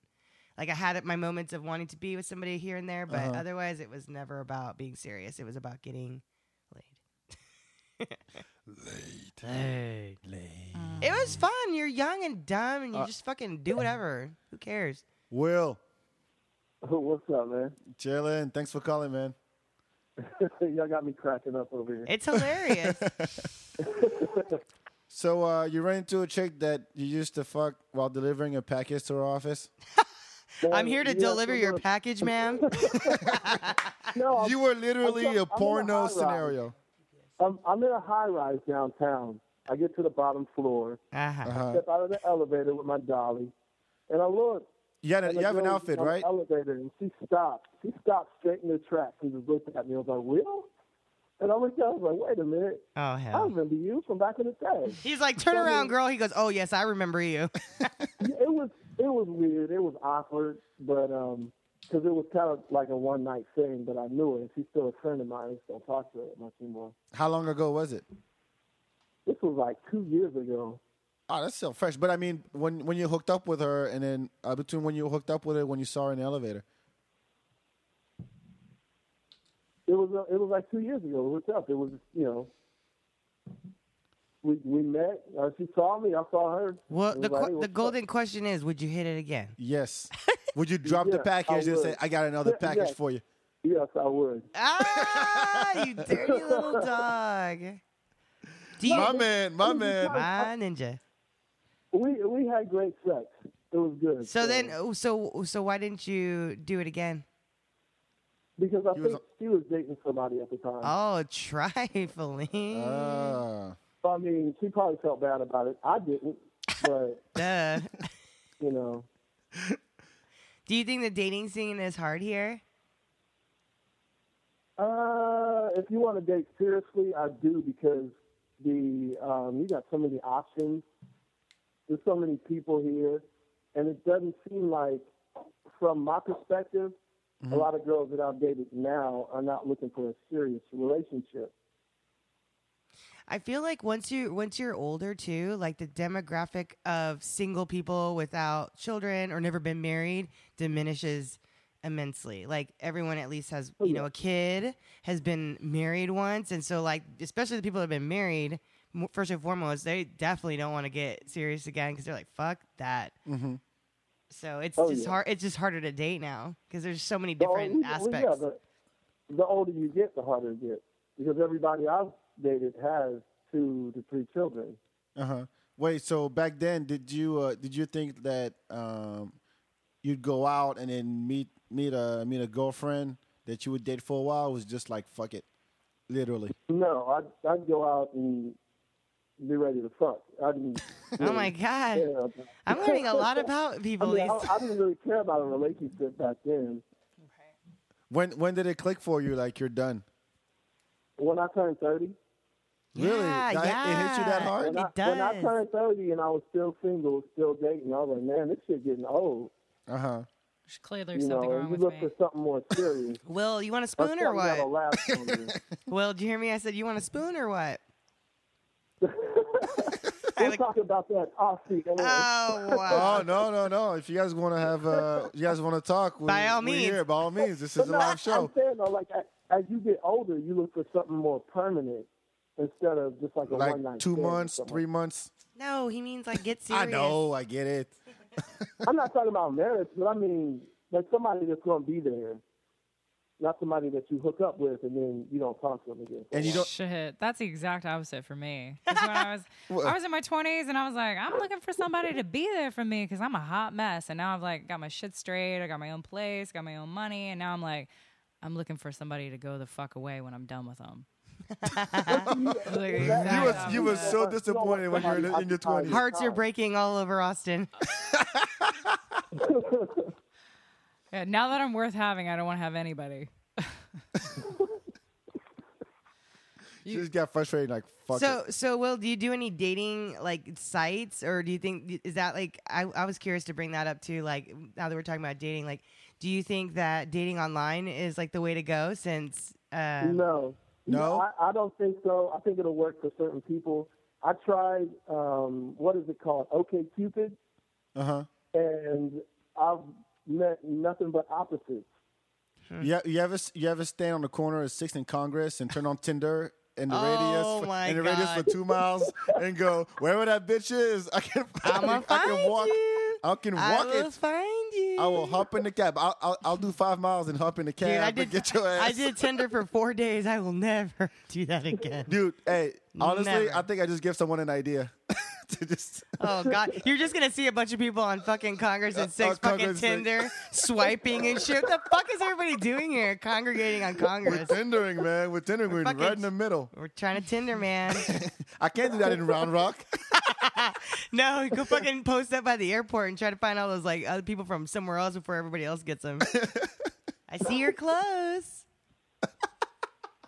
Speaker 3: Like I had my moments of wanting to be with somebody here and there, but
Speaker 2: Uh-huh.
Speaker 3: otherwise, it was never about being serious. It was about getting laid.
Speaker 2: Late,
Speaker 3: It was fun. You're young and dumb, and you
Speaker 2: Uh,
Speaker 3: just fucking do whatever. Who cares?
Speaker 2: Will,
Speaker 7: Oh, What's up, man?
Speaker 2: chillin'. Thanks for calling, man.
Speaker 7: Y'all got me cracking up over here.
Speaker 3: It's hilarious.
Speaker 2: So uh, you ran into a chick that you used to fuck while delivering a package to her office.
Speaker 3: I'm here to
Speaker 7: Yeah,
Speaker 3: deliver
Speaker 7: so
Speaker 3: your
Speaker 7: look,
Speaker 3: package, ma'am.
Speaker 7: No, I'm,
Speaker 2: You were literally
Speaker 7: Um, I'm in
Speaker 2: a
Speaker 7: a
Speaker 2: porno
Speaker 7: high-rise.
Speaker 2: scenario.
Speaker 7: I'm, I'm in a high rise downtown. I get to the bottom floor,
Speaker 3: Uh-huh.
Speaker 2: Uh-huh.
Speaker 7: step out of the elevator with my dolly, and I look.
Speaker 2: You, had a,
Speaker 7: and the
Speaker 2: you have an
Speaker 7: girl's
Speaker 2: outfit,
Speaker 7: on the
Speaker 2: right?
Speaker 7: Elevator, and she stopped. She stopped straight in her tracks and just looked at me. I was like, "Will?" And I looked at her. I was like, "Wait a minute,
Speaker 3: Oh
Speaker 7: I
Speaker 3: hell.
Speaker 7: remember you from back in the day."
Speaker 3: He's like, turn around, girl. He goes, oh yes, I remember you.
Speaker 7: Yeah, it was it was weird. It was awkward, but um 'cause it was kind of like a one night thing. But I knew it. And she's still a friend of mine. I just don't talk to her much anymore.
Speaker 2: How long ago was it?
Speaker 7: This was like two years ago.
Speaker 2: Oh, that's still fresh. But I mean, when when you hooked up with her, and then uh, between when you hooked up with her, when you saw her in the elevator.
Speaker 7: It was uh, it was like two years ago. What's up? It was you know. We we met. Uh, she saw me. I saw her.
Speaker 3: Well,
Speaker 7: It
Speaker 3: the
Speaker 7: was like,
Speaker 3: qu-
Speaker 7: "Hey,
Speaker 3: the
Speaker 7: what's
Speaker 3: golden question is, would you hit it again?
Speaker 2: Yes. Would you drop
Speaker 7: Yeah,
Speaker 2: the package
Speaker 7: I
Speaker 2: and say,
Speaker 7: would.
Speaker 2: "I got another
Speaker 7: Yeah,
Speaker 2: package
Speaker 7: yeah.
Speaker 2: for you"?
Speaker 7: up? Yes, I would.
Speaker 3: Ah, you dirty little dog. Do you,
Speaker 2: My man, my man.
Speaker 3: my ninja.
Speaker 7: We we had great sex. It was good. Um,
Speaker 3: So then, oh, so so why didn't you do it again?
Speaker 7: because I
Speaker 2: You
Speaker 7: think
Speaker 2: was-
Speaker 7: she was dating somebody at the time.
Speaker 3: Oh, trifling.
Speaker 2: Ah.
Speaker 7: So, I mean, she probably felt bad about it. I didn't, but
Speaker 3: Duh.
Speaker 7: you know,
Speaker 3: Do you think the dating scene is hard here?
Speaker 7: uh, if you want to date seriously, I do because the um, you got so many options. There's so many people here, and it doesn't seem like, from my perspective,
Speaker 3: Mm-hmm.
Speaker 7: a lot of girls that I've dated now are not looking for a serious relationship.
Speaker 3: I feel like once you once you're older too, like the demographic of single people without children or never been married diminishes immensely. Like everyone at least has
Speaker 7: Oh,
Speaker 3: you know a kid, has been married once, and so like especially the people that have been married. mo- First and foremost, they definitely don't want to get serious again because they're like, "Fuck that."
Speaker 2: Mm-hmm.
Speaker 3: So it's
Speaker 7: Oh,
Speaker 3: just
Speaker 7: yeah.
Speaker 3: hard. It's just harder to date now because there's so many
Speaker 7: The ol-
Speaker 3: different
Speaker 7: well,
Speaker 3: aspects.
Speaker 7: yeah, the, the older you get, the harder it gets because everybody I've dated has two to three children.
Speaker 2: Uh huh. Wait. So back then, did you uh, did you think that um, you'd go out and then meet meet a meet a girlfriend that you would date for a while? It was just like fuck it, literally.
Speaker 7: No, I'd, I'd go out and be ready to fuck. I didn't.
Speaker 3: oh my god,
Speaker 7: care about-
Speaker 3: I'm learning a lot about
Speaker 7: I,
Speaker 3: people.
Speaker 7: mean,
Speaker 3: these-
Speaker 7: I, I didn't really care about a relationship back then.
Speaker 2: When when did it click for you? Like you're done.
Speaker 7: When I turned thirty,
Speaker 2: Really?
Speaker 3: Yeah,
Speaker 2: That- it hit you that
Speaker 3: yeah.
Speaker 2: hard?
Speaker 7: when, I,
Speaker 3: It does.
Speaker 7: when I turned thirty and I was still single, still dating, I was like, man, this shit getting old.
Speaker 2: Uh huh.
Speaker 4: There's clearly there's
Speaker 7: you
Speaker 4: something
Speaker 7: know,
Speaker 4: wrong
Speaker 7: you
Speaker 4: with
Speaker 7: look
Speaker 4: me.
Speaker 7: for something more serious.
Speaker 3: Will, you want a
Speaker 7: Or
Speaker 3: spoon or
Speaker 7: something that'll
Speaker 3: what?
Speaker 7: last longer.
Speaker 3: Will, did you hear me? I said, you want a spoon or what? I
Speaker 8: We'll
Speaker 3: like.
Speaker 8: talk about that off the air.
Speaker 4: Uh,
Speaker 3: Oh wow.
Speaker 2: Oh no no no! If you guys want to have, uh, you guys want to talk, we,
Speaker 3: By all
Speaker 2: we're
Speaker 3: means.
Speaker 2: here. By all means, this
Speaker 8: But
Speaker 2: is a
Speaker 8: no, I-
Speaker 2: live show.
Speaker 8: I'm saying though, like as- as you get older, you look for something more permanent instead of just like a one
Speaker 2: Like
Speaker 8: night.
Speaker 2: two months, three months.
Speaker 3: No, he means like get serious.
Speaker 2: I know, I get it.
Speaker 8: I'm not talking about marriage, but I mean like somebody that's going to be there, not somebody that you hook up with and then you don't talk to them again. for a
Speaker 2: And you
Speaker 8: while.
Speaker 2: don't.
Speaker 4: Shit, that's the exact opposite for me. 'Cause when I was I was in my twenties and I was like, I'm looking for somebody to be there for me because I'm a hot mess. And now I've like got my shit straight. I got my own place, got my own money, and now I'm like, I'm looking for somebody to go the fuck away when I'm done with them. Like, exact
Speaker 2: You was you was
Speaker 4: opposite.
Speaker 2: so disappointed when you were in- in your twenties.
Speaker 3: Hearts
Speaker 7: Oh.
Speaker 3: are breaking all over Austin.
Speaker 4: Yeah, now that I'm worth having, I don't want to have anybody.
Speaker 2: You just got frustrated, like fuck.
Speaker 3: so,
Speaker 2: it.
Speaker 3: so Will, do you do any dating like sites, or do you think is that like I, I was curious to bring that up too? Like now that we're talking about dating, like do you think that dating online is like the way to go? Since uh,
Speaker 8: No.
Speaker 2: No?
Speaker 8: I, I don't think so. I think it'll work for certain people. I tried, um, what is it called? OK Cupid.
Speaker 2: Uh huh.
Speaker 8: And I've met nothing but opposites.
Speaker 2: Yeah, you ever you ever stand on the corner of Sixth and Congress and turn on Tinder and the
Speaker 3: Oh,
Speaker 2: radius for,
Speaker 3: my
Speaker 2: and the radius for
Speaker 3: God.
Speaker 2: two miles and go wherever that bitch is, I can
Speaker 3: I'm
Speaker 2: I
Speaker 3: gonna
Speaker 2: can, I
Speaker 3: find
Speaker 2: can walk
Speaker 3: you.
Speaker 2: I can
Speaker 3: I
Speaker 2: walk
Speaker 3: will
Speaker 2: it.
Speaker 3: find you.
Speaker 2: I will hop in the cab. I'll, I'll I'll do five miles and hop in the cab
Speaker 3: Dude, I
Speaker 2: and
Speaker 3: did.
Speaker 2: get your ass.
Speaker 3: I did Tinder for four days. I will never do that again.
Speaker 2: dude. Hey, honestly,
Speaker 3: Never.
Speaker 2: I think I just give someone an idea. to just
Speaker 3: Oh God, you're just gonna see a bunch of people on fucking Congress and
Speaker 2: Uh,
Speaker 3: six
Speaker 2: on
Speaker 3: fucking
Speaker 2: Congress and
Speaker 3: Tinder swiping and shit. What the fuck is everybody doing here? Congregating on
Speaker 2: we're
Speaker 3: Congress.
Speaker 2: tindering, man. We're tindering. We're,
Speaker 3: fucking-
Speaker 2: right in the middle.
Speaker 3: We're trying to Tinder, man.
Speaker 2: I can't do that in Round Rock.
Speaker 3: No, go fucking post up by the airport and try to find all those like other people from somewhere else before everybody else gets them. I see you're close.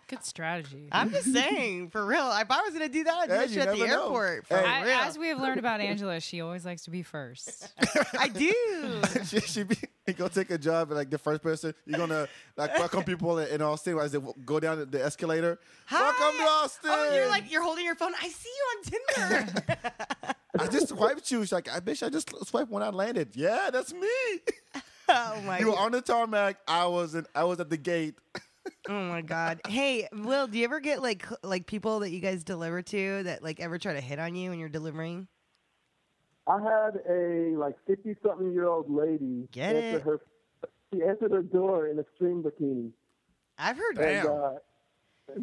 Speaker 4: Good strategy.
Speaker 3: I'm just saying, for real. If I was gonna do that, I'd do
Speaker 2: Hey,
Speaker 3: that
Speaker 2: you
Speaker 3: shit at the
Speaker 2: never know.
Speaker 3: airport. For
Speaker 2: Hey.
Speaker 4: I-
Speaker 3: real,
Speaker 4: as we have learned about Angela, she always likes to be first.
Speaker 3: I do.
Speaker 2: she, she be you go take a job and like the first person you're gonna like welcome people in, in Austin as they w- go down the escalator.
Speaker 3: Hi.
Speaker 2: Welcome to Austin.
Speaker 3: Oh, you're like you're holding your phone. I see you on Tinder.
Speaker 2: I just swiped you. She's like, I bitch, I just swiped when I landed. Yeah, that's me.
Speaker 3: oh my
Speaker 2: you
Speaker 3: god.
Speaker 2: were on the tarmac. I was in, I was at the gate.
Speaker 3: Oh my god. Hey, Will, do you ever get like cl- like people that you guys deliver to that like ever try to hit on you when you're delivering?
Speaker 8: I had a like 50 something year old lady
Speaker 3: Get
Speaker 8: answer
Speaker 3: it.
Speaker 8: her. She answered her door in a string bikini.
Speaker 3: I've heard
Speaker 8: And, uh,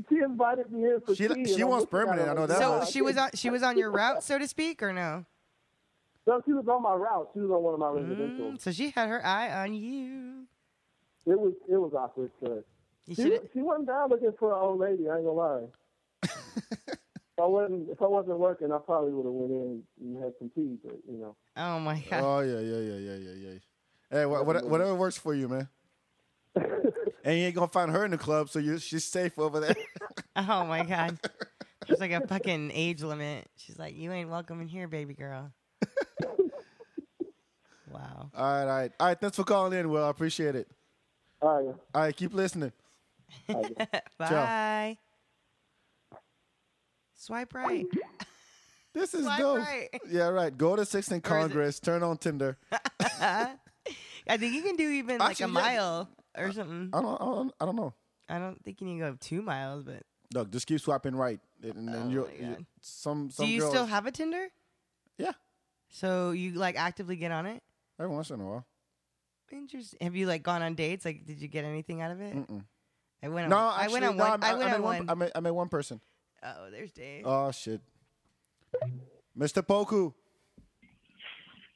Speaker 8: she invited me in for
Speaker 2: She-
Speaker 8: tea.
Speaker 2: she
Speaker 8: and I'm
Speaker 2: wants
Speaker 8: looking at
Speaker 2: permanent,
Speaker 8: her
Speaker 2: I know
Speaker 8: like,
Speaker 2: that
Speaker 3: So
Speaker 8: "Nah, I
Speaker 3: she was
Speaker 8: can't."
Speaker 3: on she was on your route, so to speak, or no?
Speaker 8: No, she was on my route. She was on one of my residential.
Speaker 3: Mm, so she had her eye on you.
Speaker 8: It was it was awkward. Sir.
Speaker 3: You
Speaker 8: She,
Speaker 3: should
Speaker 8: she wasn't down looking for an old lady. I ain't gonna lie. if I wasn't if I wasn't working, I probably would have went in and had some tea. But you know,
Speaker 3: Oh my god.
Speaker 2: Oh yeah, yeah, yeah, yeah, yeah, yeah. Hey, wha- what, whatever works for you, man. and you ain't gonna find her in the club, so you she's safe over there.
Speaker 3: Oh my god. There's like a fucking age limit. She's like, "You ain't welcome in here, baby girl." wow.
Speaker 2: all right, all right, all right. Thanks for calling in, Will. I appreciate it.
Speaker 8: all right.
Speaker 2: All right, keep listening.
Speaker 3: Bye. Swipe right.
Speaker 2: This is
Speaker 3: Swipe
Speaker 2: dope.
Speaker 3: right.
Speaker 2: Yeah, right. Go to Sixth and
Speaker 3: Or is it-
Speaker 2: Congress. Turn on Tinder.
Speaker 3: I think you can do even like
Speaker 2: Actually,
Speaker 3: a
Speaker 2: yeah. Uh,
Speaker 3: mile or something.
Speaker 2: I don't, I don't, I don't know.
Speaker 3: I don't think you need to go two miles, but
Speaker 2: Look, just keep swapping right, and then
Speaker 3: Oh
Speaker 2: you'll,
Speaker 3: my
Speaker 2: you
Speaker 3: God.
Speaker 2: some some
Speaker 3: do you
Speaker 2: girls.
Speaker 3: still have a Tinder?
Speaker 2: yeah,
Speaker 3: So you like actively get on it?
Speaker 2: every once in a while.
Speaker 3: Interesting. Have you like gone on dates? Like, did you get anything out of it?
Speaker 2: Mm-mm.
Speaker 3: I went. On,
Speaker 2: No,
Speaker 3: I
Speaker 2: actually,
Speaker 3: went on
Speaker 2: no,
Speaker 3: one.
Speaker 2: I'm-
Speaker 3: I went
Speaker 2: I'm
Speaker 3: on
Speaker 2: at
Speaker 3: one.
Speaker 2: I met, I met one person.
Speaker 3: oh, there's Dave.
Speaker 2: Oh shit, Mr. Poku,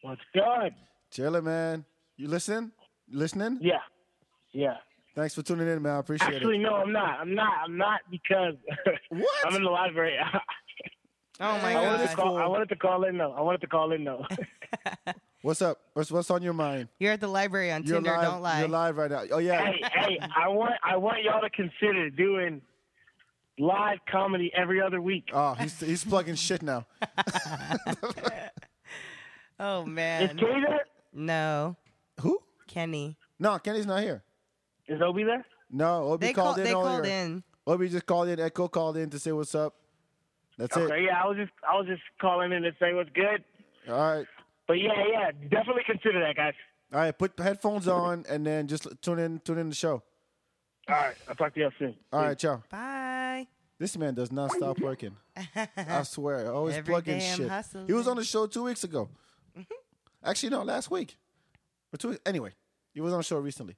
Speaker 5: What's good?
Speaker 2: chilling man. You listen, listening.
Speaker 5: Yeah, yeah.
Speaker 2: Thanks for tuning in, man. I appreciate
Speaker 5: Actually,
Speaker 2: it.
Speaker 5: no, I'm not. I'm not. I'm not because
Speaker 2: What?
Speaker 5: I'm in the library.
Speaker 3: oh my
Speaker 5: I wanted
Speaker 3: god,
Speaker 5: to call. I wanted to call in though. I wanted to call in though.
Speaker 2: What's up? What's what's on your mind?
Speaker 3: you're at the library on
Speaker 2: You're
Speaker 3: Tinder.
Speaker 2: live.
Speaker 3: Don't lie.
Speaker 2: You're live right now. Oh yeah.
Speaker 5: hey, hey, I want. I want y'all to consider doing live comedy every other week.
Speaker 2: Oh, he's he's plugging shit now.
Speaker 3: Oh
Speaker 5: Is
Speaker 3: man,
Speaker 5: Jay there?
Speaker 3: no,
Speaker 2: Who?
Speaker 3: Kenny.
Speaker 2: No, Kenny's not here.
Speaker 5: Is Obi there?
Speaker 2: No, Obi
Speaker 3: They
Speaker 2: called
Speaker 3: called.
Speaker 2: in
Speaker 3: They
Speaker 2: earlier.
Speaker 3: called in.
Speaker 2: Obi just called in. Echo called in to say what's up. That's
Speaker 9: okay,
Speaker 2: it.
Speaker 9: yeah, I was just I was just calling in to say what's good.
Speaker 2: All right.
Speaker 9: But yeah, yeah, definitely consider that, guys.
Speaker 2: All right. Put the headphones on and then just tune in. Tune in the show.
Speaker 9: All right, I'll talk to y'all soon.
Speaker 2: All right, y'all.
Speaker 3: Bye.
Speaker 2: This man does not stop working. I swear, always
Speaker 3: Every
Speaker 2: plugging
Speaker 3: day I'm
Speaker 2: shit. He was
Speaker 3: hustling. Mm-hmm.
Speaker 2: on the show two weeks ago. Actually, no, last week or two. Anyway, he was on the show recently.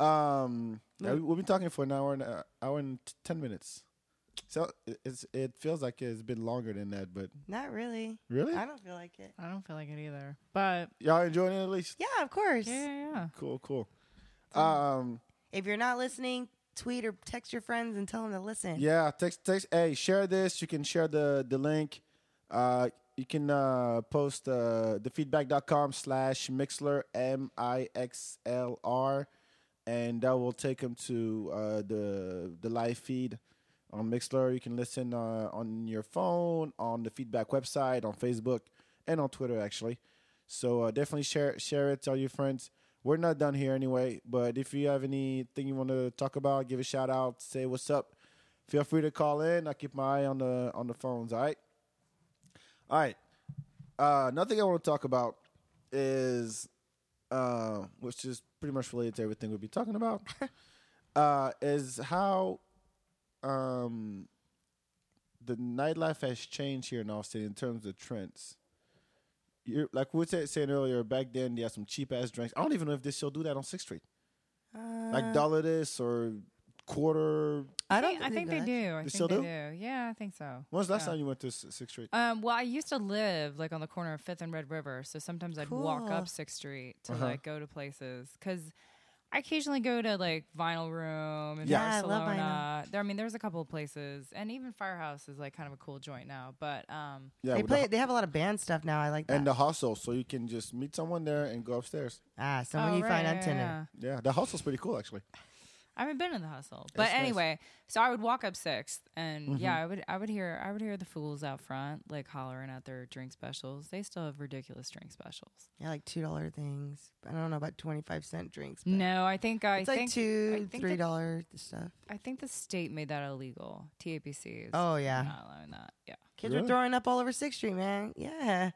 Speaker 2: Um, yeah,
Speaker 3: Mm.
Speaker 2: we- we've been talking for an hour and uh, hour and t- ten minutes. So it- it's it feels like it's been longer than that, but
Speaker 3: Not really.
Speaker 2: Really?
Speaker 3: I don't feel like it.
Speaker 4: I don't feel like it either. But
Speaker 2: y'all enjoying it at least.
Speaker 3: Yeah, of course.
Speaker 4: yeah, yeah, yeah.
Speaker 2: Cool, cool. Um,
Speaker 3: If you're not listening, tweet or text your friends and tell them to listen.
Speaker 2: Yeah, text text. Hey, share this. You can share the the link. Uh, you can uh, post uh, thefeedback.com slash mixler m i x l r, and that will take them to uh, the the live feed on Mixler. You can listen uh, on your phone, on the feedback website, on Facebook, and on Twitter actually. So uh, definitely share share it. Tell your friends. We're not done here anyway, but if you have anything you want to talk about, give a shout out, say what's up. Feel free to call in. I keep my eye on the on the phones. All right. All right. Uh, another thing I want to talk about is, uh, which is pretty much related to everything we'll be talking about, uh, is how um, the nightlife has changed here in Austin in terms of trends. You're, like we were sa- saying earlier, back then they had some cheap ass drinks. I don't even know if they still do that on Sixth Street, like dollar this or quarter.
Speaker 3: I
Speaker 4: I
Speaker 3: don't
Speaker 4: think, I think
Speaker 3: that.
Speaker 4: they do. I
Speaker 2: They
Speaker 4: think
Speaker 2: still
Speaker 4: they
Speaker 2: do?
Speaker 4: do? Yeah, I think so.
Speaker 2: When was the last
Speaker 4: Yeah.
Speaker 2: time you went to S- Sixth Street?
Speaker 4: Um, well, I used to live like on the corner of Fifth and Red River, so sometimes I'd walk
Speaker 3: Cool. Uh-huh.
Speaker 4: up Sixth Street to like go to places because I occasionally go to like Vinyl Room and
Speaker 3: Yeah. Yeah, I love
Speaker 4: Barcelona.
Speaker 3: Vinyl.
Speaker 4: There, I mean, there's a couple of places, and even Firehouse is like kind of a cool joint now. But um,
Speaker 2: Yeah,
Speaker 3: they
Speaker 2: with the
Speaker 3: play. They have a lot of band stuff now. I like that.
Speaker 2: and uh, the hustle, so you can just meet someone there and go upstairs.
Speaker 3: ah, someone
Speaker 4: oh,
Speaker 3: you
Speaker 4: right,
Speaker 3: find on
Speaker 4: yeah,
Speaker 3: Tinder.
Speaker 4: yeah.
Speaker 2: Yeah, the hustle's pretty cool actually.
Speaker 4: I haven't been in the hustle, but
Speaker 2: That's nice.
Speaker 4: anyway, so I would walk up Sixth, and
Speaker 3: Mm-hmm.
Speaker 4: yeah, I would I would hear I would hear the fools out front like hollering at their drink specials. They still have ridiculous drink specials.
Speaker 3: Yeah, like two dollar things. I don't know about twenty five cent drinks. But
Speaker 4: No, I think I
Speaker 3: it's
Speaker 4: think
Speaker 3: like
Speaker 4: I
Speaker 3: two,
Speaker 4: think the-
Speaker 3: three dollar stuff.
Speaker 4: I think the state made that illegal. TAPC is
Speaker 3: Oh yeah,
Speaker 4: not allowing that. Yeah.
Speaker 3: kids are
Speaker 2: Really?
Speaker 3: throwing up all over Sixth Street, man. Yeah,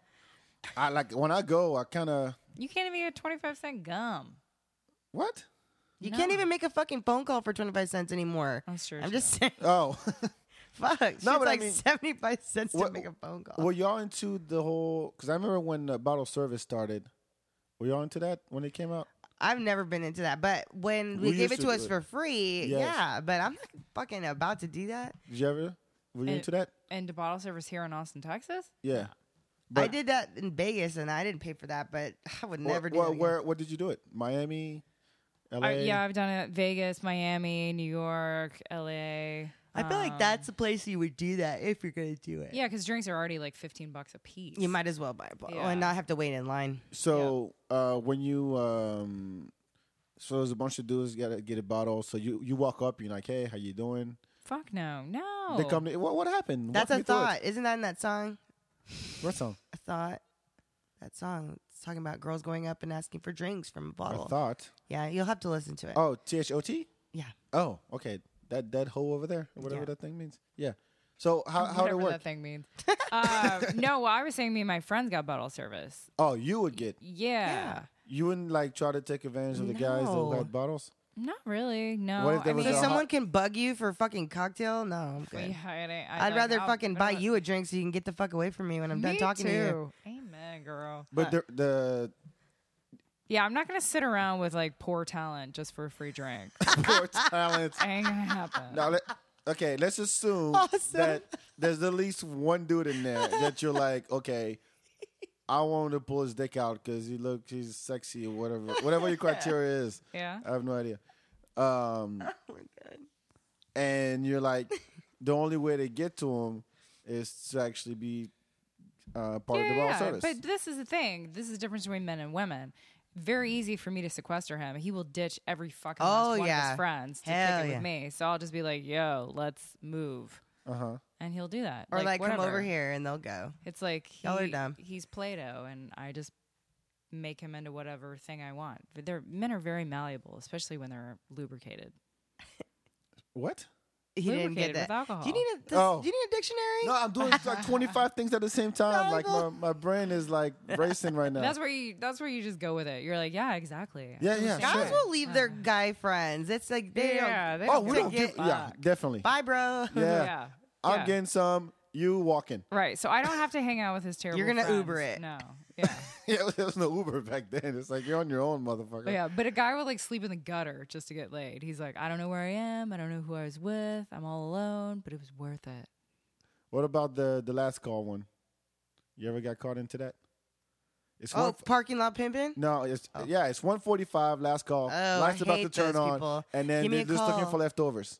Speaker 2: I like when I go, I kind of
Speaker 4: You can't even get 25 cent gum.
Speaker 2: what?
Speaker 3: you
Speaker 4: No.
Speaker 3: can't even make a fucking phone call for twenty five cents anymore.
Speaker 4: That's true.
Speaker 3: I'm just saying,
Speaker 2: Oh,
Speaker 3: fuck. No, it's
Speaker 2: but I
Speaker 3: like
Speaker 2: mean-
Speaker 3: seventy five cents to
Speaker 2: What-
Speaker 3: make a phone call.
Speaker 2: were y'all into the whole? Because I remember when uh, bottle service started. Were y'all into that when it came out?
Speaker 3: I've never been into that, but when we,
Speaker 2: We
Speaker 3: gave
Speaker 2: used
Speaker 3: it
Speaker 2: to
Speaker 3: to
Speaker 2: do
Speaker 3: us
Speaker 2: it.
Speaker 3: for free,
Speaker 2: Yes.
Speaker 3: yeah. But I'm not fucking about to do that.
Speaker 2: Did you ever? Were you
Speaker 4: Eh.
Speaker 2: into that?
Speaker 4: and to bottle service here in Austin, Texas?
Speaker 2: Yeah.
Speaker 3: I did that in Vegas, and I didn't pay for that, but I would
Speaker 2: Wh-
Speaker 3: never do
Speaker 2: wh-
Speaker 3: that again.
Speaker 2: Where? What did you do it? Miami, L.A.
Speaker 4: I- Uh, yeah, I've done it Vegas, Miami, New York, LA.
Speaker 3: I feel like
Speaker 4: um,
Speaker 3: that's the place you would do that if you're gonna do it.
Speaker 4: Yeah, because drinks are already like 15 bucks a piece.
Speaker 3: You might as well buy a bottle
Speaker 4: Yeah.
Speaker 3: and not have to wait in line.
Speaker 2: So uh, when you um, so there's a bunch of dudes gotta get a bottle. So you you walk up, you're like, hey, how you doing?
Speaker 4: Fuck no. No.
Speaker 2: They come. To, what what happened?
Speaker 3: Oh. That's
Speaker 2: Walk
Speaker 3: a
Speaker 2: me through it.
Speaker 3: thought. Isn't that in that song?
Speaker 2: What song?
Speaker 3: A thought. That song. It's talking about girls going up and asking for drinks from a bottle.
Speaker 2: A thought.
Speaker 3: Yeah, you'll have to listen to it.
Speaker 2: Oh, T H O T.
Speaker 3: Yeah.
Speaker 2: Oh, okay. That dead hole over there, or whatever
Speaker 3: Yeah.
Speaker 2: that thing means. Yeah. So how how did it
Speaker 4: Whatever
Speaker 2: work?
Speaker 4: that thing means. uh, no, well, I was saying me and my friends got bottle service.
Speaker 2: Oh, you would get.
Speaker 4: Yeah.
Speaker 2: You wouldn't like try to take advantage of the guys
Speaker 3: No.
Speaker 2: that had bottles.
Speaker 4: Not really. No.
Speaker 2: What if there
Speaker 4: I
Speaker 2: was
Speaker 3: So
Speaker 4: mean,
Speaker 2: a-
Speaker 3: someone can bug you for a fucking cocktail? No, I'm good.
Speaker 4: Yeah, it ain't- I
Speaker 3: I'd
Speaker 4: like-
Speaker 3: rather
Speaker 4: I'll-
Speaker 3: fucking
Speaker 4: I
Speaker 3: buy
Speaker 4: don't-
Speaker 3: you a drink so you can get the fuck away from me when I'm done
Speaker 4: Me
Speaker 3: talking to you.
Speaker 4: too. Amen, girl.
Speaker 3: Uh.
Speaker 4: Uh,
Speaker 2: But the, the
Speaker 4: Yeah, I'm not gonna sit around with like poor talent just for a free drink.
Speaker 2: poor talents.
Speaker 4: ain't gonna happen.
Speaker 2: Now, let, okay, let's assume
Speaker 3: Awesome.
Speaker 2: that there's at least one dude in there that you're like, okay, I want him to pull his dick out because he look he's sexy or whatever, whatever your criteria is.
Speaker 4: Yeah.
Speaker 2: I have no idea. Um,
Speaker 4: Oh
Speaker 2: and you're like, the only way to get to him is to actually be uh, part of the ball service.
Speaker 4: But this is the thing. This is the difference between men and women. Very easy for me to sequester him. He will ditch every fucking last
Speaker 3: Oh,
Speaker 4: one of
Speaker 3: yeah.
Speaker 4: his friends to
Speaker 3: Hell
Speaker 4: kick it
Speaker 3: yeah.
Speaker 4: with me. So I'll just be like, "Yo, let's move,"
Speaker 2: uh huh.
Speaker 4: and he'll do that.
Speaker 3: Or like, come over
Speaker 4: whatever.
Speaker 3: here and they'll go.
Speaker 4: It's like he,
Speaker 3: Y'all are dumb.
Speaker 4: He's Play-Doh, and I just make him into whatever thing I want. But they're men are very malleable, especially when they're lubricated.
Speaker 2: What?
Speaker 3: he didn't get
Speaker 4: Lubricated
Speaker 3: that.
Speaker 4: with alcohol.
Speaker 3: Do you need a this,
Speaker 2: Oh.
Speaker 3: do you need a dictionary?
Speaker 2: No, I'm doing like 25 things at the same time. like my, my brain is like racing right now.
Speaker 4: That's where you. That's where you just go with it. You're like, yeah, exactly.
Speaker 2: Yeah, yeah,
Speaker 3: Guys
Speaker 2: sure.
Speaker 3: will leave their guy friends. It's like they
Speaker 4: Uh. Yeah,
Speaker 3: don't.
Speaker 2: oh,
Speaker 4: they don't
Speaker 2: we
Speaker 4: give a
Speaker 2: don't give.
Speaker 4: fuck.
Speaker 2: Yeah, definitely.
Speaker 3: Bye, bro.
Speaker 2: Yeah.
Speaker 4: Yeah.
Speaker 2: I'm
Speaker 4: Yeah.
Speaker 2: getting some. You walking.
Speaker 4: Right. So I don't have to hang out with his terrible.
Speaker 3: You're gonna
Speaker 4: friends.
Speaker 3: Uber it.
Speaker 4: No. Yeah.
Speaker 2: Yeah, there was no Uber back then. It's like you're on your own, motherfucker.
Speaker 4: But yeah. But a guy will like sleep in the gutter just to get laid. He's like, I don't know where I am. I don't know who I was with. I'm all alone. But it was worth it.
Speaker 2: What about the the last call one? You ever got caught into that? It's one.
Speaker 3: Oh, parking lot pimping.
Speaker 2: no, it's yeah, it's one forty five. Last call.
Speaker 3: Oh,
Speaker 2: Lights
Speaker 3: I
Speaker 2: about to
Speaker 3: hate
Speaker 2: turn
Speaker 3: those
Speaker 2: on,
Speaker 3: people.
Speaker 2: and then
Speaker 3: Give me
Speaker 2: they're
Speaker 3: a
Speaker 2: just looking
Speaker 3: call.
Speaker 2: for leftovers.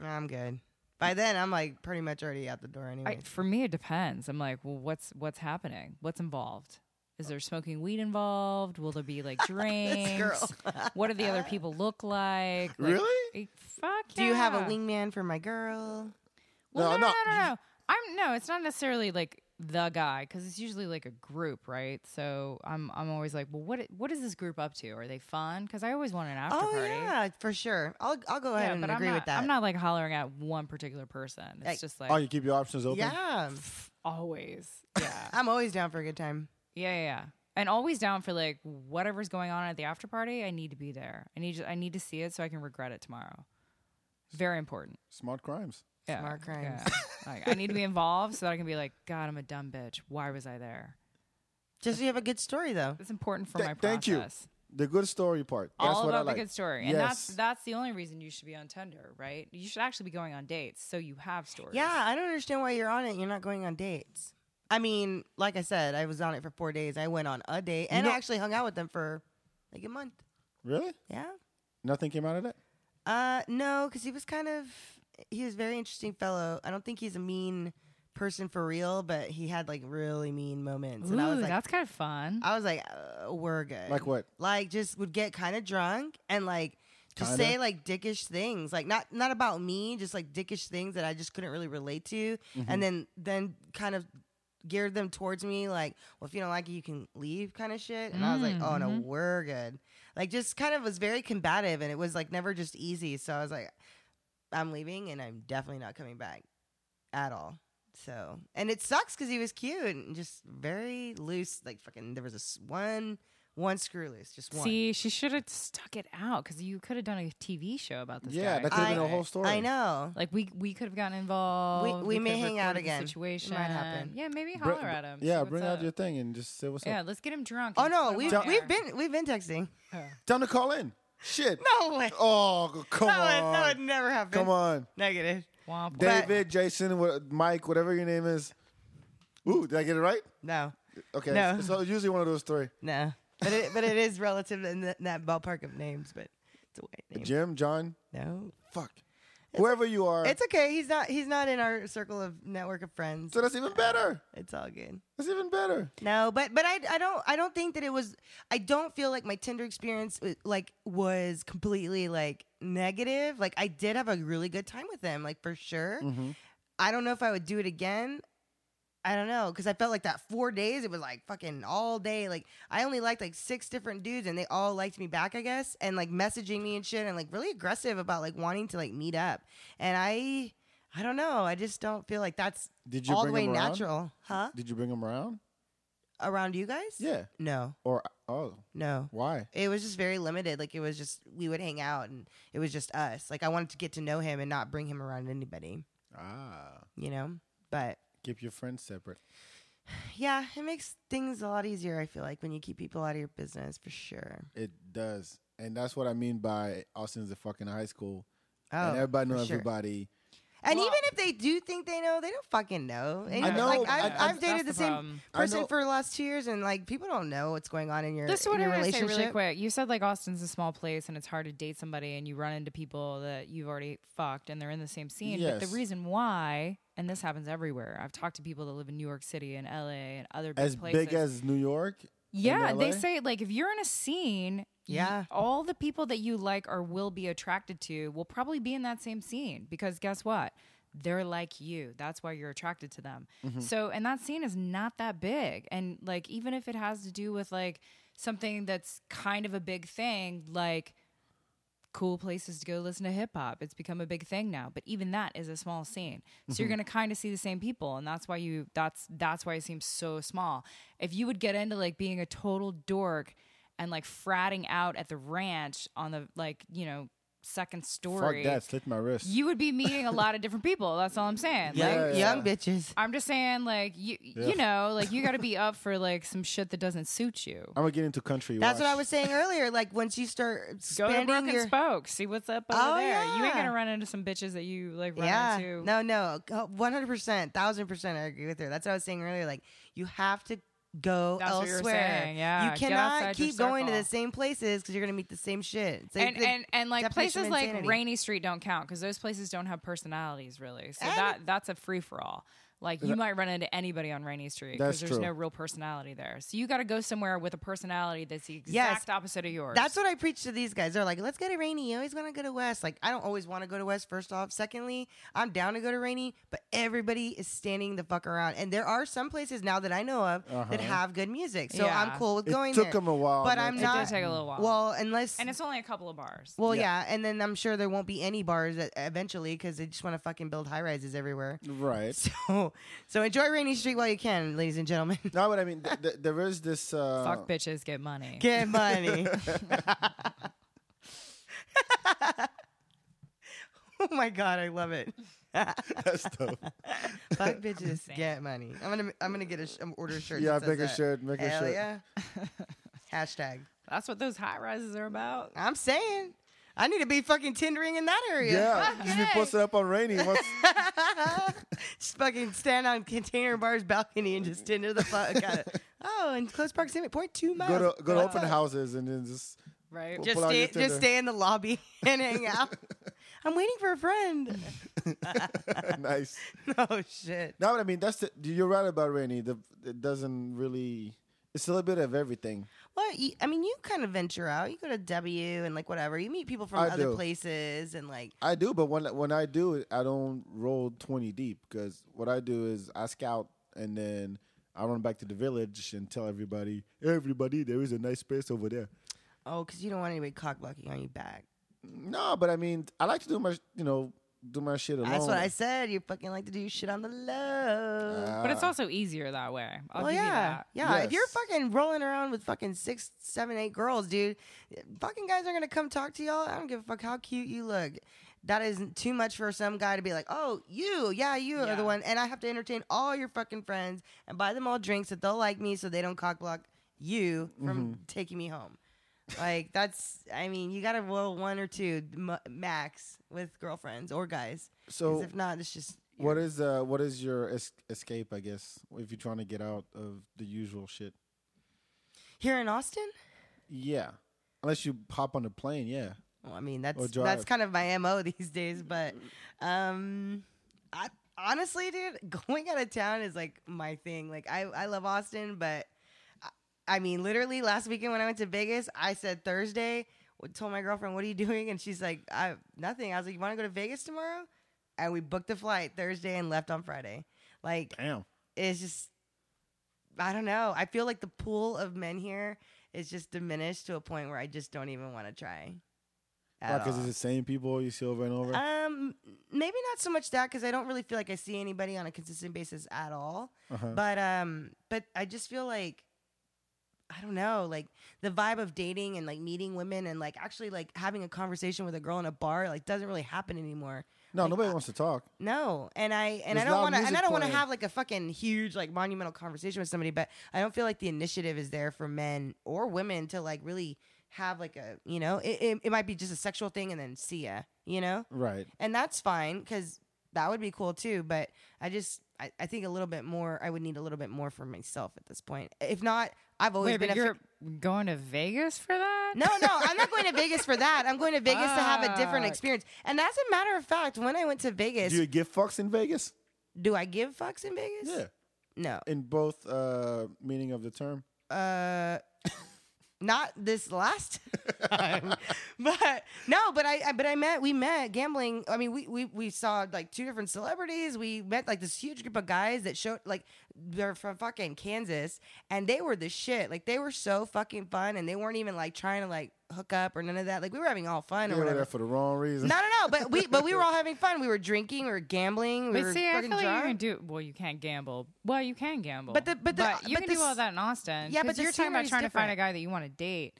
Speaker 3: I'm good. By then, I'm like pretty much already out the door
Speaker 4: I,
Speaker 3: anyway.
Speaker 4: for me, it depends. I'm like, well, what's what's happening? What's involved? Is there smoking weed involved? Will there be like drinks? what do the other people look like? Like,
Speaker 2: Really?
Speaker 4: eh, Fuck.
Speaker 3: Do you have a
Speaker 4: yeah.
Speaker 3: wingman for my girl?
Speaker 4: Well,
Speaker 2: No,
Speaker 4: no,
Speaker 2: no,
Speaker 4: no, no, no. no. I'm no. It's not necessarily like the guy because it's usually like a group, right? So I'm I'm always like, well, what i- what is this group up to? Are they fun? Because I always want an after
Speaker 3: Oh
Speaker 4: party.
Speaker 3: yeah, for sure. I'll I'll go ahead
Speaker 4: Yeah,
Speaker 3: and
Speaker 4: but
Speaker 3: agree
Speaker 4: I'm not,
Speaker 3: with that.
Speaker 4: I'm not like hollering at one particular person. It's
Speaker 3: Like-
Speaker 4: just
Speaker 2: Oh,
Speaker 4: like
Speaker 2: you keep your options open.
Speaker 3: Yeah,
Speaker 4: always. Yeah.
Speaker 3: I'm always down for a good time.
Speaker 4: Yeah, yeah, yeah. And always down for like whatever's going on at the after party. I need to be there. I need I need to see it so I can regret it tomorrow. Very important.
Speaker 2: Smart crimes.
Speaker 4: Yeah,
Speaker 3: Smart crimes.
Speaker 4: yeah. Like, I need to be involved so that I can be like, God, I'm a dumb bitch. Why was I there?
Speaker 3: Just so you have a good story though.
Speaker 4: It's important for
Speaker 2: Th-
Speaker 4: my
Speaker 2: thank you.
Speaker 4: process.
Speaker 2: The good story part. That's
Speaker 4: All
Speaker 2: what I
Speaker 4: about
Speaker 2: like.
Speaker 4: the good story, and
Speaker 2: Yes.
Speaker 4: that's that's the only reason you should be on Tinder, right? You should actually be going on dates so you have stories.
Speaker 3: Yeah, I don't understand why you're on it. and You're not going on dates. I mean, like I said, I was on it for four days. I went on a date, and I actually hung out with them for like a month.
Speaker 2: really?
Speaker 3: Yeah.
Speaker 2: Nothing came out of that.
Speaker 3: Uh, no, because he was kind of he was a very interesting fellow. I don't think he's a mean person for real, but he had like really mean moments,
Speaker 4: Ooh,
Speaker 3: and I was like,
Speaker 4: that's kind of fun.
Speaker 3: I was like, uh, we're good.
Speaker 2: Like what?
Speaker 3: Like just would get kind of drunk and like just
Speaker 2: Kinda?
Speaker 3: say like dickish things, like not not about me, just like dickish things that I just couldn't really relate to,
Speaker 2: Mm-hmm.
Speaker 3: and then then kind of geared them towards me, like, well, if you don't like it, you can leave, kind of shit. And I was like, oh no, we're good. Like just kind of was very combative, and it was like never just easy. So I was like, I'm leaving, and I'm definitely not coming back at all. So, and it sucks because he was cute and just very loose. Like fucking, there was this one, one screw loose, just one.
Speaker 4: See, she should have stuck it out because you could have done a TV show about this.
Speaker 2: yeah,
Speaker 4: guy,
Speaker 2: that could have been a
Speaker 4: right?
Speaker 2: whole story.
Speaker 3: I know.
Speaker 4: Like we we could have gotten involved.
Speaker 3: we may
Speaker 4: could've
Speaker 3: hang out
Speaker 4: recorded the
Speaker 3: again. It might
Speaker 4: Situation
Speaker 3: happen.
Speaker 4: Yeah, maybe
Speaker 2: Br-
Speaker 4: holler at him. see
Speaker 2: Yeah,
Speaker 4: what's
Speaker 2: bring out
Speaker 4: up.
Speaker 2: your thing and just say what's
Speaker 4: Yeah,
Speaker 2: up.
Speaker 4: let's get him drunk.
Speaker 3: Oh
Speaker 4: and
Speaker 3: no,
Speaker 4: put him
Speaker 3: we've
Speaker 4: on
Speaker 3: we've
Speaker 4: there.
Speaker 3: been we've been texting.
Speaker 2: Time to call in. Shit.
Speaker 3: No way.
Speaker 2: Oh, come
Speaker 3: that,
Speaker 2: on.
Speaker 3: Would, that would never happen.
Speaker 2: Come on.
Speaker 3: Negative.
Speaker 4: Womp womp.
Speaker 2: David, Jason, wha- Mike, whatever your name is. Ooh, did I get it right?
Speaker 3: No,
Speaker 2: Okay.
Speaker 3: No.
Speaker 2: So it's usually one of those three.
Speaker 3: no. But it but it is relative in, th- that ballpark of names. But it's a white name.
Speaker 2: Jim, John,
Speaker 3: No,
Speaker 2: fuck. Whoever you are.
Speaker 3: it's okay. He's not he's not in our circle of network of friends.
Speaker 2: so that's even better.
Speaker 3: It's all good.
Speaker 2: That's even better.
Speaker 3: No, but but I I don't I don't think that it was I don't feel like my Tinder experience uh, like was completely like negative. Like I did have a really good time with them, like for sure.
Speaker 2: Mm-hmm.
Speaker 3: I don't know if I would do it again. I don't know because I felt like that four days it was like fucking all day. Like I only liked like six different dudes and they all liked me back, I guess, and like messaging me and shit and like really aggressive about like wanting to like meet up. And I I don't know. I just don't feel like that's
Speaker 2: Did you
Speaker 3: all the
Speaker 2: bring
Speaker 3: way
Speaker 2: them around?
Speaker 3: natural, huh?
Speaker 2: Did you bring them around?
Speaker 3: Around you guys?
Speaker 2: Yeah.
Speaker 3: No,
Speaker 2: Or, oh,
Speaker 3: no.
Speaker 2: why?
Speaker 3: It was just very limited. Like it was just we would hang out and it was just us. Like I wanted to get to know him and not bring him around anybody,
Speaker 2: Ah.
Speaker 3: you know? But
Speaker 2: Keep your friends separate.
Speaker 3: yeah, it makes things a lot easier, I feel like, when you keep people out of your business for sure.
Speaker 2: It does. And that's what I mean by Austin's a fucking high school.
Speaker 3: Oh,
Speaker 2: and everybody
Speaker 3: for
Speaker 2: knows
Speaker 3: sure.
Speaker 2: everybody.
Speaker 3: And
Speaker 4: Well-
Speaker 3: even if they do think they know, they don't fucking know. And,
Speaker 2: I
Speaker 3: you
Speaker 2: know,
Speaker 3: Like,
Speaker 2: I-
Speaker 3: I've,
Speaker 2: I-
Speaker 3: I've dated
Speaker 4: that's
Speaker 3: the,
Speaker 4: the
Speaker 3: same
Speaker 4: problem.
Speaker 2: I
Speaker 3: person
Speaker 2: know-
Speaker 3: for the last two years, and like people don't know what's going on in your,
Speaker 4: This is
Speaker 3: in
Speaker 4: what I
Speaker 3: your
Speaker 4: want to say
Speaker 3: relationship.
Speaker 4: really quick. You said like Austin's a small place and it's hard to date somebody and you run into people that you've already fucked and they're in the same scene. But
Speaker 2: Yes.
Speaker 4: the reason why, and this happens everywhere, I've talked to people that live in New York City and LA and other big
Speaker 2: As
Speaker 4: places.
Speaker 2: big as New York. and
Speaker 4: Yeah,
Speaker 2: LA?
Speaker 4: they say like if you're in a scene, y-
Speaker 3: Yeah.
Speaker 4: all the people that you like or will be attracted to will probably be in that same scene because guess what? They're like you. That's why you're attracted to them. So, and that scene is not that big. And like even if it has to do with like something that's kind of a big thing, like cool places to go listen to hip hop. It's become a big thing now, but even that is a small scene. So
Speaker 2: Mm-hmm.
Speaker 4: you're going to kind of see the same people, and that's why you that's that's why it seems so small. If you would get into like being a total dork and like fratting out at the ranch on the like you know second story,
Speaker 2: Fuck that, slit my wrist.
Speaker 4: you would be meeting a lot of different people. That's all I'm saying.
Speaker 3: Young,
Speaker 4: Like,
Speaker 2: Yeah, yeah,
Speaker 3: young
Speaker 2: yeah.
Speaker 3: bitches.
Speaker 4: I'm just saying, like you, you know, like you got to be up for like some shit that doesn't suit you.
Speaker 2: I'm gonna get into country.
Speaker 3: That's what
Speaker 2: watch.
Speaker 3: I was saying earlier. Like once you start
Speaker 4: Go to
Speaker 3: expanding
Speaker 4: Broken
Speaker 3: your
Speaker 4: Spoke, see what's up over
Speaker 3: Oh,
Speaker 4: there. You ain't
Speaker 3: yeah.
Speaker 4: gonna run into some bitches that you like run
Speaker 3: yeah,
Speaker 4: into.
Speaker 3: no, no, one hundred percent, thousand percent. I agree with her. That's what I was saying earlier. Like you have to go
Speaker 4: That's what you were
Speaker 3: elsewhere.
Speaker 4: saying, yeah.
Speaker 3: you
Speaker 4: Get
Speaker 3: cannot
Speaker 4: outside your
Speaker 3: keep going to the
Speaker 4: circle.
Speaker 3: same places because you're gonna meet the same shit. It's like
Speaker 4: and,
Speaker 3: the
Speaker 4: and and like
Speaker 3: definition
Speaker 4: places
Speaker 3: of
Speaker 4: like
Speaker 3: insanity.
Speaker 4: Rainy Street don't count because those places don't have personalities really. So
Speaker 3: And-
Speaker 4: that that's a free for all. Like you might run into anybody on Rainy Street
Speaker 2: That's
Speaker 4: because there's
Speaker 2: true.
Speaker 4: no real personality there. So you got to go somewhere with a personality that's the exact
Speaker 3: Yes.
Speaker 4: opposite of yours.
Speaker 3: That's what I preach to these guys. They're like, let's go to Rainy. You always want to go to West. Like, I don't always want to go to West, first off. Secondly, I'm down to go to Rainy, but everybody is standing the fuck around. And there are some places now that I know of that have good music. So
Speaker 4: Yeah.
Speaker 3: I'm cool with
Speaker 2: Uh-huh. It
Speaker 3: going
Speaker 2: took
Speaker 3: there.
Speaker 2: 'em a while,
Speaker 3: But
Speaker 2: but
Speaker 3: I'm
Speaker 4: it
Speaker 3: not.
Speaker 4: did take a little while.
Speaker 3: well, unless.
Speaker 4: and it's only a couple of bars.
Speaker 3: well, yeah. And then I'm sure there won't be any bars that eventually because they just want to fucking build high rises everywhere.
Speaker 2: Mm. right.
Speaker 3: So, so enjoy Rainy Street while you can, ladies and gentlemen.
Speaker 2: No, but I mean, th- th- there is this. Uh,
Speaker 4: Fuck bitches, get money.
Speaker 3: Get money. oh my god, I love it.
Speaker 2: That's dope.
Speaker 3: Fuck bitches, get money. I'm gonna I'm gonna get a sh- um, order a shirt.
Speaker 2: Yeah,
Speaker 3: that says
Speaker 2: make a
Speaker 3: that.
Speaker 2: shirt, make a
Speaker 3: Hell
Speaker 2: shirt.
Speaker 3: yeah. Hashtag.
Speaker 4: That's what those high rises are about.
Speaker 3: I'm saying. I need to be fucking tendering in that area.
Speaker 2: Yeah,
Speaker 3: Fuck
Speaker 2: just be
Speaker 3: yeah.
Speaker 2: posted up on Rainy. Once,
Speaker 3: just fucking stand on container bar's balcony and just tender the fuck out of Oh, in close proximity, point two miles.
Speaker 2: go to go to
Speaker 3: What's
Speaker 2: open
Speaker 3: up?
Speaker 2: houses and then just
Speaker 4: Right.
Speaker 2: Well,
Speaker 3: just
Speaker 2: pull out your
Speaker 3: stay, just
Speaker 2: Tinder.
Speaker 3: stay in the lobby and hang out. I'm waiting for a friend.
Speaker 2: nice.
Speaker 3: oh shit.
Speaker 2: No, but I mean that's the, you're right about Rainy. The, it doesn't really. It's a little bit of everything.
Speaker 3: Well, you, I mean, you kind of venture out. You go to W and like whatever. You meet people from
Speaker 2: I
Speaker 3: other
Speaker 2: do.
Speaker 3: places and like
Speaker 2: I do, but when when I do, I don't roll twenty deep because what I do is I scout and then I run back to the village and tell everybody, everybody, there is a nice space over there.
Speaker 3: oh, because you don't want anybody cock blocking on your back.
Speaker 2: No, but I mean, I like to do my, you know, do my shit alone.
Speaker 3: That's what I said. You fucking like to do shit on the low.
Speaker 2: Ah,
Speaker 4: But it's also easier that way. I'll
Speaker 3: well,
Speaker 4: give you
Speaker 3: yeah,
Speaker 4: that.
Speaker 3: yeah. If you're
Speaker 2: Yes.
Speaker 3: fucking rolling around with fucking six, seven, eight girls, dude, fucking guys are gonna come talk to y'all. I don't give a fuck how cute you look. That isn't too much for some guy to be like, oh, you, yeah, you are
Speaker 4: Yeah.
Speaker 3: the one, and I have to entertain all your fucking friends and buy them all drinks that they'll like me, so they don't cock block you from
Speaker 4: Mm-hmm.
Speaker 3: taking me home. Like that's, I mean, you gotta roll one or two m- max with girlfriends or guys. 'Cause
Speaker 2: so.
Speaker 3: if not, it's just
Speaker 2: What is uh what is your es- escape? I guess if you're trying to get out of the usual shit.
Speaker 3: here in Austin.
Speaker 2: Yeah, unless you hop on the plane. Yeah,
Speaker 3: Well, I mean, that's that's
Speaker 2: drive.
Speaker 3: kind of my mo these days. But um, I honestly, dude, going out of town is like my thing. Like, I I love Austin, but I, I mean, literally last weekend when I went to Vegas, I said Thursday. w- Told my girlfriend, "What are you doing?" And she's like, "I nothing." I was like, "You want to go to Vegas tomorrow?" And we booked the flight Thursday and left on Friday. Like,
Speaker 2: damn.
Speaker 3: it's just I don't know. I feel like the pool of men here is just diminished to a point where I just don't even want to try. at
Speaker 2: Because
Speaker 3: all.
Speaker 2: it's the same people you see over and over.
Speaker 3: Um, maybe not so much that because I don't really feel like I see anybody on a consistent basis at all.
Speaker 2: Uh-huh.
Speaker 3: But um, but I just feel like I don't know, like the vibe of dating and like meeting women and like actually like having a conversation with a girl in a bar like doesn't really happen anymore.
Speaker 2: no,
Speaker 3: like,
Speaker 2: nobody
Speaker 3: I-
Speaker 2: wants to talk.
Speaker 3: No, and I and I
Speaker 2: There's
Speaker 3: don't
Speaker 2: loud
Speaker 3: want to and I
Speaker 2: music
Speaker 3: don't want to
Speaker 2: playing.
Speaker 3: have like a fucking huge like monumental conversation with somebody, but I don't feel like the initiative is there for men or women to like really have like a you know it, it, it might be just a sexual thing and then see ya you know
Speaker 2: Right.
Speaker 3: and that's fine because that would be cool too but i just I, I think a little bit more i would need a little bit more for myself at this point if not i've always
Speaker 4: Wait,
Speaker 3: been
Speaker 4: but
Speaker 3: a fa-
Speaker 4: you're going to Vegas for that?
Speaker 3: no, no, I'm not going to Vegas for that. I'm going to Vegas to have a different
Speaker 4: Fuck.
Speaker 3: experience. And as a matter of fact, when I went to Vegas,
Speaker 2: Do you give fucks in Vegas?
Speaker 3: do I give fucks in Vegas?
Speaker 2: Yeah.
Speaker 3: No.
Speaker 2: In both uh meaning of the term.
Speaker 3: Uh, not this last time, but no, but I, I but I met we met gambling. I mean, we we we saw like two different celebrities. We met like this huge group of guys that showed like they're from fucking Kansas and they were the shit. Like they were so fucking fun and they weren't even like trying to like hook up or none of that. Like we were having all fun
Speaker 2: You
Speaker 3: or
Speaker 2: were there
Speaker 3: whatever.
Speaker 2: for the wrong reason.
Speaker 3: No, no, no. But we but we were all having fun. We were drinking. We were gambling. We were
Speaker 4: But see, I
Speaker 3: fucking
Speaker 4: feel like you
Speaker 3: drunk.
Speaker 4: can do well. You can't gamble. Well, you can gamble.
Speaker 3: But the- but the-
Speaker 4: you
Speaker 3: but
Speaker 4: can
Speaker 3: the
Speaker 4: do all
Speaker 3: s-
Speaker 4: that in Austin.
Speaker 3: Yeah,
Speaker 4: 'cause
Speaker 3: but the
Speaker 4: you're talking about
Speaker 3: scenery's
Speaker 4: trying to find a
Speaker 3: different.
Speaker 4: guy that you want to date,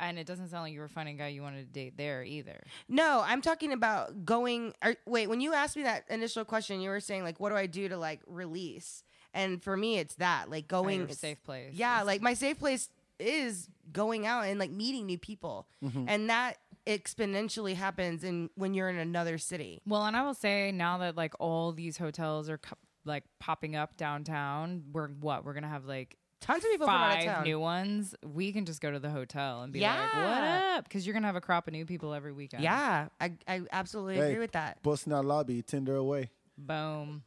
Speaker 4: and it doesn't sound like you were finding a guy you wanted to date there either.
Speaker 3: No, I'm talking about going. Or, wait, when you asked me that initial question, you were saying like, "What do I do to like release?" And for me, it's that like going
Speaker 4: your
Speaker 3: it's-
Speaker 4: safe place
Speaker 3: Yeah,
Speaker 4: is-
Speaker 3: like my safe place is going out and like meeting new people,
Speaker 2: Mm-hmm.
Speaker 3: and that exponentially happens in when you're in another city.
Speaker 4: Well, and I will say now that like all these hotels are co- like popping up downtown, we're what we're gonna have like
Speaker 3: Tons of people from out of
Speaker 4: five
Speaker 3: town.
Speaker 4: new ones. We can just go to the hotel and be like,
Speaker 3: Yeah.
Speaker 4: "What up?" Because you're gonna have a crop of new people every weekend.
Speaker 3: yeah, I, I absolutely
Speaker 2: Hey,
Speaker 3: agree with that.
Speaker 2: Bust in our lobby, Tinder away.
Speaker 4: Boom.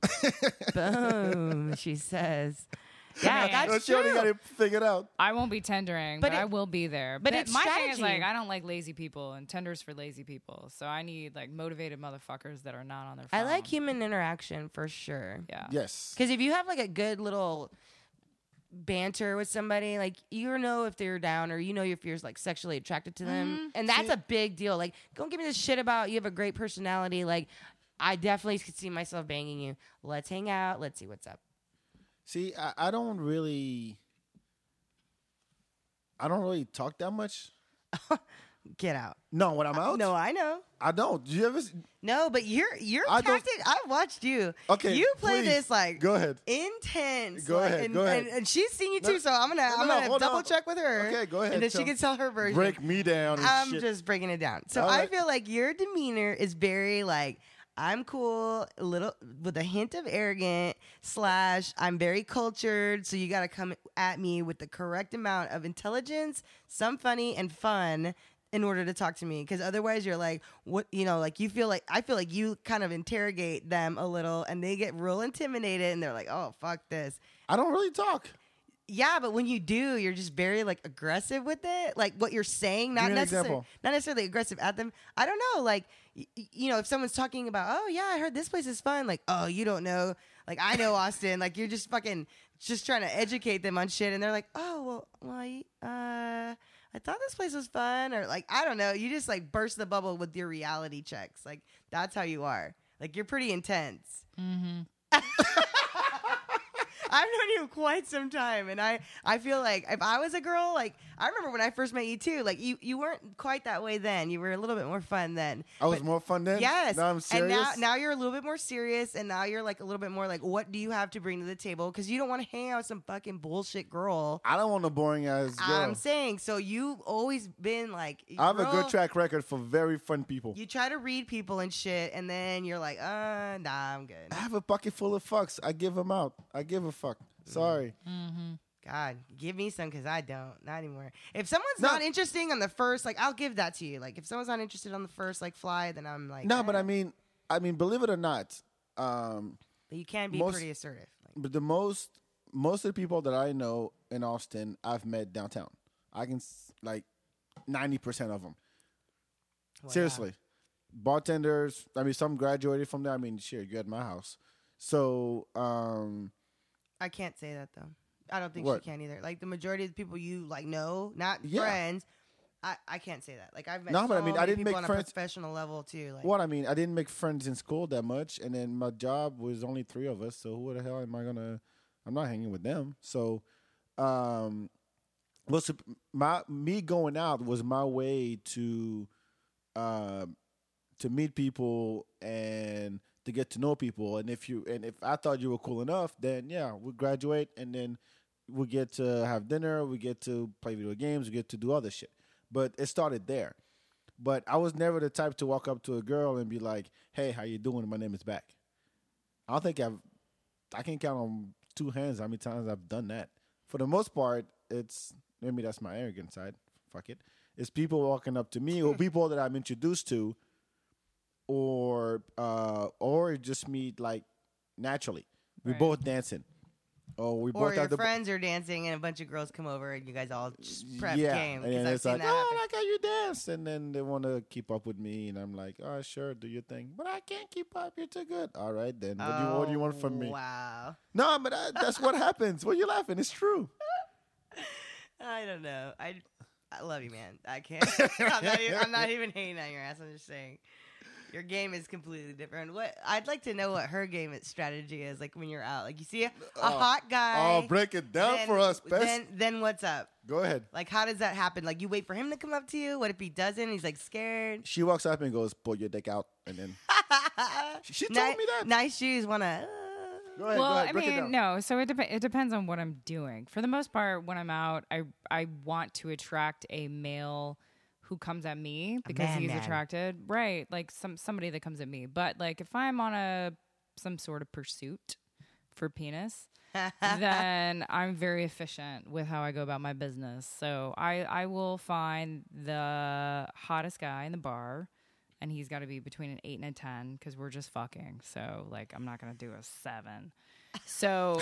Speaker 3: Boom, she says. Yeah,
Speaker 4: Man.
Speaker 3: that's
Speaker 2: she already
Speaker 3: true. Uh,
Speaker 2: got it figured out.
Speaker 4: I won't be tendering,
Speaker 3: But
Speaker 4: but,
Speaker 3: it-
Speaker 4: I will be there.
Speaker 3: but it's
Speaker 4: my thing is
Speaker 3: strategy.
Speaker 4: like I don't like lazy people, and tenders for lazy people. So I need like motivated motherfuckers that are not on their. phone.
Speaker 3: I like human interaction for sure.
Speaker 4: Yeah.
Speaker 2: Yes.
Speaker 3: Because if you have like a good little banter with somebody, like you know if they're down or you know if you're like sexually attracted to them, and that's a big deal. Like, don't give me this shit about you have a great personality. Like, I definitely could see myself banging you. Let's hang out. Let's see what's up.
Speaker 2: See, I, I don't really, I don't really talk that much.
Speaker 3: Get out.
Speaker 2: No, when I'm out,
Speaker 3: No, I know.
Speaker 2: I don't. Do you ever? s-
Speaker 3: No, but you're you're
Speaker 2: I don't-
Speaker 3: tactic. I've watched you.
Speaker 2: Okay,
Speaker 3: you play
Speaker 2: please,
Speaker 3: this like
Speaker 2: go ahead.
Speaker 3: intense.
Speaker 2: Go
Speaker 3: like,
Speaker 2: ahead,
Speaker 3: and,
Speaker 2: go ahead.
Speaker 3: And, and she's seen you
Speaker 2: No,
Speaker 3: too, so I'm gonna
Speaker 2: no,
Speaker 3: I'm
Speaker 2: no,
Speaker 3: gonna
Speaker 2: hold
Speaker 3: double
Speaker 2: on.
Speaker 3: check with her.
Speaker 2: Okay, go ahead,
Speaker 3: And then she
Speaker 2: tell-
Speaker 3: can tell her version.
Speaker 2: Break me down. and
Speaker 3: I'm
Speaker 2: shit.
Speaker 3: just breaking it down. So
Speaker 2: All
Speaker 3: I
Speaker 2: right.
Speaker 3: feel like your demeanor is very like I'm cool, a little with a hint of arrogant slash I'm very cultured. So you got to come at me with the correct amount of intelligence, some funny and fun in order to talk to me because otherwise you're like what you know like you feel like i feel like you kind of interrogate them a little and they get real intimidated and they're like oh fuck this
Speaker 2: I don't really talk.
Speaker 3: yeah, but when you do, you're just very like aggressive with it. Like what you're saying, not
Speaker 2: me an
Speaker 3: necessarily,
Speaker 2: example.
Speaker 3: not necessarily aggressive at them. I don't know. Like y- y- you know, if someone's talking about, oh yeah, I heard this place is fun. Like oh, you don't know. Like I know Austin. like you're just fucking just trying to educate them on shit, and they're like, oh well, well I, uh, I thought this place was fun, or like I don't know. You just like burst the bubble with your reality checks. Like that's how you are. Like you're pretty intense. I've known you quite some time, and I, I feel like if I was a girl, like I remember when I first met you too. Like you, you weren't quite that way then. You were a little bit more fun then.
Speaker 2: I was
Speaker 3: But-
Speaker 2: more fun then.
Speaker 3: Yes.
Speaker 2: Now I'm serious.
Speaker 3: And now, now you're a little bit more serious, and now you're like a little bit more like, what do you have to bring to the table? Because you don't want to hang out with some fucking bullshit girl.
Speaker 2: I don't want a boring ass girl.
Speaker 3: I'm saying so. You've always been like,
Speaker 2: I have a
Speaker 3: real-
Speaker 2: good track record for very fun people.
Speaker 3: You try to read people and shit, and then you're like, uh, nah, I'm good.
Speaker 2: I have a pocket full of fucks. I give them out. I give a fuck.
Speaker 3: Mm.
Speaker 2: Sorry.
Speaker 3: God, give me some because I don't. Not anymore. If someone's
Speaker 2: No.
Speaker 3: not interesting on the first, like I'll give that to you. Like if someone's not interested on the first, like fly, then I'm like
Speaker 2: No, but
Speaker 3: eh.
Speaker 2: I mean, I mean, believe it or not, um,
Speaker 3: But you can be
Speaker 2: most-
Speaker 3: pretty assertive. Like,
Speaker 2: but the most most of the people that I know in Austin, I've met downtown. I can s- like ninety percent of them.
Speaker 3: well, yeah.
Speaker 2: Seriously, bartenders. I mean, some graduated from there. I mean, shit, you at my house. So, um,
Speaker 3: I can't say that though. I don't think
Speaker 2: What?
Speaker 3: she can either. Like the majority of the people you like know, not
Speaker 2: Yeah.
Speaker 3: friends. I, I can't say that. Like I've met
Speaker 2: No, but I
Speaker 3: so
Speaker 2: mean, I
Speaker 3: many
Speaker 2: didn't
Speaker 3: people
Speaker 2: make
Speaker 3: on
Speaker 2: friends-
Speaker 3: a professional level too. Like
Speaker 2: what I mean, I didn't make friends in school that much, and then my job was only three of us. So who the hell am I gonna? I'm not hanging with them. So, um, most of my me going out was my way to, um, to meet people and to get to know people. And if you and if I thought you were cool enough, then yeah, we graduate, and then we get to have dinner, we get to play video games, we get to do other shit. But it started there. But I was never the type to walk up to a girl and be like, "Hey, how you doing? My name is back." I don't think I've, I can count on two hands how many times I've done that. For the most part, it's maybe that's my arrogant side. Fuck it. It's people walking up to me or people that I'm introduced to, or uh, or just me like naturally. We're
Speaker 4: Right.
Speaker 2: both dancing. Oh, we
Speaker 3: Or
Speaker 2: brought
Speaker 3: your
Speaker 2: out the
Speaker 3: friends are dancing and a bunch of girls come over and you guys all just prep
Speaker 2: yeah,
Speaker 3: game. 'cause
Speaker 2: and then
Speaker 3: I've
Speaker 2: it's
Speaker 3: seen
Speaker 2: like,
Speaker 3: that
Speaker 2: oh,
Speaker 3: happen.
Speaker 2: I like how you dance, and then they want to keep up with me, and I'm like, oh, sure, do your thing, but I can't keep up. You're too good. All right, then, what, do, you, "Oh, what do you want from me?
Speaker 3: Oh, Wow.
Speaker 2: No, but I, that's what happens. What you laughing? It's true.
Speaker 3: I don't know. I I love you, man. I can't. I'm, not even, I'm not even hating on your ass. I'm just saying your game is completely different. What I'd like to know what her game is- strategy is like when you're out. Like you see a, a
Speaker 2: Oh.
Speaker 3: hot guy.
Speaker 2: Oh, break it down
Speaker 3: then-
Speaker 2: for us, Bess.
Speaker 3: Then then what's up?
Speaker 2: Go ahead.
Speaker 3: Like how does that happen? Like you wait for him to come up to you. What if he doesn't? He's like scared.
Speaker 2: She walks up and goes, "Pull your dick out," and then she, she told
Speaker 3: Ni-
Speaker 2: me that.
Speaker 3: Nice shoes. Wanna. uh,
Speaker 2: Go ahead,
Speaker 4: well,
Speaker 2: go ahead,
Speaker 4: I
Speaker 2: break it
Speaker 4: mean,
Speaker 2: down.
Speaker 4: no. So it, dep- it depends on what I'm doing. For the most part, when I'm out, I I want to attract a male who comes at me because
Speaker 3: man
Speaker 4: he's
Speaker 3: man.
Speaker 4: attracted, right? Like some somebody that comes at me. But like if I'm on a some sort of pursuit for penis, then I'm very efficient with how I go about my business. So I I will find the hottest guy in the bar. And he's got to be between an eight and a ten because we're just fucking. So like, I'm not gonna do a seven. So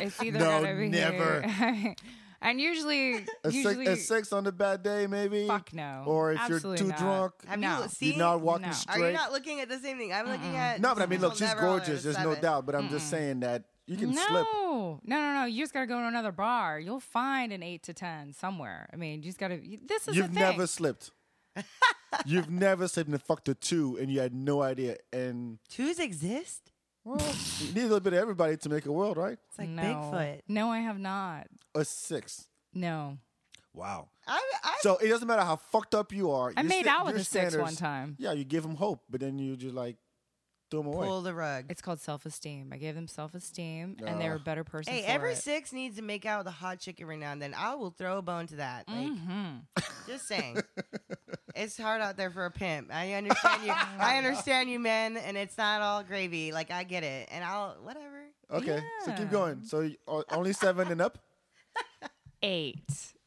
Speaker 4: it's either
Speaker 2: No,
Speaker 4: gotta be
Speaker 2: never.
Speaker 4: and usually,
Speaker 2: A six,
Speaker 4: usually,
Speaker 2: a six on the bad day, maybe.
Speaker 4: fuck no.
Speaker 2: Or if
Speaker 4: Absolutely
Speaker 2: you're too
Speaker 4: not.
Speaker 2: drunk,
Speaker 3: Have
Speaker 4: No.
Speaker 3: you
Speaker 2: you're
Speaker 3: seen?
Speaker 2: not walking
Speaker 4: No. Are you
Speaker 3: Are
Speaker 2: straight.
Speaker 3: you not looking at the same thing I'm looking at?
Speaker 2: no, but I mean, look,
Speaker 3: We'll
Speaker 2: she's
Speaker 3: never order
Speaker 2: gorgeous.
Speaker 3: a
Speaker 2: There's no
Speaker 3: seven.
Speaker 2: doubt. But I'm just saying that you can
Speaker 4: no.
Speaker 2: slip.
Speaker 4: No, no, no. You just gotta go to another bar. You'll find an eight to ten somewhere. I mean, you just gotta. you- This is
Speaker 2: You've
Speaker 4: the thing.
Speaker 2: never slipped. You've never slipped and fucked a two, and you had no idea. And
Speaker 3: Twos exist.
Speaker 2: well, you need a little bit of everybody to make a world, right?
Speaker 3: It's like
Speaker 4: no.
Speaker 3: Bigfoot.
Speaker 4: No, I have not.
Speaker 2: A six.
Speaker 4: No,
Speaker 2: Wow.
Speaker 3: I, I,
Speaker 2: So it doesn't matter how fucked up you are.
Speaker 4: I
Speaker 2: your
Speaker 4: made
Speaker 2: sta-
Speaker 4: out with
Speaker 2: your
Speaker 4: a six one
Speaker 2: standards-
Speaker 4: time.
Speaker 2: Yeah, you give them hope, but then you just like throw them away.
Speaker 3: pull the rug.
Speaker 4: It's called self esteem. I gave them self esteem, and they were a better person.
Speaker 3: Hey,
Speaker 4: for
Speaker 3: every
Speaker 4: it.
Speaker 3: six needs to make out with a hot chick every now and then. I will throw a bone to that. Like,
Speaker 4: Mhm.
Speaker 3: just saying, it's hard out there for a pimp. I understand you. I understand you, men, and it's not all gravy. Like I get it, and I'll whatever.
Speaker 2: Okay, so
Speaker 4: Yeah.
Speaker 2: keep going. So you- o- only seven and up.
Speaker 4: eight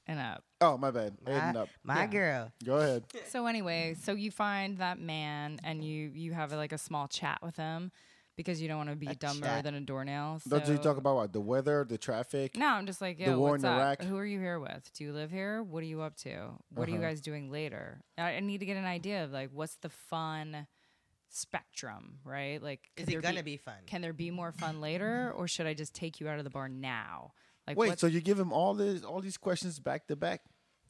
Speaker 4: and up.
Speaker 2: Oh my bad, eight and
Speaker 3: My,
Speaker 2: up.
Speaker 3: my
Speaker 4: Yeah.
Speaker 3: girl.
Speaker 2: Go ahead.
Speaker 4: So anyway, so you find that man and you you have like a small chat with him because you don't want to be dumber
Speaker 3: chat.
Speaker 4: than a doornail. So
Speaker 2: Don't you talk about what the weather, the traffic?
Speaker 4: no, I'm just like,
Speaker 2: the
Speaker 4: yo,
Speaker 2: war
Speaker 4: what's
Speaker 2: in
Speaker 4: up?
Speaker 2: Iraq?
Speaker 4: Who are you here with? Do you live here? What are you up to?
Speaker 2: Uh-huh.
Speaker 4: What are you guys doing later? I, I need to get an idea of like what's the fun spectrum, right? Like,
Speaker 3: Is
Speaker 4: could
Speaker 3: it
Speaker 4: there
Speaker 3: gonna be, fun?
Speaker 4: Can there be more fun later, or should I just take you out of the bar now? Like,
Speaker 2: Wait,
Speaker 4: what's-
Speaker 2: so you give him all this, all these questions back to back?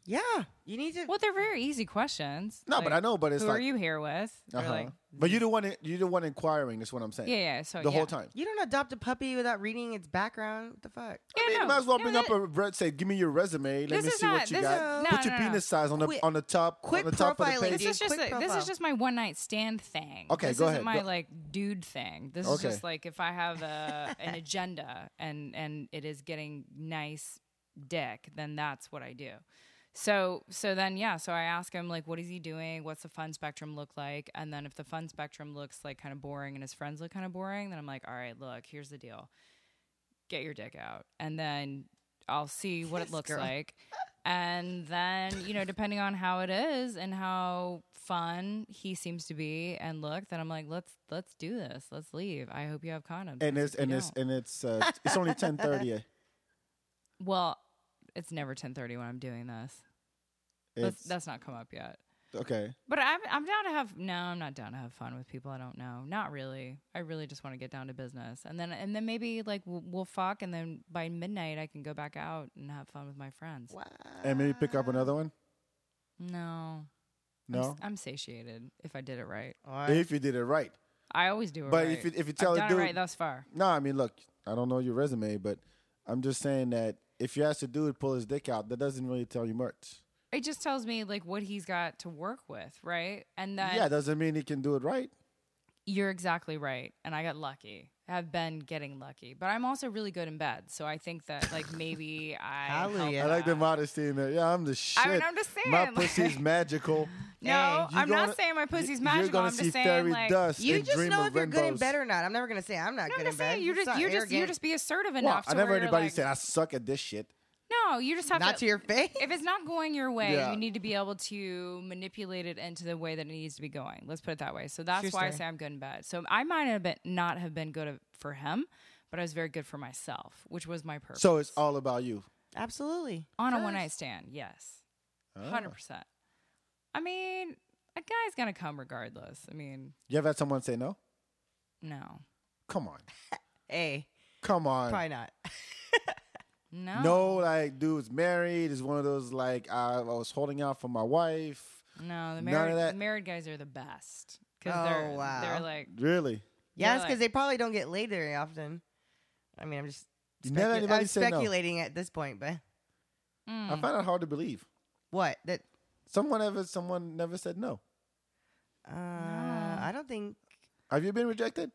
Speaker 3: yeah, you need to.
Speaker 4: well, they're very easy questions.
Speaker 2: No, but
Speaker 4: Like,
Speaker 2: I know, but it's
Speaker 4: Who
Speaker 2: like,
Speaker 4: are you here with? Or,
Speaker 2: uh-huh.
Speaker 4: like,
Speaker 2: but you don't want you don't want inquiring. That's what I'm saying.
Speaker 4: yeah, yeah. So
Speaker 2: the
Speaker 4: yeah.
Speaker 2: whole time.
Speaker 3: You don't adopt a puppy without reading its background. What the fuck?
Speaker 4: Yeah,
Speaker 2: I mean,
Speaker 4: no,
Speaker 2: might as well
Speaker 4: no,
Speaker 2: bring up
Speaker 4: that-
Speaker 2: a bread. Say, give me your resume. Let
Speaker 4: This
Speaker 2: me
Speaker 4: is
Speaker 2: see
Speaker 4: not-
Speaker 2: what you
Speaker 4: this
Speaker 2: got.
Speaker 4: is- no,
Speaker 2: Put your
Speaker 4: no, no.
Speaker 2: penis size on the
Speaker 3: Quit-
Speaker 2: on the top
Speaker 3: quit
Speaker 2: on the top of the
Speaker 3: profiling,
Speaker 2: page.
Speaker 4: This
Speaker 3: Dude,
Speaker 4: is just
Speaker 3: quick
Speaker 4: a, this
Speaker 3: profile.
Speaker 4: is just my one night stand thing.
Speaker 2: Okay,
Speaker 4: this
Speaker 2: go
Speaker 4: isn't
Speaker 2: ahead,
Speaker 4: my
Speaker 2: go-
Speaker 4: like dude thing. This is
Speaker 2: Okay.
Speaker 4: just like if I have a, an agenda and and it is getting nice dick, then that's what I do. So so then yeah, so I ask him like what is he doing? What's the fun spectrum look like? And then if the fun spectrum looks like kind of boring and his friends look kind of boring, then I'm like, all right, look, here's the deal. Get your dick out. And then I'll see what it
Speaker 3: This
Speaker 4: looks
Speaker 3: girl.
Speaker 4: like. And then, you know, depending on how it is and how fun he seems to be and look, then I'm like, let's let's do this. Let's leave. I hope you have condoms.
Speaker 2: and it's
Speaker 4: If you
Speaker 2: and it's
Speaker 4: don't-
Speaker 2: and it's uh, it's only ten thirty.
Speaker 4: well, it's never 10:30 when I'm doing this. That's, that's not come up yet.
Speaker 2: Okay.
Speaker 4: But I'm I'm down to have no, I'm not down to have fun with people I don't know. Not really. I really just want to get down to business, and then and then maybe like we'll, we'll fuck, and then by midnight I can go back out and have fun with my friends.
Speaker 3: Wow.
Speaker 2: And maybe pick up another one.
Speaker 4: No, I'm,
Speaker 2: No.
Speaker 4: s- I'm satiated if I did it right.
Speaker 2: If you did it right.
Speaker 4: I always do it.
Speaker 2: But
Speaker 4: right.
Speaker 2: if you- if you tell
Speaker 4: I've
Speaker 2: a
Speaker 4: done it right
Speaker 2: dude-
Speaker 4: thus far,
Speaker 2: No, I mean, look, I don't know your resume, but I'm just saying that if you ask a dude to pull his dick out, that doesn't really tell you much.
Speaker 4: it just tells me like what he's got to work with, right? And then
Speaker 2: yeah, doesn't mean he can do it right.
Speaker 4: You're exactly right. And I got lucky. I've been getting lucky. But I'm also really good in bed. So I think that like maybe I help
Speaker 3: Hallelujah.
Speaker 2: I like the
Speaker 4: that.
Speaker 2: modesty in there. Yeah, I'm the shit.
Speaker 4: I mean, I'm just saying.
Speaker 2: My
Speaker 4: like-
Speaker 2: pussy's magical.
Speaker 4: No,
Speaker 2: Hey.
Speaker 4: I'm
Speaker 2: You
Speaker 4: not
Speaker 2: gonna-
Speaker 4: saying my pussy's
Speaker 2: you're
Speaker 4: magical.
Speaker 2: gonna
Speaker 4: I'm
Speaker 2: see
Speaker 4: just saying
Speaker 2: fairy
Speaker 4: like
Speaker 2: dust
Speaker 3: You
Speaker 2: and
Speaker 3: just
Speaker 2: dream
Speaker 3: know
Speaker 2: of
Speaker 3: if you're good and
Speaker 2: rainbows.
Speaker 3: bad or not. I'm never gonna say I'm not
Speaker 4: No, I'm
Speaker 3: good
Speaker 4: just
Speaker 3: and bad.
Speaker 4: saying you
Speaker 3: It's
Speaker 4: just
Speaker 3: not
Speaker 4: you just you
Speaker 3: arrogant.
Speaker 4: just be assertive
Speaker 2: Well,
Speaker 4: enough.
Speaker 2: I
Speaker 4: to
Speaker 2: never
Speaker 4: where
Speaker 2: heard
Speaker 4: you're
Speaker 2: anybody
Speaker 4: like,
Speaker 2: say I suck at this shit.
Speaker 4: No, you just have
Speaker 3: not to your face.
Speaker 4: If it's not going your way,
Speaker 2: Yeah.
Speaker 4: you need to be able to manipulate it into the way that it needs to be going. Let's put it that way. So that's
Speaker 3: True
Speaker 4: why I
Speaker 3: story.
Speaker 4: say I'm good in bed. So I might have been, not have been good at- for him, but I was very good for myself, which was my purpose.
Speaker 2: So it's all about you.
Speaker 3: Absolutely.
Speaker 4: on a one night stand, yes, hundred
Speaker 2: Ah.
Speaker 4: percent. I mean, a guy's gonna come regardless. I mean,
Speaker 2: You ever had someone say no?
Speaker 4: no,
Speaker 2: Come on,
Speaker 3: A.
Speaker 2: come on.
Speaker 3: Probably not.
Speaker 4: no,
Speaker 2: No, like dude's married. Is one of those like I, I was holding out for my wife.
Speaker 4: no.
Speaker 2: None
Speaker 4: The
Speaker 2: of
Speaker 4: married
Speaker 2: that.
Speaker 4: married guys are the best because
Speaker 3: Oh,
Speaker 4: they're
Speaker 3: wow.
Speaker 4: they're like
Speaker 2: Really?
Speaker 3: Yeah,
Speaker 4: They're
Speaker 3: it's because
Speaker 4: like-
Speaker 3: they probably don't get laid very often. I mean, I'm just
Speaker 2: You never
Speaker 3: specu-
Speaker 2: anybody
Speaker 3: I'm
Speaker 2: say no.
Speaker 3: speculating at this point, but
Speaker 4: mm.
Speaker 2: I find it hard to believe.
Speaker 3: what? That
Speaker 2: Someone ever, someone never said no.
Speaker 3: uh, I don't think.
Speaker 2: Have you been rejected?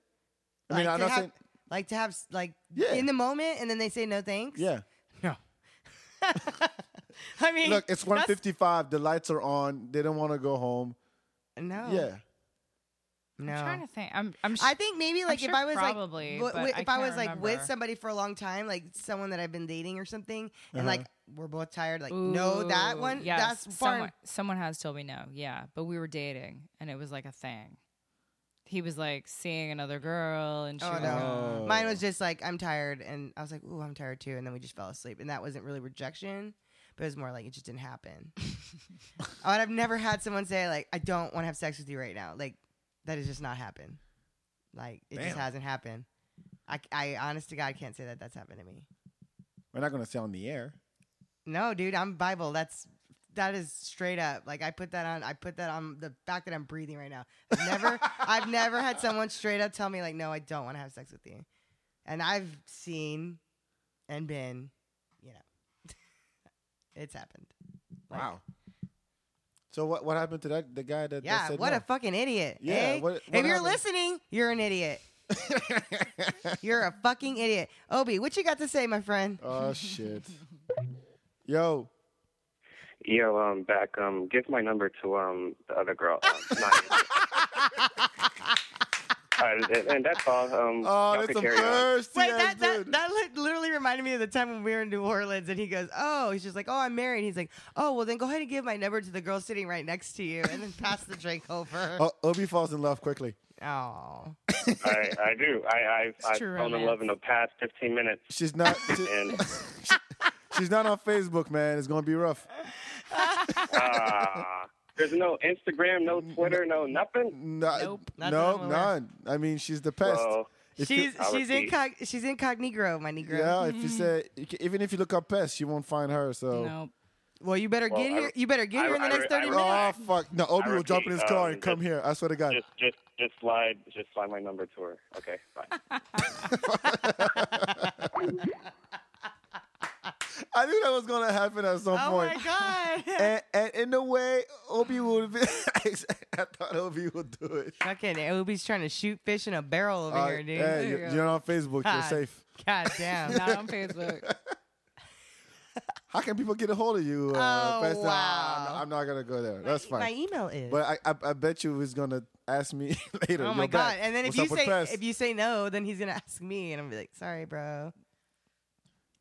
Speaker 2: I mean,
Speaker 3: like,
Speaker 2: I'm
Speaker 3: to
Speaker 2: not
Speaker 3: have,
Speaker 2: saying.
Speaker 3: like to have s- like
Speaker 2: Yeah.
Speaker 3: in the moment, and then they say no thanks.
Speaker 2: Yeah.
Speaker 3: I mean,
Speaker 2: Look, it's
Speaker 3: that's-
Speaker 2: 1:55. The lights are on. They don't want to go home.
Speaker 3: No,
Speaker 2: Yeah.
Speaker 3: no.
Speaker 4: I'm trying to think. I'm I'm sh-
Speaker 3: I think maybe like
Speaker 4: sure
Speaker 3: if I was
Speaker 4: probably,
Speaker 3: like
Speaker 4: but I
Speaker 3: if I
Speaker 4: can't
Speaker 3: was like with
Speaker 4: remember.
Speaker 3: somebody for a long time, like someone that I've been dating or something,
Speaker 2: Uh-huh.
Speaker 3: and like we're both tired, like no, that
Speaker 4: Ooh,
Speaker 3: one,
Speaker 4: yes,
Speaker 3: that's far.
Speaker 4: Someone, someone has told me no. Yeah, but we were dating, and it was like a thing. He was like seeing another girl, and she
Speaker 3: Oh,
Speaker 4: was
Speaker 3: no.
Speaker 4: like,
Speaker 2: Oh.
Speaker 3: Mine was just like I'm tired, and I was like, "Ooh, I'm tired too," and then we just fell asleep, and that wasn't really rejection, but it was more like it just didn't happen. I'd have never had someone say like, "I don't want to have sex with you right now," like that has just not happened. Like it just
Speaker 2: Damn.
Speaker 3: hasn't happened. I, I honest to God can't say that that's happened to me.
Speaker 2: We're not gonna say on the air.
Speaker 3: No, dude, I'm Bible. That's that is straight up. Like I put that on. I put that on the fact that I'm breathing right now. I've never, I've never had someone straight up tell me like, no, I don't want to have sex with you. And I've seen and been, you know, it's happened. Like,
Speaker 2: wow. So what what happened to that the guy that- that
Speaker 3: Yeah,
Speaker 2: said
Speaker 3: what
Speaker 2: no?
Speaker 3: a fucking idiot.
Speaker 2: Yeah,
Speaker 3: eh?
Speaker 2: what-
Speaker 3: if
Speaker 2: what
Speaker 3: you're
Speaker 2: happened?
Speaker 3: listening, you're an idiot. You're a fucking idiot. Obi, what you got to say, my friend?
Speaker 2: oh shit. Yo,
Speaker 6: Yo, um, back, um, give my number to um the other girl. Um, not you. All right, and- and that's all. Um,
Speaker 2: oh,
Speaker 6: y'all
Speaker 2: that's
Speaker 6: could
Speaker 2: a
Speaker 6: carry on.
Speaker 2: first.
Speaker 3: Wait,
Speaker 2: yes,
Speaker 3: that, that,
Speaker 2: dude.
Speaker 3: that lit- literally reminded me of the time when we were in New Orleans and he goes, Oh, he's just like, Oh, I'm married. He's like, Oh, well, then go ahead and give my number to the girl sitting right next to you and then pass the drink over.
Speaker 2: Oh, Obi falls in love quickly.
Speaker 3: Oh.
Speaker 6: I, I do. I I, I've
Speaker 4: true
Speaker 6: fallen in
Speaker 4: romance.
Speaker 6: love in the past 15 minutes,
Speaker 2: She's not. she-
Speaker 6: and
Speaker 2: she's not on Facebook, man. It's gonna be rough.
Speaker 6: ah, there's no Instagram, no Twitter, no nothing.
Speaker 2: No,
Speaker 4: Nope.
Speaker 3: Not that
Speaker 2: no,
Speaker 3: I'm aware.
Speaker 2: none. I mean, she's the pest.
Speaker 6: Well,
Speaker 2: If you-
Speaker 3: She's Mm-hmm.
Speaker 6: I would
Speaker 3: she's
Speaker 6: be-
Speaker 3: incog- she's incognito, my Negro.
Speaker 2: yeah. If you say, you ca- even if you look up pest, you won't find her. So.
Speaker 4: nope.
Speaker 3: Well, you better
Speaker 6: Well,
Speaker 3: get
Speaker 6: I-
Speaker 3: here. You better get
Speaker 6: I-
Speaker 3: here in the
Speaker 6: I-
Speaker 3: next
Speaker 6: I-
Speaker 3: thirty
Speaker 6: I-
Speaker 3: minutes.
Speaker 2: Oh fuck! No, Obi will
Speaker 6: repeat,
Speaker 2: jump in his car
Speaker 6: um,
Speaker 2: and come
Speaker 6: just-
Speaker 2: here. I swear to God.
Speaker 6: Just just just slide just slide my number to her. Okay, bye.
Speaker 2: I knew that was gonna happen at some
Speaker 3: Oh
Speaker 2: point.
Speaker 3: my god!
Speaker 2: And, and in a way, Obi would. Be, I thought Obi would do it.
Speaker 3: Fucking Obi's trying to shoot fish in a barrel over
Speaker 2: Uh,
Speaker 3: here, dude.
Speaker 2: hey,
Speaker 4: you
Speaker 2: you're,
Speaker 4: go.
Speaker 2: you're on Facebook. You're
Speaker 3: God.
Speaker 2: safe.
Speaker 3: God damn.
Speaker 4: Not on Facebook.
Speaker 2: How can people get a hold of you? Uh,
Speaker 3: Oh,
Speaker 2: Fast Now?
Speaker 3: wow.
Speaker 2: I'm, I'm not gonna go there. That's fine.
Speaker 3: My
Speaker 6: e-,
Speaker 3: email is.
Speaker 2: but I, I, I bet you he's gonna ask me later.
Speaker 3: oh my
Speaker 2: Yo,
Speaker 3: god!
Speaker 2: Bat,
Speaker 3: And then if
Speaker 2: what's
Speaker 3: you
Speaker 2: up with
Speaker 3: say
Speaker 2: Pest?
Speaker 3: if you say no, then he's gonna ask me, and I'm gonna be like, sorry, bro.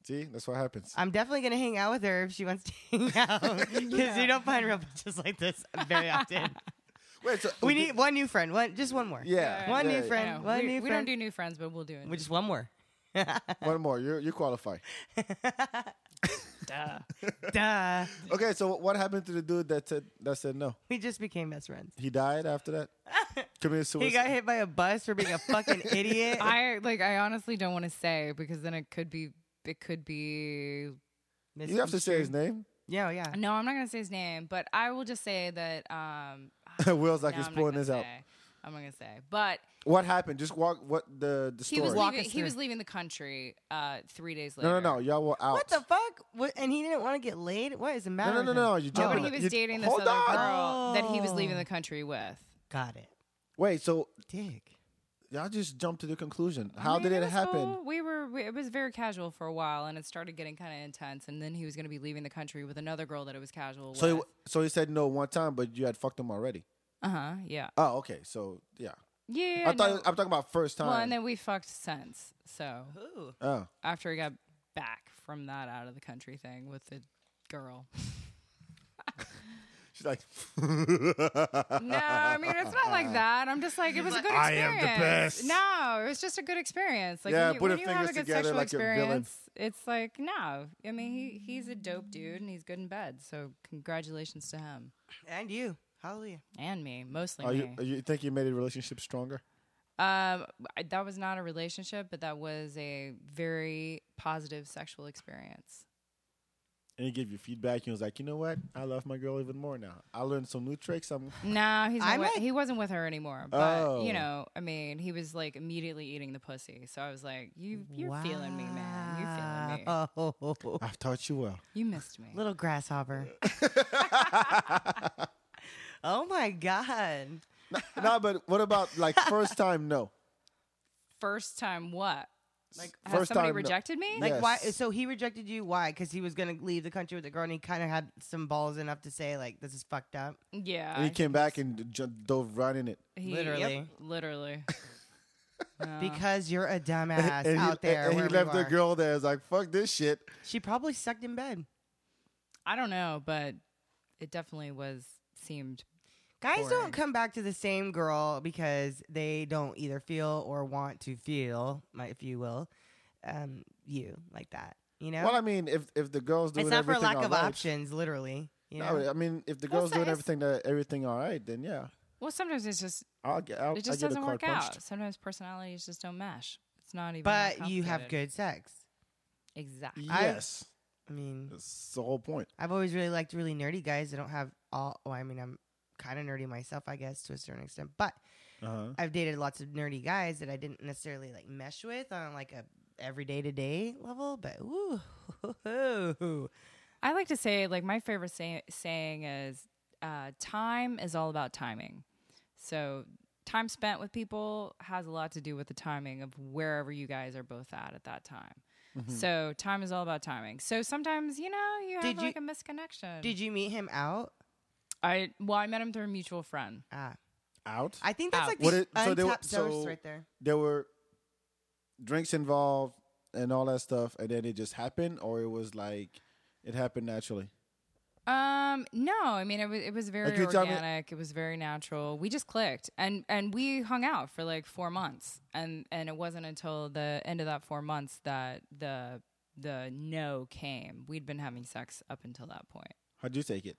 Speaker 2: see, that's what happens.
Speaker 3: I'm definitely gonna hang out with her if she wants to hang out because you don't find real bitches like this very often.
Speaker 2: Wait, so
Speaker 3: we need one new friend, one just one more.
Speaker 2: Yeah,
Speaker 3: one
Speaker 2: yeah.
Speaker 3: new
Speaker 4: I
Speaker 3: friend,
Speaker 4: know.
Speaker 3: one
Speaker 4: we,
Speaker 3: new
Speaker 4: we
Speaker 3: friend.
Speaker 4: don't do new friends, but we'll do it.
Speaker 3: Well, just one more.
Speaker 2: One more. You you qualify.
Speaker 4: Duh.
Speaker 3: Duh.
Speaker 2: Okay, so what happened to the dude that said that said no?
Speaker 3: We just became best friends.
Speaker 2: He died after that. Committed suicide.
Speaker 3: He got hit by a bus for being a fucking idiot.
Speaker 4: I like. I honestly don't want to say because then it could be. It could be.
Speaker 2: You have to say his name.
Speaker 3: Yeah, yeah.
Speaker 4: No, I'm not gonna say his name, but I will just say that. Um,
Speaker 2: Will's like
Speaker 4: no,
Speaker 2: he's
Speaker 4: I'm not
Speaker 2: pulling
Speaker 4: gonna
Speaker 2: this out.
Speaker 4: say. I'm not gonna say, but
Speaker 2: What happened? Just walk. What the the
Speaker 4: he
Speaker 2: story?
Speaker 4: was
Speaker 3: Walk
Speaker 4: leaving,
Speaker 3: us
Speaker 4: he
Speaker 3: through.
Speaker 4: was leaving the country uh, three days later.
Speaker 2: no, no, no. Y'all were out.
Speaker 3: What the fuck? What, and he didn't want to get laid. What is the
Speaker 2: no,
Speaker 3: matter?
Speaker 2: no,
Speaker 3: with
Speaker 2: no,
Speaker 3: him?
Speaker 2: no. You
Speaker 4: No,
Speaker 2: jumping.
Speaker 4: but he
Speaker 2: on-
Speaker 4: was
Speaker 2: you-
Speaker 4: dating this
Speaker 2: hold
Speaker 4: other
Speaker 2: on.
Speaker 4: girl that he was leaving
Speaker 3: Oh.
Speaker 4: the country with.
Speaker 3: Got it.
Speaker 2: Wait. So
Speaker 3: Dick.
Speaker 2: y'all just jumped to the conclusion.
Speaker 4: I
Speaker 2: How
Speaker 4: mean,
Speaker 2: did it
Speaker 4: was
Speaker 2: happen?
Speaker 4: cool. We were we, it was very casual for a while, and it started getting kind of intense. And then he was going to be leaving the country with another girl that it was casual
Speaker 2: So he,
Speaker 4: with.
Speaker 2: so he said no one time, but you had fucked him already.
Speaker 4: Uh huh. Yeah.
Speaker 2: Oh, okay. So yeah,
Speaker 4: Yeah.
Speaker 2: I thought
Speaker 4: no.
Speaker 2: I'm talking about first time.
Speaker 4: well, and then we fucked since. So
Speaker 3: Ooh.
Speaker 2: oh,
Speaker 4: after he got back from that out of the country thing with the girl,
Speaker 2: She's like,
Speaker 4: No, I mean it's not like that. I'm just like it was a good
Speaker 2: I
Speaker 4: experience.
Speaker 2: am the best.
Speaker 4: No, it was just a good experience. Like
Speaker 2: Yeah,
Speaker 4: when you,
Speaker 2: put
Speaker 4: when
Speaker 2: her
Speaker 4: you have a
Speaker 2: fingers
Speaker 4: good
Speaker 2: together
Speaker 4: sexual
Speaker 2: like a villain.
Speaker 4: experience, it's like no. I mean he he's a dope dude and he's good in bed. So congratulations to him
Speaker 3: and you. Hallelujah.
Speaker 4: and me, mostly
Speaker 2: are
Speaker 4: me.
Speaker 2: you, are you think you made a relationship stronger?
Speaker 4: Um, I- that was not a relationship, but that was a very positive sexual experience.
Speaker 2: And he gave you feedback. And he was like, you know what? I love my girl even more now. I learned some new tricks. I'm
Speaker 4: No, he's
Speaker 3: I
Speaker 4: not with,
Speaker 3: might-
Speaker 4: he wasn't with her anymore. But
Speaker 2: Oh.
Speaker 4: you know, I mean, he was like immediately eating the pussy. So I was like, you, you're feeling me, man. You're feeling me.
Speaker 3: Oh,
Speaker 2: I've taught you well.
Speaker 4: you missed me.
Speaker 3: little grasshopper. oh my god.
Speaker 2: no, but what about like first time? No.
Speaker 4: First time, what?
Speaker 3: Like-
Speaker 4: Has
Speaker 2: First
Speaker 4: somebody
Speaker 2: time, no.
Speaker 4: rejected me?
Speaker 3: Like why?
Speaker 2: Yes.
Speaker 3: So he rejected you. Why? Because he was gonna leave the country with a girl, and he kind of had some balls enough to say like, "This is fucked up."
Speaker 4: yeah,
Speaker 2: And he came back and j- dove right in it.
Speaker 4: he-
Speaker 3: Literally.
Speaker 4: yep, literally. Uh, No.
Speaker 3: Because you're a dumbass
Speaker 2: and he,
Speaker 3: out there.
Speaker 2: and he
Speaker 3: wherever you
Speaker 2: left the
Speaker 3: are.
Speaker 2: girl there. It's like, fuck this shit.
Speaker 3: She probably sucked in bed.
Speaker 4: I don't know, but it definitely was seemed
Speaker 3: Guys
Speaker 4: Boring.
Speaker 3: don't come back to the same girl because they don't either feel or want to feel, my- if you will, um, you like that. You know,
Speaker 2: Well, I mean, if if the girl's doing
Speaker 3: it's not for
Speaker 2: everything
Speaker 3: lack
Speaker 2: all
Speaker 3: of
Speaker 2: right-
Speaker 3: options, literally. You know,
Speaker 2: No, I mean, if the
Speaker 4: Well,
Speaker 2: girl's
Speaker 4: so
Speaker 2: doing
Speaker 4: it's-
Speaker 2: everything that everything all right, then yeah,
Speaker 4: well. Sometimes it's just
Speaker 2: I'll get. I'll,
Speaker 4: it just
Speaker 2: I'll Oh, get a
Speaker 4: doesn't
Speaker 2: card
Speaker 4: work
Speaker 2: punched.
Speaker 4: out. Sometimes personalities just don't mesh. It's not even. that
Speaker 3: but you have
Speaker 4: complicated.
Speaker 3: good sex.
Speaker 4: Exactly.
Speaker 3: I-
Speaker 2: Yes,
Speaker 3: I mean,
Speaker 2: that's the whole point.
Speaker 3: I've always really liked really nerdy guys that don't have all. Well, I mean, I'm kind of nerdy myself, I guess, to a certain extent. But
Speaker 2: Uh-huh.
Speaker 3: I've dated lots of nerdy guys that I didn't necessarily like mesh with on like a everyday to day level. But ooh,
Speaker 4: I like to say, like my favorite say- saying is, uh, "Time is all about timing." So time spent with people has a lot to do with the timing of wherever you guys are both at at that time.
Speaker 3: Mm-hmm.
Speaker 4: So time is all about timing. So sometimes you know you have
Speaker 3: Did you-
Speaker 4: like a misconnection.
Speaker 3: did you meet him out?
Speaker 4: I well, I met him through a mutual friend.
Speaker 3: Ah,
Speaker 2: Out.
Speaker 3: I think that's
Speaker 4: Out.
Speaker 3: like
Speaker 2: Ah, What
Speaker 3: the
Speaker 2: it- so they were-
Speaker 3: untapped source
Speaker 2: so-
Speaker 3: right there.
Speaker 2: there were drinks involved and all that stuff, and then it just happened, or it was like it happened naturally.
Speaker 4: Um, no, I mean it was it was very
Speaker 2: Like, you're talking-
Speaker 4: organic. It was very natural. We just clicked, and and we hung out for like four months, and and it wasn't until the end of that four months that the the no came. We'd been having sex up until that point.
Speaker 2: How'd you take it?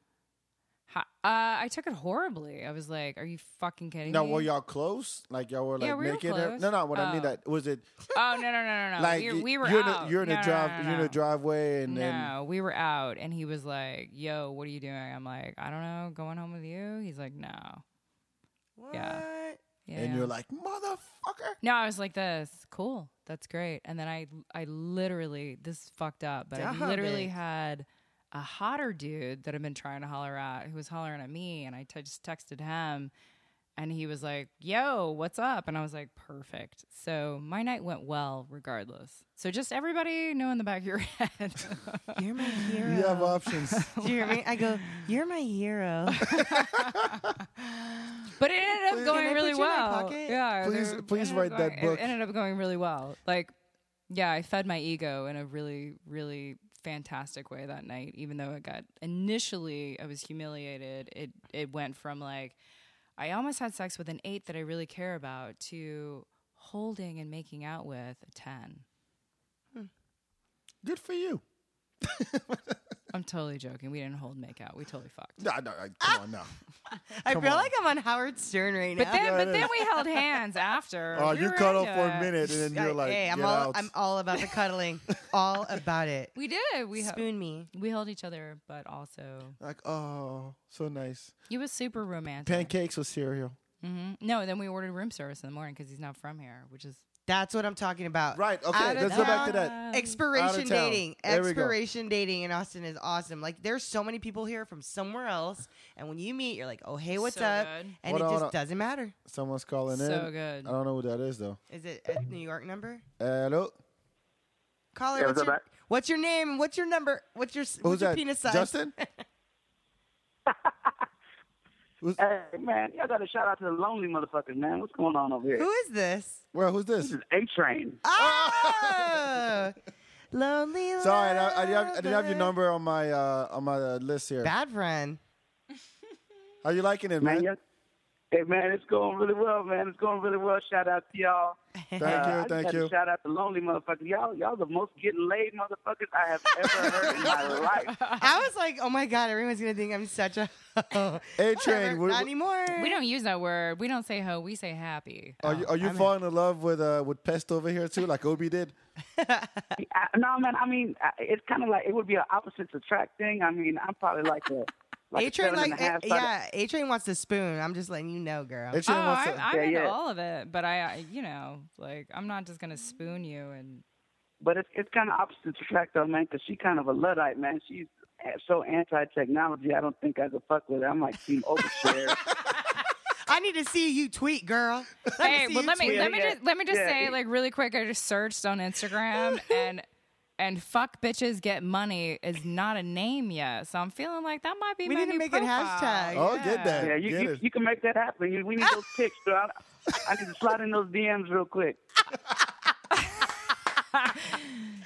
Speaker 4: Ha- uh, I took it horribly. I was like, "Are you fucking kidding
Speaker 2: No,
Speaker 4: me?"
Speaker 2: were y'all close? Like y'all were like
Speaker 4: Yeah, we were
Speaker 2: naked? or-
Speaker 4: close.
Speaker 2: No, no. What I mean
Speaker 4: Oh.
Speaker 2: that was it
Speaker 4: oh no no no no no.
Speaker 2: like
Speaker 4: we,
Speaker 2: y-
Speaker 4: were- we were
Speaker 2: you're in
Speaker 4: out.
Speaker 2: a, you're in
Speaker 4: No,
Speaker 2: a
Speaker 4: no,
Speaker 2: drive
Speaker 4: no, no,
Speaker 2: you're in
Speaker 4: no.
Speaker 2: a driveway and then
Speaker 4: No, we were out, and he was like, "Yo, what are you doing?" I'm like, "I don't know. Going home with you?" He's like, "No."
Speaker 3: What?
Speaker 4: Yeah. Yeah.
Speaker 2: and you're like motherfucker.
Speaker 4: No, I was like this. Cool. That's great. And then I I literally this is fucked up, but
Speaker 3: Stop
Speaker 4: I literally
Speaker 3: it.
Speaker 4: had a hotter dude that I've been trying to holler at who was hollering at me and I t- just texted him and he was like, "Yo, what's up?" And I was like, "Perfect." So, my night went well regardless. So, just everybody know in the back of your head.
Speaker 3: You're my hero.
Speaker 2: You have options.
Speaker 3: Do you hear me? I go, you're my hero.
Speaker 4: But it ended up
Speaker 3: Can I
Speaker 4: going
Speaker 3: put
Speaker 4: really
Speaker 3: you in my
Speaker 4: well.
Speaker 3: pocket?
Speaker 4: Yeah.
Speaker 2: Please-
Speaker 4: they were-
Speaker 2: please
Speaker 4: ended up
Speaker 2: write that
Speaker 4: going-
Speaker 2: book.
Speaker 4: It ended up going really well. Like, yeah, I fed my ego in a really, really fantastic way that night. Even though it got initially, I was humiliated. It it went from like, I almost had sex with an eight that I really care about to holding and making out with a ten.
Speaker 2: Good for you.
Speaker 4: I'm totally joking. We didn't hold make out. We totally fucked.
Speaker 2: No, no, no, come on now.
Speaker 3: I
Speaker 2: Come
Speaker 3: feel
Speaker 2: on.
Speaker 3: like I'm on Howard Stern right
Speaker 4: But
Speaker 3: now.
Speaker 4: then, but then we held hands after.
Speaker 2: Oh,
Speaker 4: We
Speaker 2: you
Speaker 4: were
Speaker 2: cut off
Speaker 4: into
Speaker 2: for a
Speaker 4: it.
Speaker 2: minute and then
Speaker 3: I-
Speaker 2: you're like,
Speaker 3: hey, I'm
Speaker 2: get
Speaker 3: all
Speaker 2: out.
Speaker 3: I'm all about the cuddling, all about it.
Speaker 4: We did. We held.
Speaker 3: Spoon me.
Speaker 4: We held each other, but also
Speaker 2: like, oh, so nice.
Speaker 4: he was super romantic.
Speaker 2: Pancakes with cereal.
Speaker 4: hmm No, then we ordered room service in the morning because he's not from here, which is
Speaker 3: That's what I'm talking about.
Speaker 2: Right. Okay.
Speaker 3: Out of
Speaker 2: Let's go back
Speaker 3: town.
Speaker 2: to that. Out
Speaker 3: Expiration
Speaker 2: of town.
Speaker 3: dating.
Speaker 2: There we go.
Speaker 3: Expiration dating in Austin is awesome. Like there's so many people here from somewhere else, and when you meet, you're like, oh hey, what's
Speaker 4: So
Speaker 3: up?
Speaker 4: good.
Speaker 3: And
Speaker 2: Hold
Speaker 3: it
Speaker 2: on, hold
Speaker 3: just
Speaker 2: on.
Speaker 3: doesn't matter.
Speaker 2: Someone's calling in.
Speaker 4: so good.
Speaker 2: I don't know who that is though.
Speaker 3: Is it a New York number?
Speaker 2: Hello.
Speaker 3: Caller, what's,
Speaker 8: Yeah, what's up,
Speaker 3: your,
Speaker 8: Matt?
Speaker 3: what's your name? and What's your number? What's your
Speaker 2: Who's
Speaker 3: what's your
Speaker 2: that?
Speaker 3: penis size?
Speaker 2: Justin? Who's,
Speaker 5: Hey, man, y'all got to shout out to the lonely motherfuckers, man. What's going on over here?
Speaker 3: Who is this?
Speaker 2: well, who's this?
Speaker 5: This is A Train.
Speaker 3: Oh, lonely.
Speaker 2: Sorry, I, I, didn't have, I didn't have your
Speaker 3: lover.
Speaker 2: number on my uh, on my uh, list here.
Speaker 3: Bad friend.
Speaker 2: How you liking it, man?
Speaker 8: yes- Hey man, it's going really well, man. It's going really well. Shout out to y'all.
Speaker 2: Thank
Speaker 8: Uh, I
Speaker 2: you,
Speaker 8: just
Speaker 2: thank
Speaker 8: had to
Speaker 2: you.
Speaker 8: Shout out to lonely motherfuckers. Y'all, y'all the most getting laid motherfuckers I have ever heard in my life.
Speaker 3: I was like, oh my god, everyone's gonna think I'm such a. Whatever,
Speaker 2: Hey, Train, we-
Speaker 3: not anymore.
Speaker 4: We don't use that word. We don't say hoe. We say happy.
Speaker 3: Oh,
Speaker 2: are you, are you
Speaker 3: I'm
Speaker 2: falling in love with uh, with Pest over here too, like Obi did?
Speaker 8: I, no man, I mean I- it's kind of like it would be an opposites attract thing. I mean I'm probably like a like
Speaker 3: A
Speaker 8: a
Speaker 3: train
Speaker 8: seven and
Speaker 3: like
Speaker 8: a half.
Speaker 3: A- yeah, A train wants the spoon. I'm just letting you know, girl.
Speaker 2: Hey, Train
Speaker 4: Oh,
Speaker 2: wants
Speaker 4: I'm,
Speaker 2: to-
Speaker 4: I'm
Speaker 8: Yeah,
Speaker 4: into
Speaker 8: yeah.
Speaker 4: all of it, but I, I- you know, like I'm not just gonna spoon you and
Speaker 8: But it's it's kind of opposite attract though, man, 'cause she kind of a luddite, man. She's so anti-technology. I don't think I could fuck with her. I'm like team overshare.
Speaker 3: I need to see you tweet, girl. Let me
Speaker 4: hey,
Speaker 3: see
Speaker 4: well,
Speaker 3: you
Speaker 4: let me
Speaker 3: tweet.
Speaker 4: let me
Speaker 8: Yeah,
Speaker 4: just let me just
Speaker 8: yeah.
Speaker 4: say like really quick. I just searched on Instagram and and fuck bitches get money is not a name yet, so I'm feeling like that might be
Speaker 3: We
Speaker 4: my
Speaker 3: need to
Speaker 4: new
Speaker 3: make it
Speaker 4: profile.
Speaker 3: hashtag.
Speaker 2: Oh, get that.
Speaker 8: Yeah, you,
Speaker 2: Get
Speaker 8: you,
Speaker 2: it.
Speaker 8: you can make that happen. You- We need those pics, bro. I, I need to slide in those DMs real quick.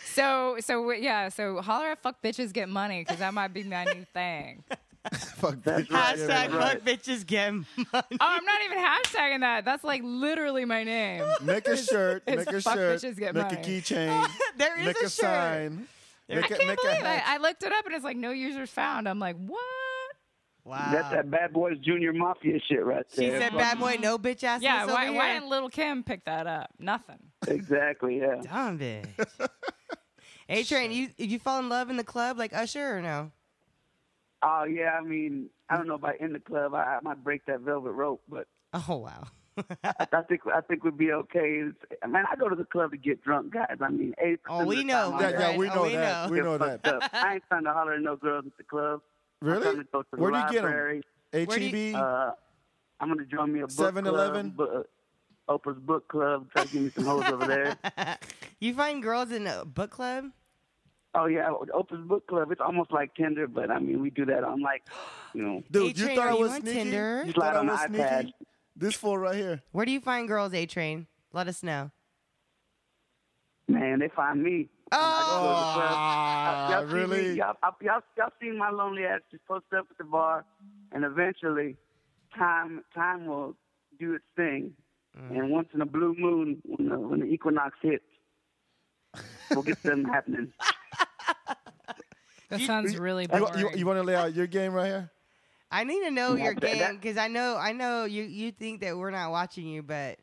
Speaker 4: So so w- yeah, so holler at fuck bitches get money because that might be my new thing. Oh,
Speaker 2: Fuck bitch.
Speaker 3: Hashtag fuck bitches get money.
Speaker 4: Oh, I'm not even hashtagging that. That's like literally my name.
Speaker 2: Make a shirt.
Speaker 4: it's
Speaker 2: Make a
Speaker 4: fuck
Speaker 2: shirt.
Speaker 4: bitches get
Speaker 2: Make a
Speaker 4: money.
Speaker 2: keychain.
Speaker 3: There is
Speaker 2: make
Speaker 3: a
Speaker 2: a,
Speaker 3: shirt.
Speaker 2: sign. Make
Speaker 4: I can't
Speaker 2: make
Speaker 4: believe I,
Speaker 2: hat.
Speaker 4: I looked it up and it's like no users found. I'm like, what?
Speaker 3: Wow.
Speaker 8: That's that bad boys junior mafia shit right
Speaker 3: she
Speaker 8: there.
Speaker 3: said, "Bad boy, no bitch ass."
Speaker 4: Yeah, why,
Speaker 3: over
Speaker 4: why
Speaker 3: here."
Speaker 4: didn't little Kim pick that up? Nothing.
Speaker 8: exactly. Yeah.
Speaker 3: Dumb bitch. hey Train, you you fall in love in the club like Usher or no?
Speaker 8: Oh yeah. I mean, I don't know about in the club. I, I might break that velvet rope, but
Speaker 3: Oh wow.
Speaker 8: I, I think I think we'd be okay. It's, man, I go to the club to get drunk, guys. I mean, eighty
Speaker 3: Oh, we know.
Speaker 2: Yeah, yeah,
Speaker 3: Right.
Speaker 2: we
Speaker 3: Oh,
Speaker 2: know
Speaker 3: we
Speaker 2: that.
Speaker 3: know.
Speaker 2: We know that.
Speaker 8: I ain't trying to holler at no girls at the club. I'm trying
Speaker 2: Really?
Speaker 8: to go to the
Speaker 2: Where do you get 'em?
Speaker 8: library.
Speaker 3: Where do you-
Speaker 2: HEB.
Speaker 8: Uh, I'm gonna join me a book
Speaker 2: 7-Eleven?
Speaker 8: club, bu- uh, Oprah's book club. Try to give me some hoes over there.
Speaker 3: You find girls in a book club?
Speaker 8: Oh yeah, Oprah's book club. It's almost like Tinder, but I mean we do that on like, you know,
Speaker 2: Dude, you
Speaker 3: A-Train,
Speaker 2: thought
Speaker 3: are
Speaker 2: I
Speaker 3: you
Speaker 2: was
Speaker 3: on
Speaker 2: sneaky?
Speaker 3: Tinder?
Speaker 2: You
Speaker 8: Slide
Speaker 2: thought I
Speaker 8: on the
Speaker 2: was
Speaker 8: iPad.
Speaker 2: sneaky? This fool right here.
Speaker 3: Where do you find girls, A Train? Let us know.
Speaker 8: man, they find me.
Speaker 2: Ah,
Speaker 8: y'all, see me-
Speaker 2: really?
Speaker 8: y'all, y'all, y'all, y'all seen my lonely ass just post up at the bar, and eventually, time time will do its thing.
Speaker 3: Mm.
Speaker 8: And once in a blue moon, when the, when the equinox hits, we'll get them happening.
Speaker 4: That sounds really
Speaker 2: You,
Speaker 4: boring.
Speaker 2: you, want to lay out your game right here?
Speaker 3: I need to know your
Speaker 8: that- that-
Speaker 3: game because I know I know you you think that we're not watching you, but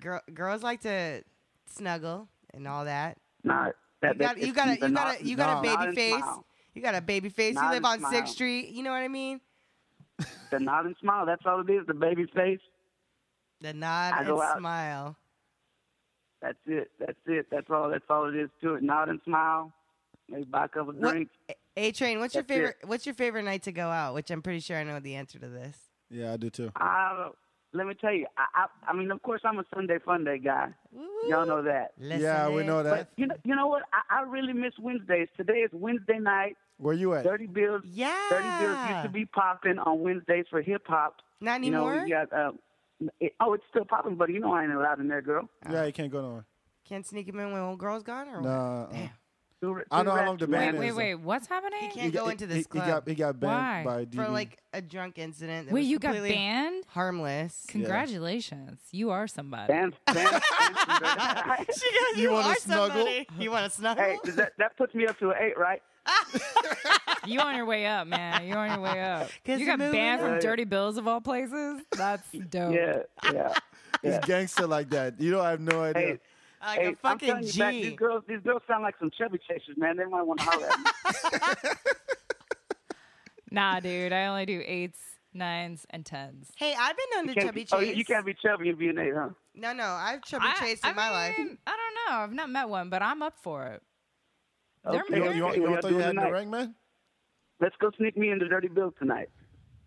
Speaker 3: girl, girls like to snuggle and all that.
Speaker 8: Nah, that,
Speaker 3: You got
Speaker 8: that,
Speaker 3: you got a you got a you got a
Speaker 2: Nah.
Speaker 3: baby face.
Speaker 8: Smile.
Speaker 3: You got a baby face. You
Speaker 8: Nod
Speaker 3: live
Speaker 8: and
Speaker 3: on
Speaker 8: smile.
Speaker 3: Sixth Street. You know what I mean?
Speaker 8: The nod and smile. That's all it is. The baby face.
Speaker 3: The nod
Speaker 8: I
Speaker 3: and
Speaker 8: go out.
Speaker 3: smile.
Speaker 8: That's it. That's it. That's all. That's all it is to it. Nod and smile. Maybe buy a couple
Speaker 3: What-
Speaker 8: drinks.
Speaker 3: A Train, what's your
Speaker 8: That's it.
Speaker 3: favorite? What's your favorite night to go out? Which I'm pretty sure I know the answer to this.
Speaker 2: Yeah, I do too.
Speaker 8: I don't- let me tell you. I, I I mean, of course, I'm a Sunday fun day guy. Y'all know that.
Speaker 3: Listen
Speaker 2: yeah, we
Speaker 3: in.
Speaker 2: know that.
Speaker 8: But you know, you know what? I, I really miss Wednesdays. Today is Wednesday night.
Speaker 2: Where you at?
Speaker 8: Dirty Bills.
Speaker 3: Yeah.
Speaker 8: Dirty Bills used to be popping on Wednesdays for hip hop.
Speaker 3: Not
Speaker 8: You know,
Speaker 3: anymore.
Speaker 8: we got. Uh, it, oh, it's still popping, but you know I ain't allowed in there, girl.
Speaker 2: Yeah, you can't go nowhere.
Speaker 3: Can't sneak him in when old girl's gone, or what?
Speaker 2: Nah. uh-uh.
Speaker 3: Damn.
Speaker 8: Two-
Speaker 2: I
Speaker 8: two
Speaker 2: know how
Speaker 8: rats
Speaker 2: long the
Speaker 8: in
Speaker 2: band
Speaker 4: wait,
Speaker 8: there.
Speaker 4: wait,
Speaker 2: is-
Speaker 4: wait. What's happening?
Speaker 3: He can't go
Speaker 2: got-
Speaker 3: into
Speaker 2: he,
Speaker 3: this
Speaker 2: he
Speaker 3: club
Speaker 2: got he got banned
Speaker 4: Why?
Speaker 2: by DB.
Speaker 3: for like a drunk incident. that
Speaker 4: Wait,
Speaker 3: was
Speaker 4: you got
Speaker 3: completely
Speaker 4: banned?
Speaker 3: Harmless.
Speaker 4: Congratulations. You are somebody.
Speaker 8: Dance, dance, dance.
Speaker 3: She goes,
Speaker 2: You wanna
Speaker 3: are
Speaker 2: snuggle?
Speaker 3: somebody. You want to snuggle?
Speaker 8: hey, does that that puts me up to an eight, right?
Speaker 4: You on your way up, man. You're on your way up.
Speaker 3: 'Cause
Speaker 4: You
Speaker 3: you're
Speaker 4: got
Speaker 3: moving
Speaker 4: banned
Speaker 8: up.
Speaker 4: from Dirty Bills of all places. That's dope.
Speaker 8: Yeah, yeah.
Speaker 2: He's gangster like that. You don't have no idea.
Speaker 8: Hey,
Speaker 3: like
Speaker 8: hey,
Speaker 3: a
Speaker 8: I'm
Speaker 3: fucking
Speaker 8: telling you,
Speaker 3: G.
Speaker 8: back, these girls, these girls sound like some chubby chasers, man. They might want to holler at me.
Speaker 4: Nah, dude. I only do eights, nines, and tens.
Speaker 3: hey, I've been on the
Speaker 8: You can't
Speaker 3: chubby
Speaker 8: be-
Speaker 3: chase.
Speaker 8: oh, you can't be chubby and be an eight, huh?
Speaker 3: No, no, I've chubby
Speaker 4: I-
Speaker 3: chased
Speaker 4: I
Speaker 3: in my life.
Speaker 4: mean, I don't know. I've not met one, but I'm up for it. They're-
Speaker 8: Okay,
Speaker 2: you
Speaker 4: they're-
Speaker 2: don't, you don't, you
Speaker 8: what
Speaker 2: don't
Speaker 8: y'all
Speaker 2: thought you
Speaker 8: doing
Speaker 2: had no
Speaker 8: tonight?
Speaker 2: ring, man?
Speaker 8: Let's go sneak me into Dirty Bill tonight.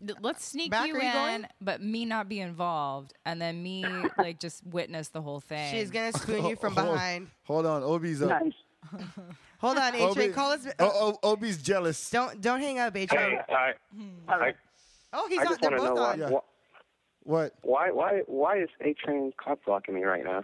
Speaker 4: Th- Let's sneak
Speaker 3: Back,
Speaker 4: you
Speaker 3: are you
Speaker 4: in,
Speaker 3: going?
Speaker 4: but me not be involved, and then me like just witness the whole thing.
Speaker 3: She's gonna spoon
Speaker 6: Oh,
Speaker 3: you from
Speaker 2: Hold-
Speaker 3: behind.
Speaker 2: Hold on, Obi's up.
Speaker 8: Nice.
Speaker 3: Hold on,
Speaker 2: Obi-
Speaker 3: A-Train, call us.
Speaker 2: Oh, oh, Obi's jealous.
Speaker 3: Don't don't hang up, A-Train.
Speaker 6: Hey, I,
Speaker 8: All
Speaker 6: I,
Speaker 8: right.
Speaker 3: Oh, he's
Speaker 6: I
Speaker 3: on.
Speaker 6: just
Speaker 3: They're
Speaker 6: want to know
Speaker 3: both
Speaker 6: why,
Speaker 3: on.
Speaker 2: Yeah.
Speaker 6: why,
Speaker 2: What?
Speaker 6: why, why, why is A Train cock blocking me right now?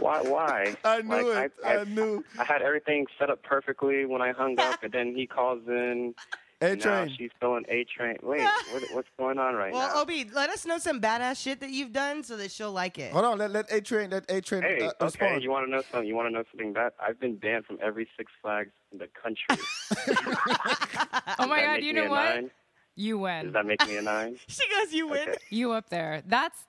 Speaker 6: why, why?
Speaker 2: I knew
Speaker 6: Like,
Speaker 2: it. I, knew.
Speaker 6: I had everything set up perfectly when I hung up, and then he calls in,
Speaker 10: A
Speaker 6: Now
Speaker 10: train.
Speaker 6: she's throwing A Train. Wait, what, what's going on right
Speaker 3: Well,
Speaker 6: now?
Speaker 3: Obi, let us know some badass shit that you've done so that she'll like it.
Speaker 10: Hold on, let let A train let A train
Speaker 6: Hey,
Speaker 10: uh,
Speaker 6: okay.
Speaker 10: respond.
Speaker 6: You want to know something? You want to know something bad? I've been banned from every Six Flags in the country.
Speaker 4: Oh my
Speaker 6: Does that
Speaker 4: god,
Speaker 6: make
Speaker 4: you
Speaker 6: me
Speaker 4: know
Speaker 6: a
Speaker 4: what?
Speaker 6: nine?
Speaker 4: You
Speaker 6: Does
Speaker 4: win.
Speaker 6: that make me a nine?
Speaker 3: She goes, "You win."
Speaker 6: Okay.
Speaker 4: You up there. That's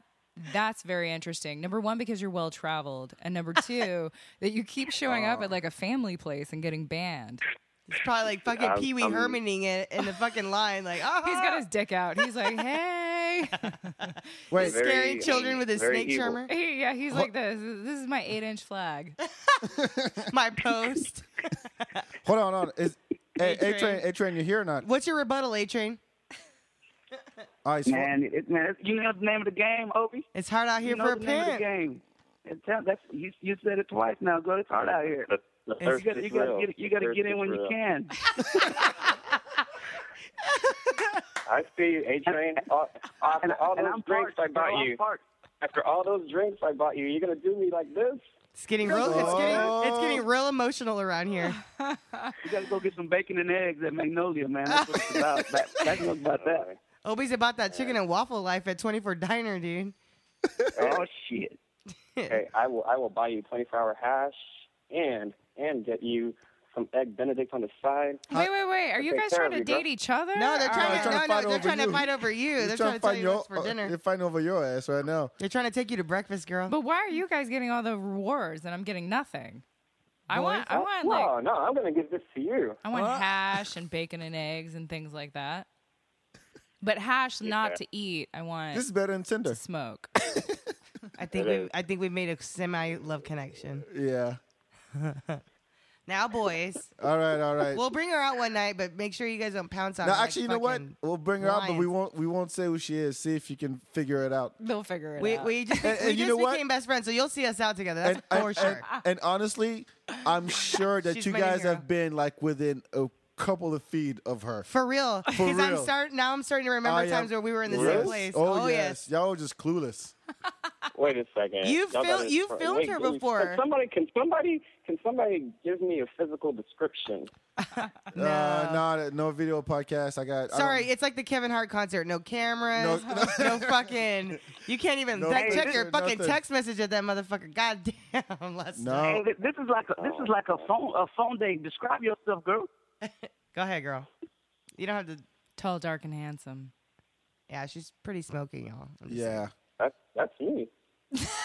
Speaker 4: that's very interesting. Number one, because you're well traveled, and number two, that you keep showing up at like a family place and getting banned.
Speaker 3: It's probably like fucking
Speaker 6: I'm-
Speaker 3: Pee Wee
Speaker 6: I'm-
Speaker 3: Hermaning it in the fucking line, like, oh,
Speaker 4: He's got his dick out. He's like, hey,
Speaker 10: Wait,
Speaker 6: Very,
Speaker 3: scaring children
Speaker 6: um,
Speaker 3: with a
Speaker 6: very
Speaker 3: snake
Speaker 6: evil.
Speaker 3: charmer.
Speaker 4: He- yeah. He's like this. This is my eight inch flag.
Speaker 3: My post.
Speaker 10: hold on, hold on. Is A
Speaker 3: A-Train.
Speaker 10: train A train you here or not?
Speaker 3: What's your rebuttal, A Train?
Speaker 10: All right, so-
Speaker 8: Man, it, man, it's- you know the name of the game, Obi.
Speaker 3: It's hard out here
Speaker 8: you know
Speaker 3: for a
Speaker 8: the name of the
Speaker 3: pimp.
Speaker 8: game. It's- that's, you, you said it twice now. Go to hard out here.
Speaker 6: The, the
Speaker 3: You
Speaker 6: thirst
Speaker 8: You gotta,
Speaker 6: is
Speaker 8: you gotta
Speaker 6: real.
Speaker 8: get, you
Speaker 6: The
Speaker 8: gotta
Speaker 6: thirst
Speaker 8: get in
Speaker 6: is
Speaker 8: when you
Speaker 6: real.
Speaker 8: can.
Speaker 6: I see you, A Train. All,
Speaker 8: And,
Speaker 6: after all
Speaker 8: and
Speaker 6: those
Speaker 8: I'm
Speaker 6: drinks
Speaker 8: parked.
Speaker 6: I bought
Speaker 8: bro,
Speaker 6: you.
Speaker 8: I'm parked.
Speaker 6: After all those drinks I bought you, you're gonna do me like this?
Speaker 3: It's getting real. It's
Speaker 10: Oh.
Speaker 3: getting. It's getting real emotional around here.
Speaker 8: You gotta go get some bacon and eggs at Magnolia, man. That's what it's about. That, that's what's about that.
Speaker 3: Obi's about that chicken and waffle life at 24 Diner, dude.
Speaker 8: Oh shit.
Speaker 6: Okay, I will. I will buy you 24-hour hash and and get you some egg Benedict on the side.
Speaker 4: Wait, wait, wait. Are you
Speaker 6: Okay,
Speaker 4: guys trying to
Speaker 6: sorry, bro.
Speaker 4: date each other? Oh.
Speaker 3: No, they're
Speaker 4: Or-
Speaker 3: trying
Speaker 10: they're
Speaker 3: to.
Speaker 10: trying to
Speaker 3: no,
Speaker 10: fight
Speaker 3: no, they're
Speaker 10: over
Speaker 3: trying to
Speaker 10: you.
Speaker 3: fight over you.
Speaker 10: They're
Speaker 3: They're trying to tell
Speaker 10: find
Speaker 3: you
Speaker 10: your-
Speaker 3: what's for
Speaker 10: uh,
Speaker 3: dinner.
Speaker 10: They're fighting over your ass right now.
Speaker 3: They're trying to take you to breakfast, girl.
Speaker 4: But why are you guys getting all the rewards and I'm getting nothing? I want, I want,
Speaker 6: no,
Speaker 4: like,
Speaker 6: no, I'm gonna give this to you.
Speaker 4: I want hash and bacon and eggs and things like that. But hash not to eat. I want
Speaker 10: This is better than Tinder.
Speaker 4: to smoke.
Speaker 3: I think
Speaker 6: It
Speaker 3: we.
Speaker 6: is.
Speaker 3: I think we've made a semi love connection.
Speaker 10: Yeah.
Speaker 3: Now, boys,
Speaker 10: All right, all right.
Speaker 3: we'll bring her out one night, but make sure you guys don't pounce on
Speaker 10: now,
Speaker 3: her. like
Speaker 10: actually, you know what?
Speaker 3: fucking-
Speaker 10: We'll bring her out, but we
Speaker 3: lions.
Speaker 10: won't. We won't say who she is. See if you can figure it out.
Speaker 4: They'll figure it
Speaker 3: We,
Speaker 4: out.
Speaker 3: we just,
Speaker 10: And-
Speaker 3: we
Speaker 10: and you
Speaker 3: just
Speaker 10: know what?
Speaker 3: became best friends, so you'll see us out together. That's
Speaker 10: and,
Speaker 3: for
Speaker 10: and-
Speaker 3: sure.
Speaker 10: and- and honestly, I'm sure that
Speaker 3: She's
Speaker 10: you
Speaker 3: my
Speaker 10: guys
Speaker 3: hero.
Speaker 10: have been like within a couple of feet of her.
Speaker 3: for real. Because I'm
Speaker 10: real.
Speaker 3: start now I'm starting to remember
Speaker 10: I am-
Speaker 3: times where we were in the
Speaker 10: Yes.
Speaker 3: same place.
Speaker 10: Oh, yes. y'all are just clueless.
Speaker 6: Wait a second.
Speaker 3: You've
Speaker 6: Y'all
Speaker 3: fil-
Speaker 6: gotta-
Speaker 3: you've filmed
Speaker 6: wait,
Speaker 3: her
Speaker 6: can-
Speaker 3: before.
Speaker 6: Can somebody can somebody can somebody give me a physical description?
Speaker 10: No, uh, nah, no video podcast. I got I don't-
Speaker 3: Sorry, it's like the Kevin Hart concert. No cameras, no,
Speaker 10: No-
Speaker 3: fucking. You can't even
Speaker 10: No
Speaker 3: te- check
Speaker 10: picture,
Speaker 3: your fucking
Speaker 10: nothing.
Speaker 3: text message at that motherfucker. God damn, Lester.
Speaker 8: Hey,
Speaker 10: No,
Speaker 8: thi- this is like a, this is like a phone a phone date. Describe yourself, girl.
Speaker 3: Go ahead, girl. You don't have to.
Speaker 4: Tall, dark, and handsome.
Speaker 3: Yeah, she's pretty smoky, y'all. I'm just-
Speaker 10: yeah.
Speaker 6: That's that's me.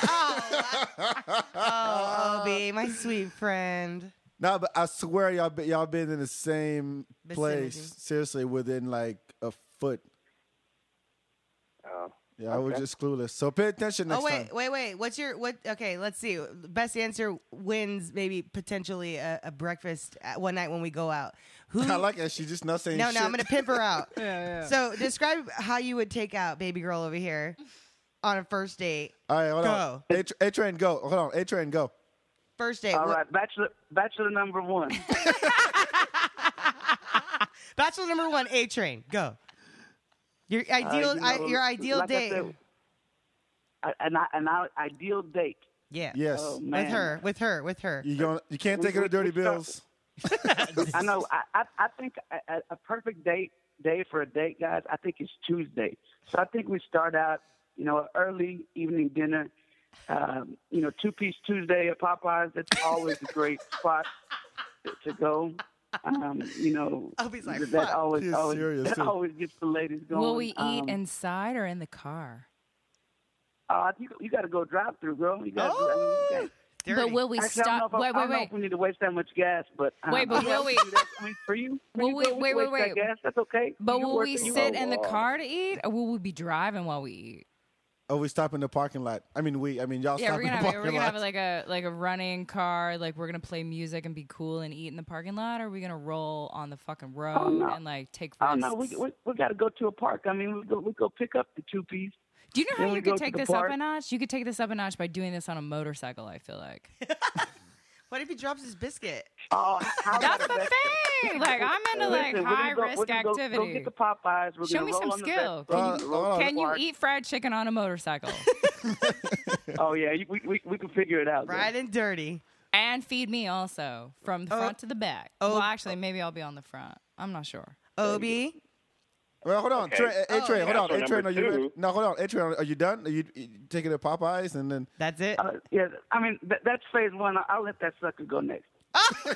Speaker 3: Oh, I- oh, Obi, my sweet friend.
Speaker 10: No, but I swear y'all be, y'all been in the same place.
Speaker 3: Vicinity.
Speaker 10: Seriously, within like a foot.
Speaker 6: Oh.
Speaker 10: Yeah, I was just clueless. So pay attention next
Speaker 3: oh
Speaker 10: time.
Speaker 3: wait, wait, wait. What's your what? Okay, let's see. Best answer wins maybe potentially a, a breakfast at one night when we go out. Who?
Speaker 10: I like that. She's just not saying
Speaker 3: no,
Speaker 10: shit.
Speaker 3: no, I'm gonna pimp her out.
Speaker 4: Yeah,
Speaker 3: So describe how you would take out baby girl over here on a first date.
Speaker 10: All right, hold
Speaker 3: Go.
Speaker 10: on. A train, go. Hold on. A train, go.
Speaker 3: First date.
Speaker 8: All
Speaker 3: what-
Speaker 8: right, bachelor bachelor number one.
Speaker 3: Bachelor number one, A Train. Go. Your
Speaker 8: Uh,
Speaker 3: ideal,
Speaker 8: you
Speaker 3: I,
Speaker 8: know,
Speaker 3: your ideal
Speaker 8: like I
Speaker 3: date.
Speaker 8: said, I- An an our ideal date.
Speaker 3: yeah.
Speaker 10: Yes.
Speaker 8: Oh man,
Speaker 3: With her, with her, with her.
Speaker 10: You going you can't
Speaker 8: Uh, We-
Speaker 10: take her to
Speaker 8: we-
Speaker 10: dirty
Speaker 8: we start-
Speaker 10: bills.
Speaker 8: I know. I I, I think a, a- a perfect date day for a date, guys. I think is Tuesday. So I think we start out, you know, early evening dinner. Um, you know, two piece Tuesday at Popeyes. That's always a great spot to go. Um, you know,
Speaker 3: Obi's like,
Speaker 8: that- that
Speaker 3: "Fuck."
Speaker 8: always
Speaker 10: He's
Speaker 8: always,
Speaker 10: serious,
Speaker 8: that
Speaker 10: too.
Speaker 8: always gets the ladies going.
Speaker 4: Will we eat
Speaker 8: Um,
Speaker 4: inside or in the car?
Speaker 8: Uh, you, you got to go drive through, girl. You got to.
Speaker 3: Oh,
Speaker 8: I mean, you
Speaker 4: But will we
Speaker 8: got- Actually, I
Speaker 4: stop?
Speaker 8: don't know if, I-
Speaker 4: Wait,
Speaker 8: I
Speaker 4: wait,
Speaker 8: don't know
Speaker 4: wait.
Speaker 8: if we need to waste that much gas, but um,
Speaker 4: Wait, but will we-
Speaker 8: I mean, for you, for
Speaker 4: Will
Speaker 8: you,
Speaker 4: we-
Speaker 8: girl,
Speaker 4: wait,
Speaker 8: can
Speaker 4: wait,
Speaker 8: waste
Speaker 4: wait.
Speaker 8: that gas. That's okay.
Speaker 4: But
Speaker 8: You
Speaker 4: will
Speaker 8: work
Speaker 4: we
Speaker 8: it, you
Speaker 4: sit
Speaker 8: work
Speaker 4: in the
Speaker 8: it.
Speaker 4: car to eat, or will we be driving while we eat?
Speaker 10: Oh, we stop in the parking lot. I mean, we. I mean, y'all
Speaker 4: Yeah,
Speaker 10: stop
Speaker 4: we're gonna
Speaker 10: in
Speaker 4: have,
Speaker 10: the
Speaker 4: we're
Speaker 10: parking
Speaker 4: gonna
Speaker 10: lot.
Speaker 4: have like a like a running car. Like we're gonna play music and be cool and eat in the parking lot. Or are we gonna roll on the fucking road
Speaker 8: Oh, no.
Speaker 4: and like take risks?
Speaker 8: Oh no, we we, we got to go to a park. I mean, we go we go pick up the two piece.
Speaker 4: Do you know
Speaker 8: Then
Speaker 4: how
Speaker 8: we
Speaker 4: you
Speaker 8: go
Speaker 4: could
Speaker 8: to
Speaker 4: take
Speaker 8: the
Speaker 4: this
Speaker 8: park.
Speaker 4: up a notch? You could take this up a notch by doing this on a motorcycle. I feel like
Speaker 3: What if he drops his biscuit?
Speaker 8: Oh, how
Speaker 4: that's the thing. Like I'm into like
Speaker 8: Listen, we're
Speaker 4: high
Speaker 8: gonna go- we're
Speaker 4: risk
Speaker 8: gonna go-
Speaker 4: activity.
Speaker 8: Go, get the Popeyes. We're
Speaker 4: Show
Speaker 8: gonna
Speaker 4: me
Speaker 8: roll
Speaker 4: some
Speaker 8: on the
Speaker 4: skill.
Speaker 8: back-
Speaker 10: Can you-
Speaker 8: roll on the
Speaker 4: Can you
Speaker 8: park.
Speaker 4: eat fried chicken on a motorcycle
Speaker 8: Oh yeah, you, we, we we can figure it out. girl.
Speaker 3: Right and dirty.
Speaker 4: and feed me also from the
Speaker 3: Oh.
Speaker 4: front to the back?
Speaker 3: Oh.
Speaker 4: Well, actually, maybe I'll be on the front. I'm not sure.
Speaker 3: Obi.
Speaker 2: Well, hold on,
Speaker 6: Okay.
Speaker 2: Trey, hey,
Speaker 4: Oh,
Speaker 2: Trey, hold
Speaker 6: Yeah,
Speaker 2: on,
Speaker 6: so
Speaker 2: hey, Trey,
Speaker 6: number
Speaker 2: are you
Speaker 6: two-
Speaker 2: ready? no, hold on, hey, Trey, are you done? Are you, you taking the Popeyes and then
Speaker 3: That's it.
Speaker 8: Uh, yeah, I mean that, that's phase one. I'll let that sucker go next.
Speaker 2: all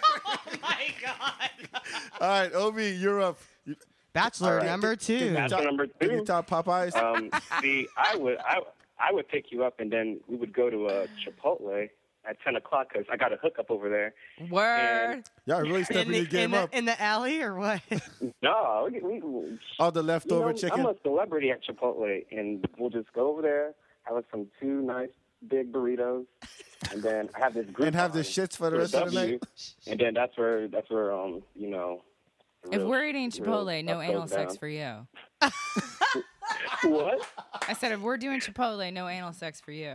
Speaker 2: right, Obi, you're up. You-
Speaker 3: Bachelor number two.
Speaker 2: Can you
Speaker 6: Bachelor
Speaker 2: top-
Speaker 6: number
Speaker 2: Can you
Speaker 6: two.
Speaker 2: top Popeyes?
Speaker 6: Um, see, I would, I, I would pick you up, and then we would go to a Chipotle at ten o'clock because I got a hookup over there.
Speaker 4: Word.
Speaker 2: Y'all really stepping
Speaker 3: the,
Speaker 2: your game
Speaker 3: the,
Speaker 2: up.
Speaker 3: in the alley or what?
Speaker 6: No, we, we,
Speaker 2: All the leftover
Speaker 6: you know,
Speaker 2: Oh, chicken.
Speaker 6: I'm a celebrity at Chipotle, and we'll just go over there, have us some two nice big burritos, and then I have this group
Speaker 2: And have the shits for the rest of the night?
Speaker 6: And then that's where that's where um you know. the
Speaker 4: If
Speaker 6: real-
Speaker 4: we're eating
Speaker 6: real
Speaker 4: Chipotle, no
Speaker 6: stuff
Speaker 4: anal
Speaker 6: goes
Speaker 4: sex
Speaker 6: down.
Speaker 4: for you.
Speaker 6: what?
Speaker 4: I said, if we're doing Chipotle, no anal sex for you.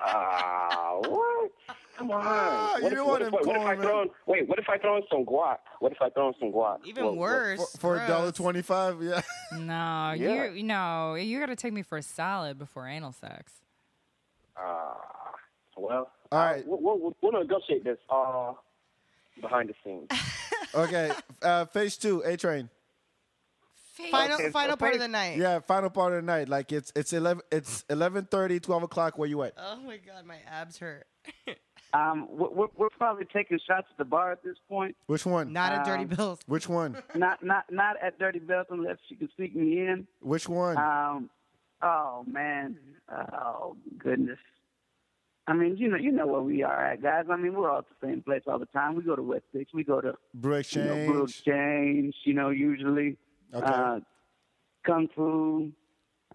Speaker 6: Ah, what? Come on.
Speaker 2: Ah, you
Speaker 6: what if,
Speaker 2: don't
Speaker 6: what,
Speaker 2: want
Speaker 6: if,
Speaker 2: him
Speaker 6: what if I
Speaker 2: calling,
Speaker 6: throw in, wait? What if I throw in some guac? What if I throw in some guac?
Speaker 3: Even
Speaker 6: What- what-
Speaker 3: worse.
Speaker 2: For- for a dollar
Speaker 3: gross.
Speaker 2: twenty-five, yeah.
Speaker 4: No,
Speaker 6: Yeah.
Speaker 4: you no, you got to take me for a salad before anal sex.
Speaker 6: Ah, well.
Speaker 2: All
Speaker 6: uh,
Speaker 2: right.
Speaker 6: We'll, we'll, we'll negotiate this uh, behind the scenes.
Speaker 2: Okay, uh, phase two, A Train.
Speaker 3: Final
Speaker 6: Okay, so
Speaker 3: final part of
Speaker 6: first-
Speaker 3: the night.
Speaker 2: Yeah, final part of the night. Like it's it's eleven it's eleven thirty, twelve o'clock. Where you at?
Speaker 3: Oh my god, my abs hurt.
Speaker 8: Um, we're, we're, we're probably taking shots at the bar at this point.
Speaker 2: Which one?
Speaker 3: Not a dirty
Speaker 8: Um,
Speaker 3: bills.
Speaker 2: Which one?
Speaker 8: Not not not at Dirty Belt unless she can sneak me in.
Speaker 2: Which one?
Speaker 8: Um, oh man, oh goodness. I mean, you know, you know where we are at, guys. I mean, we're all at the same place all the time. We go to West Six. We go to
Speaker 2: Brew
Speaker 8: you know, Brew
Speaker 2: exchange.
Speaker 8: Exchange. You know, usually
Speaker 2: Okay.
Speaker 8: uh, Kung Fu.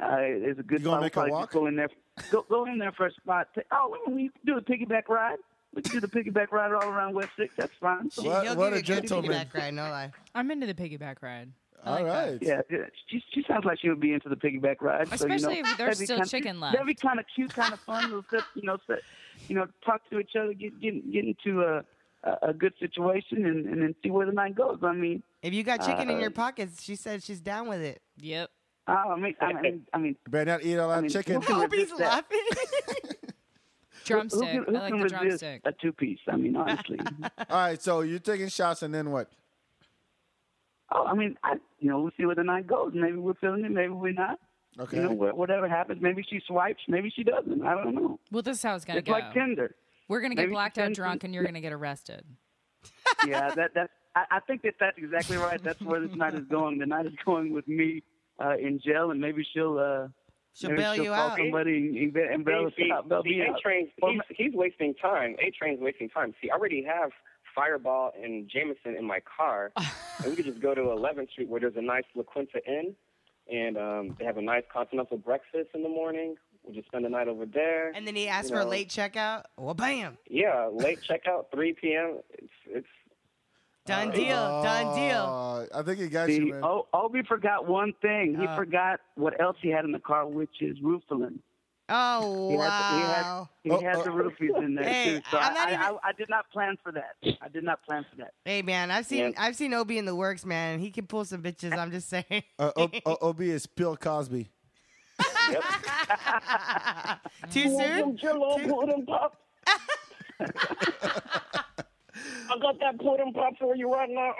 Speaker 8: Uh, is a good
Speaker 2: You gonna
Speaker 8: spot.
Speaker 2: make a
Speaker 8: Probably just
Speaker 2: walk?
Speaker 8: Go in there. Go, go in there for a spot. Ta- Oh, we- we can do a piggyback ride. We can do the piggyback ride all around West Six. That's fine.
Speaker 3: She,
Speaker 2: What-
Speaker 3: he'll
Speaker 2: what
Speaker 3: give
Speaker 2: a
Speaker 3: you good
Speaker 2: gentleman.
Speaker 3: piggyback ride, no lie.
Speaker 4: I'm into the piggyback ride. I
Speaker 2: All
Speaker 4: like that.
Speaker 2: right.
Speaker 8: Yeah, yeah. She, she sounds like she would be into the piggyback ride. so,
Speaker 4: Especially
Speaker 8: you know,
Speaker 4: if there's
Speaker 8: that'd be
Speaker 4: still
Speaker 8: kinda-
Speaker 4: chicken
Speaker 8: That'd be kind of cute, kind of fun little stuff. You know, so, you know, talk to each other, get get get into a a, a good situation, and, and then see where the night goes. I mean,
Speaker 3: If you got chicken in
Speaker 8: Uh,
Speaker 3: your pockets, she said she's down with it.
Speaker 4: Yep.
Speaker 8: I mean, I mean, I mean,
Speaker 2: Better not eat a lot
Speaker 8: I mean,
Speaker 2: of chicken.
Speaker 8: who-
Speaker 3: Obi's
Speaker 8: resist that?
Speaker 3: laughing.
Speaker 4: Drumstick.
Speaker 8: who can, who
Speaker 4: I like
Speaker 8: can
Speaker 4: the
Speaker 8: resist
Speaker 4: drumstick.
Speaker 8: a two piece? I mean, honestly.
Speaker 2: All right, so you're taking shots and then what?
Speaker 8: oh, I mean, I you know, we'll see where the night goes. Maybe we're feeling it, maybe we're not.
Speaker 2: Okay.
Speaker 8: You know, wh- whatever happens, maybe she swipes, maybe she doesn't. I don't know.
Speaker 4: Well, this is how it's gonna
Speaker 8: it's
Speaker 4: go.
Speaker 8: like Tinder.
Speaker 4: We're gonna get
Speaker 8: maybe
Speaker 4: blacked out
Speaker 8: ten-
Speaker 4: drunk, and you're gonna get arrested.
Speaker 8: yeah, that that's. I, I think that that's exactly right. That's where this night is going. The night is going with me uh, in jail, and maybe she'll uh,
Speaker 3: She'll
Speaker 8: maybe
Speaker 3: bail
Speaker 8: she'll
Speaker 3: you
Speaker 8: call
Speaker 3: out.
Speaker 8: somebody and, and, bail- and bail us
Speaker 6: see,
Speaker 8: out. Bail
Speaker 6: see,
Speaker 8: me
Speaker 6: A
Speaker 8: out.
Speaker 6: Train's
Speaker 8: Well,
Speaker 6: he's, he's wasting time. A Train's wasting time. See, I already have Fireball and Jameson in my car, and we could just go to 11th Street where there's a nice La Quinta Inn, and um, they have a nice continental breakfast in the morning. We'll just spend the night over there.
Speaker 3: and then he asked
Speaker 6: you
Speaker 3: for a
Speaker 6: know.
Speaker 3: late checkout. Well, bam.
Speaker 6: yeah, late checkout, 3 p.m. It's it's
Speaker 3: Done deal. Done deal.
Speaker 2: Uh, I think he got
Speaker 8: See, oh.
Speaker 2: you, man.
Speaker 8: o- Obi forgot one thing. He
Speaker 3: Uh.
Speaker 8: forgot what else he had in the car, which is roofing.
Speaker 3: Oh,
Speaker 8: He
Speaker 3: wow.
Speaker 8: had, he
Speaker 2: Oh,
Speaker 8: had, he had
Speaker 2: oh.
Speaker 8: the roofies in there
Speaker 3: Hey,
Speaker 8: too. So
Speaker 3: I'm not
Speaker 8: I,
Speaker 3: even-
Speaker 8: I, I did not plan for that. I did not plan for that.
Speaker 3: Hey man, I've seen
Speaker 6: Yeah.
Speaker 3: I've seen Obi in the works, man. He can pull some bitches. I'm just saying.
Speaker 2: Uh, o- O- OB is Bill Cosby.
Speaker 6: yep.
Speaker 3: Too soon?
Speaker 9: Jello pudding pop. I got that pudding pop for you right now.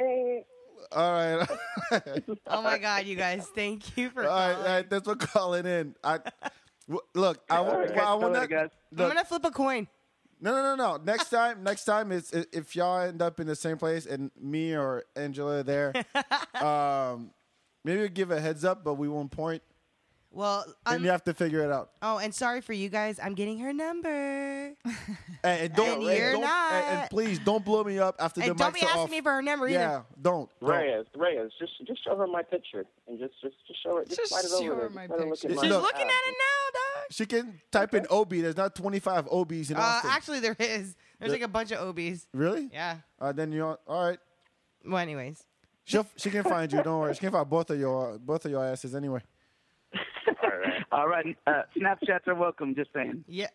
Speaker 9: uh,
Speaker 2: All right. all right,
Speaker 3: Oh my God, you guys! Thank you for.
Speaker 2: all right,
Speaker 3: calling.
Speaker 2: That's what calling in. I w- look. I, w-
Speaker 6: right,
Speaker 2: well, I
Speaker 8: All
Speaker 2: will
Speaker 8: right,
Speaker 2: not.
Speaker 8: guys.
Speaker 3: I'm
Speaker 2: Look,
Speaker 3: gonna flip a coin.
Speaker 2: no, no, no, no. Next time, next time is i- if y'all end up in the same place and me or Angela are there. um, maybe we'll give a heads up, but we won't point,
Speaker 3: Well,
Speaker 2: and
Speaker 3: um,
Speaker 2: you have to figure it out.
Speaker 3: oh, and sorry for you guys. I'm getting her number,
Speaker 2: And, and don't,
Speaker 3: And
Speaker 2: and
Speaker 3: you're
Speaker 2: don't- and- and
Speaker 3: not.
Speaker 2: please don't blow me up after the
Speaker 3: and don't
Speaker 2: mics
Speaker 3: be
Speaker 2: are
Speaker 3: asking
Speaker 2: off.
Speaker 3: me for her number
Speaker 2: yeah,
Speaker 3: either.
Speaker 2: don't. don't.
Speaker 6: Reyes, Reyes, just just show her my picture and just just just show her just,
Speaker 4: Just
Speaker 6: slide it
Speaker 4: show
Speaker 6: over
Speaker 4: her
Speaker 6: there.
Speaker 4: my
Speaker 6: Just
Speaker 4: picture.
Speaker 6: let look at
Speaker 2: She's
Speaker 6: my
Speaker 3: She's
Speaker 2: Look.
Speaker 3: looking at it now,
Speaker 2: She can type in OB. There's not 25 OBs in
Speaker 3: dog. Uh,
Speaker 2: Austin.
Speaker 3: actually, there is. There's like a bunch of Obis.
Speaker 2: really?
Speaker 3: Yeah.
Speaker 2: Uh, then you're all right.
Speaker 3: Well, anyways,
Speaker 2: She she can find you. Don't worry. She can find both of your both of your asses anyway.
Speaker 8: All right. Uh, Snapchats are welcome. Just saying.
Speaker 3: yeah,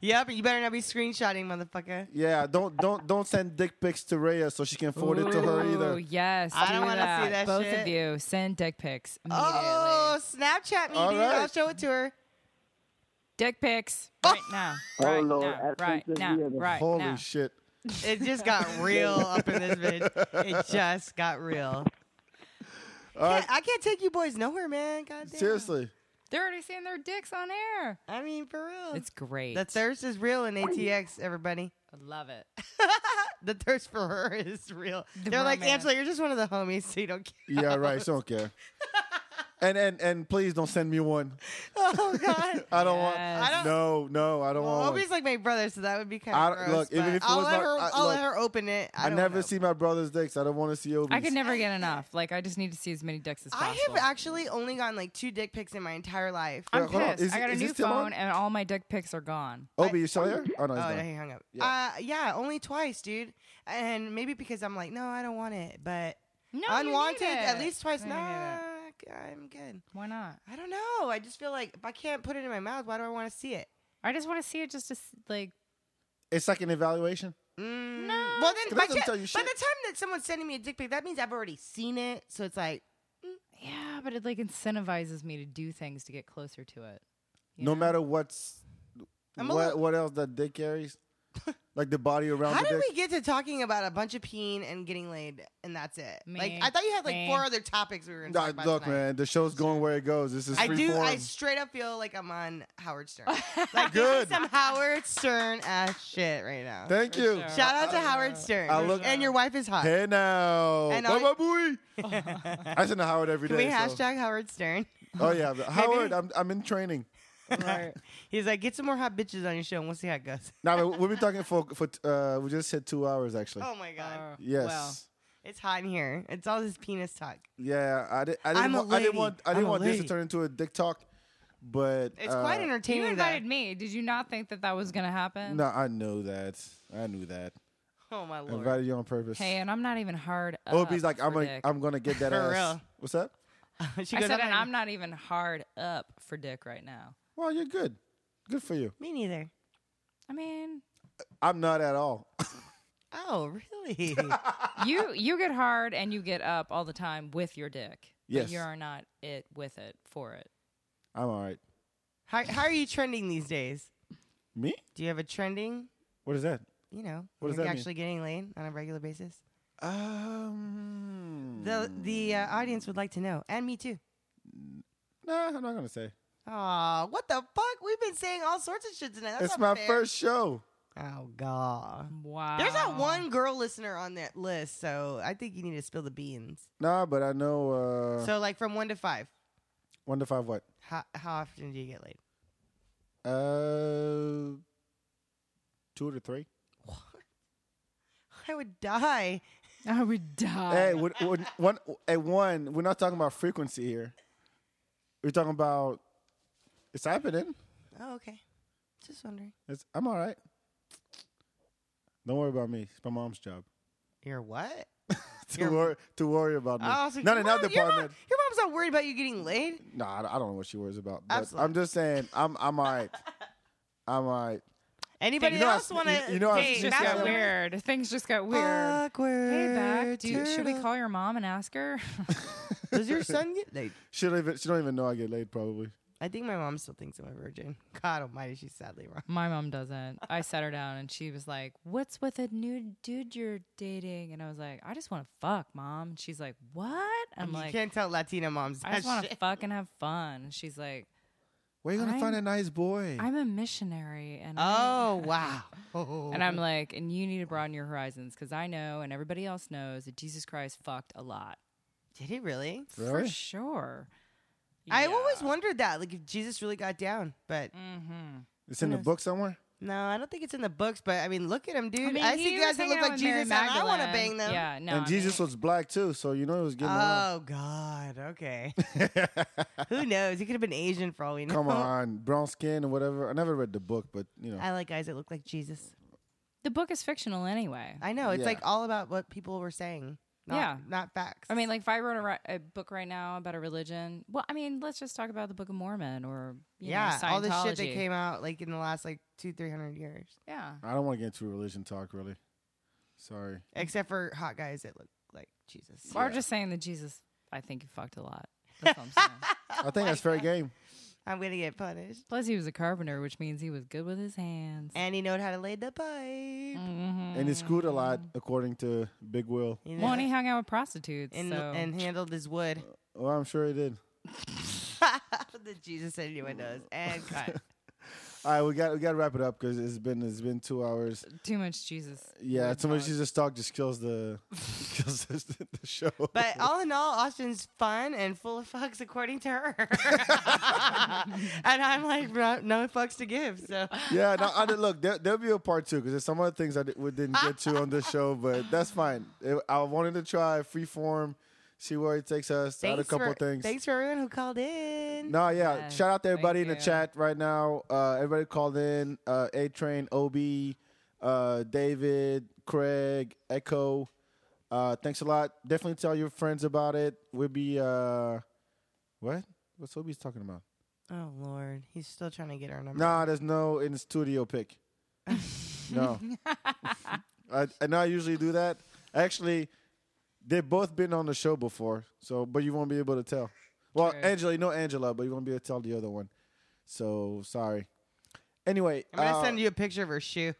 Speaker 3: yeah, but you better not be screenshotting, motherfucker.
Speaker 2: Yeah. Don't don't don't send dick pics to Rhea so she can forward it to her
Speaker 4: Ooh,
Speaker 2: either.
Speaker 4: yes.
Speaker 3: I don't
Speaker 4: do
Speaker 3: wanna see that
Speaker 4: Both
Speaker 3: shit.
Speaker 4: of you send dick pics immediately.
Speaker 3: Oh, Snapchat me,
Speaker 2: All
Speaker 3: dude.
Speaker 2: right.
Speaker 3: I'll show it to her.
Speaker 4: Dick pics right now.
Speaker 8: Oh,
Speaker 4: Right
Speaker 8: Lord,
Speaker 4: now.
Speaker 8: Oh, I
Speaker 4: Right
Speaker 8: think that
Speaker 4: now.
Speaker 8: we have a-
Speaker 4: Right
Speaker 2: Holy
Speaker 4: now.
Speaker 2: shit.
Speaker 3: It just got real up in this bitch. It just got real. Can't- I can't take you boys nowhere, man. God damn.
Speaker 2: Seriously.
Speaker 4: They're already seeing their dicks on air.
Speaker 3: I mean, for real.
Speaker 4: It's great.
Speaker 3: the thirst is real in ATX, everybody.
Speaker 4: I love it.
Speaker 3: The thirst for her is real.
Speaker 4: The
Speaker 3: They're like,
Speaker 4: romance.
Speaker 3: Angela, you're just one of the homies, so you don't care.
Speaker 2: Yeah, right. So I don't care. And and and please don't send me one.
Speaker 3: Oh, God.
Speaker 2: I don't
Speaker 4: Yes.
Speaker 3: I don't-
Speaker 2: want. No, no, I don't
Speaker 3: Well,
Speaker 2: want. one.
Speaker 3: Obi's like my brother, so that would be kind
Speaker 2: I
Speaker 3: of
Speaker 2: don't-
Speaker 3: gross.
Speaker 2: look, even
Speaker 3: but
Speaker 2: if it
Speaker 3: I'll,
Speaker 2: was
Speaker 3: let,
Speaker 2: my-
Speaker 3: her,
Speaker 2: I-
Speaker 3: will let
Speaker 2: look,
Speaker 3: her open it. I,
Speaker 2: I,
Speaker 3: don't
Speaker 2: never
Speaker 3: know.
Speaker 2: see my brother's dicks. I don't want to see Obi's.
Speaker 4: I could never get enough. Like I just need to see as many dicks as
Speaker 3: I
Speaker 4: possible.
Speaker 3: have actually only gotten like two dick pics in my entire life.
Speaker 2: Yeah,
Speaker 4: I'm
Speaker 2: hold on.
Speaker 4: pissed.
Speaker 2: Is
Speaker 4: I
Speaker 2: it-
Speaker 4: got a
Speaker 2: is it
Speaker 4: new
Speaker 2: still on?
Speaker 4: phone and all my dick pics are gone.
Speaker 2: Obi, you still there? Oh no, he's
Speaker 3: oh,
Speaker 2: not.
Speaker 3: no, he hung up. Uh, yeah, only twice, dude. And maybe because I'm like, no, I don't want it, but
Speaker 4: No,
Speaker 3: unwanted at least twice.
Speaker 4: No,
Speaker 3: No,
Speaker 4: you need
Speaker 3: I'm good.
Speaker 4: Why not?
Speaker 3: I don't know. I just feel like if I can't put it in my mouth, why do I want to see it?
Speaker 4: I just want to see it just to s- like.
Speaker 2: It's like an evaluation.
Speaker 3: Mm,
Speaker 4: No.
Speaker 3: Well,
Speaker 2: That
Speaker 3: then by,
Speaker 2: doesn't
Speaker 3: the-
Speaker 2: tell you
Speaker 3: by
Speaker 2: shit.
Speaker 3: the time that someone's sending me a dick pic, that means I've already seen it. So it's like,
Speaker 4: Yeah, but it like incentivizes me to do things to get closer to it. you
Speaker 2: No
Speaker 4: know?
Speaker 2: matter what's
Speaker 3: I'm a
Speaker 2: what
Speaker 3: little-
Speaker 2: what else that dick carries, like the body around
Speaker 3: how
Speaker 2: the
Speaker 3: did
Speaker 2: dick.
Speaker 3: we get to talking about a bunch of peeing and getting laid, and that's it? Like,
Speaker 4: Me.
Speaker 3: I thought you had like
Speaker 4: Me.
Speaker 3: four other topics we were going to
Speaker 2: Nah,
Speaker 3: talk about.
Speaker 2: look,
Speaker 3: tonight.
Speaker 2: man, the show's going where it goes. This is
Speaker 3: I
Speaker 2: free
Speaker 3: do.
Speaker 2: form.
Speaker 3: I straight up feel like I'm on Howard Stern. Like, give me
Speaker 2: Good.
Speaker 3: some Howard Stern ass shit right now.
Speaker 2: Thank you.
Speaker 4: sure.
Speaker 3: Shout out to Howard Stern.
Speaker 2: I look-
Speaker 3: and your wife is hot.
Speaker 2: Hey now,
Speaker 3: And
Speaker 2: Bye
Speaker 3: I-
Speaker 2: bye, boy. I send to Howard every day.
Speaker 3: Can we
Speaker 2: so-
Speaker 3: hashtag Howard Stern?
Speaker 2: Oh yeah, but Howard, I'm I'm in training.
Speaker 3: He's like, get some more hot bitches on your show, and we'll see how it goes.
Speaker 2: Now we've been talking for for uh, we just hit two hours actually.
Speaker 3: Oh my god,
Speaker 4: Uh,
Speaker 2: yes.
Speaker 4: Well,
Speaker 3: it's hot in here. It's all this penis talk.
Speaker 2: Yeah, I, did, I didn't.
Speaker 3: I'm a
Speaker 2: want, I didn't
Speaker 3: lady.
Speaker 2: want. I
Speaker 3: I'm
Speaker 2: didn't
Speaker 3: a
Speaker 2: want this to
Speaker 3: lady.
Speaker 2: turn into a dick talk, but
Speaker 3: It's
Speaker 2: uh,
Speaker 3: quite
Speaker 4: you
Speaker 3: entertaining.
Speaker 4: invited
Speaker 3: though.
Speaker 4: me. Did you not think that that was gonna happen?
Speaker 2: No, I know that. I knew that.
Speaker 3: Oh my
Speaker 2: I
Speaker 3: lord.
Speaker 2: invited you on purpose.
Speaker 4: Hey, and I'm not even hard.
Speaker 2: Obi's
Speaker 4: up
Speaker 2: like, I'm
Speaker 4: for
Speaker 2: gonna,
Speaker 4: dick.
Speaker 2: I'm gonna get that
Speaker 3: uh, For
Speaker 2: ass.
Speaker 3: real.
Speaker 2: What's up?
Speaker 3: she
Speaker 4: I
Speaker 3: goes, "I'm
Speaker 4: said, and
Speaker 3: not
Speaker 4: I'm not even hard up for dick right now.
Speaker 2: Well, you're good. Good for you.
Speaker 3: even- Me neither.
Speaker 4: I mean,
Speaker 2: I'm not at all.
Speaker 3: Oh really?
Speaker 4: you you get hard and you get up all the time with your dick.
Speaker 2: Yes.
Speaker 4: But you are not it with it for it.
Speaker 2: I'm all right.
Speaker 3: how, how are you trending these days?
Speaker 2: Me?
Speaker 3: Do you have a trending?
Speaker 2: What is that?
Speaker 3: You know,
Speaker 2: What does
Speaker 3: like
Speaker 2: that mean?
Speaker 3: actually getting laid on a regular basis.
Speaker 2: Um.
Speaker 3: The the uh, audience would like to know, and me too.
Speaker 2: No, I'm not gonna say.
Speaker 3: Aw, what the fuck? We've been saying all sorts of shit tonight. That's
Speaker 2: it's my
Speaker 3: not fair.
Speaker 2: first show.
Speaker 3: Oh god.
Speaker 4: Wow.
Speaker 3: There's not one girl listener on that list, so I think you need to spill the beans.
Speaker 2: Nah, but I know. Uh,
Speaker 3: So like from one to five,
Speaker 2: one to five. What?
Speaker 3: how how often do you get laid?
Speaker 2: Uh, two to three.
Speaker 3: I would die.
Speaker 4: I would die.
Speaker 2: Hey, when, when, one at one, we're not talking about frequency here. We're talking about it's happening.
Speaker 3: Oh, okay. Just wondering.
Speaker 2: It's, I'm all right. Don't worry about me. It's my mom's job
Speaker 3: You're what?
Speaker 2: to
Speaker 3: Your-
Speaker 2: worry to worry about me.
Speaker 3: Oh, so
Speaker 2: Not
Speaker 3: your
Speaker 2: in that
Speaker 3: mom- your mom-
Speaker 2: department.
Speaker 3: Your mom's not worried about you getting laid.
Speaker 2: No, I don't- I don't know what she worries about. But
Speaker 3: Absolutely.
Speaker 2: I'm just saying, I'm I'm all right. I'm all right.
Speaker 3: Anybody
Speaker 2: You know, I-
Speaker 3: else want to?
Speaker 2: you- you know, I-
Speaker 4: Things
Speaker 3: date?
Speaker 4: just got
Speaker 3: Madeline?
Speaker 4: weird. Things just got weird.
Speaker 3: Awkward.
Speaker 4: hey, back. Do you, should we
Speaker 3: turtle.
Speaker 4: call your mom and ask her?
Speaker 3: Does your son get laid?
Speaker 2: She don't even she don't even know I get laid probably.
Speaker 3: I think my mom still thinks I'm a virgin. God Almighty, she's sadly wrong.
Speaker 4: My mom doesn't. I sat her down and she was like, "What's with a new dude you're dating?" And I was like, "I just want to fuck, mom." And she's like, "What?" I'm
Speaker 3: you
Speaker 4: like,
Speaker 3: can't tell Latina moms.
Speaker 4: "I
Speaker 3: that
Speaker 4: just want to
Speaker 3: shit.
Speaker 4: fuck and have fun." And she's like,
Speaker 2: Where you gonna
Speaker 4: I'm-
Speaker 2: find a nice boy?
Speaker 4: "I'm a missionary." And I-
Speaker 3: Oh wow. Oh.
Speaker 4: And I'm like, "And you need to broaden your horizons because I know, and everybody else knows that Jesus Christ fucked a lot
Speaker 3: Did he really?
Speaker 4: for
Speaker 2: Really?
Speaker 4: sure."
Speaker 3: I always wondered that, like if Jesus really got down, but
Speaker 4: Mm-hmm.
Speaker 2: it's in the book somewhere.
Speaker 3: no, I don't think it's in the books. But I mean, look at him, dude. I,
Speaker 4: mean, he
Speaker 3: see
Speaker 4: was
Speaker 3: guys that
Speaker 4: hanging
Speaker 3: look
Speaker 4: out
Speaker 3: like
Speaker 4: with Mary
Speaker 3: Jesus, and I want to
Speaker 4: Magdalene.
Speaker 3: bang them.
Speaker 4: Yeah, no.
Speaker 2: and
Speaker 4: I
Speaker 2: Jesus
Speaker 4: mean,
Speaker 2: was black too, so you know he was getting along.
Speaker 3: Oh God. Okay. Who knows? He could have been Asian for all we know.
Speaker 2: Come on, brown skin and whatever. I never read the book, but you
Speaker 4: Uh,
Speaker 2: know.
Speaker 3: I like guys that look like Jesus.
Speaker 4: the book is fictional anyway.
Speaker 3: I know. It's
Speaker 2: Yeah.
Speaker 3: like all about what people were saying. Not,
Speaker 4: Yeah.
Speaker 3: Not facts.
Speaker 4: I mean, like if I wrote a, ri- a book right now about a religion, well, I mean, let's just talk about the Book of Mormon or you
Speaker 3: yeah,
Speaker 4: know,
Speaker 3: all the shit that
Speaker 4: Scientology.
Speaker 3: came out like in the last like two, three hundred years,
Speaker 4: Yeah,
Speaker 2: I don't want to get into religion talk, really. Sorry.
Speaker 3: except for hot guys that look like Jesus.
Speaker 4: or just saying that Jesus, Oh, I think you fucked a lot. That's all I'm saying.
Speaker 2: I think that's fair game.
Speaker 3: I'm gonna get punished.
Speaker 4: Plus, he was a carpenter, which means he was good with his hands.
Speaker 3: And he knowed how to lay the pipe.
Speaker 4: Mhm.
Speaker 2: And he screwed a lot,
Speaker 3: Mm.
Speaker 2: according to Big Will.
Speaker 3: You
Speaker 4: Well, and
Speaker 3: know?
Speaker 4: he hung out with prostitutes.
Speaker 3: and,
Speaker 4: so.
Speaker 3: and handled his wood.
Speaker 2: Oh, I'm sure he did.
Speaker 3: the Jesus innuendos and cut.
Speaker 2: All right, we got we got to wrap it up because it's been it's been two hours.
Speaker 4: Too much Jesus.
Speaker 2: Yeah,
Speaker 4: Word
Speaker 2: so much
Speaker 4: talk.
Speaker 2: Jesus talk just kills the kills the, the show.
Speaker 3: But uh, all in all, Austin's fun and full of fucks, according to her. and I'm like, bro, no fucks to give. So
Speaker 2: yeah,
Speaker 3: uh,
Speaker 2: no, I did, look, there, there'll be a part two because there's some other things I did, we didn't get to on this show, but that's fine. It- I wanted to try freeform, see where it takes us. Add a couple
Speaker 3: for,
Speaker 2: things.
Speaker 3: Thanks for everyone who called in.
Speaker 2: No, yeah.
Speaker 4: Yes,
Speaker 2: Shout out to everybody in
Speaker 4: thank
Speaker 2: the
Speaker 4: you.
Speaker 2: chat right now. Uh, everybody called in. Uh, A Train, OB, uh, David, Craig, Echo. Uh, thanks a lot. Definitely tell your friends about it. We'll be uh, what? What's OB's talking about?
Speaker 3: Oh Lord, he's still trying to get our number.
Speaker 2: Nah, there's no in studio pick. no, I, I know I usually do that. Actually, they've both been on the show before, so but you won't be able to tell. Well,
Speaker 4: True.
Speaker 2: Angela, you know Angela, but you won't be able to tell the other one. So sorry. Anyway,
Speaker 3: I'm gonna
Speaker 2: uh,
Speaker 3: send you a picture of her shoe.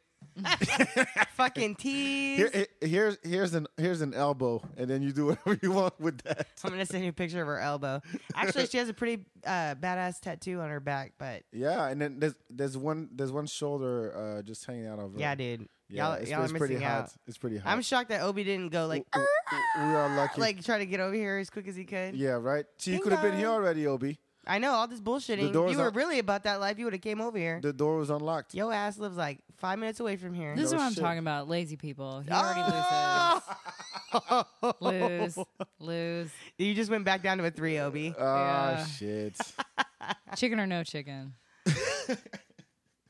Speaker 3: Fucking tease.
Speaker 2: here, here- here's here's an here's an elbow, and then you do whatever you want with that.
Speaker 3: I'm gonna send you a picture of her elbow. Actually, she has a pretty uh, badass tattoo on her back. But
Speaker 2: Yeah, and then there's there's one there's one shoulder uh, just hanging out of her.
Speaker 3: yeah, dude,
Speaker 2: Yeah,
Speaker 3: y'all,
Speaker 2: it's,
Speaker 3: y'all
Speaker 2: it's
Speaker 3: are
Speaker 2: pretty
Speaker 3: missing
Speaker 2: hot.
Speaker 3: out.
Speaker 2: It's pretty hot.
Speaker 3: I'm shocked that Obi didn't go like,
Speaker 2: we, we- we are lucky.
Speaker 3: like try to get over here as quick as he could.
Speaker 2: Yeah, right. So you
Speaker 3: Ding
Speaker 2: could have been
Speaker 3: dong.
Speaker 2: here already, Obi.
Speaker 3: I know all this bullshitting.
Speaker 2: door's
Speaker 3: You were
Speaker 2: not-
Speaker 3: really about that life. You would have came over here.
Speaker 2: The door was unlocked.
Speaker 3: Yo ass lives like five minutes away from here.
Speaker 4: This is
Speaker 2: No
Speaker 4: what I'm
Speaker 2: shit.
Speaker 4: talking about. Lazy people. He
Speaker 3: Oh!
Speaker 4: already loses. Lose. Lose.
Speaker 3: you just went back down to a three, Obi.
Speaker 2: Oh
Speaker 4: Yeah.
Speaker 2: shit!
Speaker 4: Chicken or no chicken.
Speaker 3: What,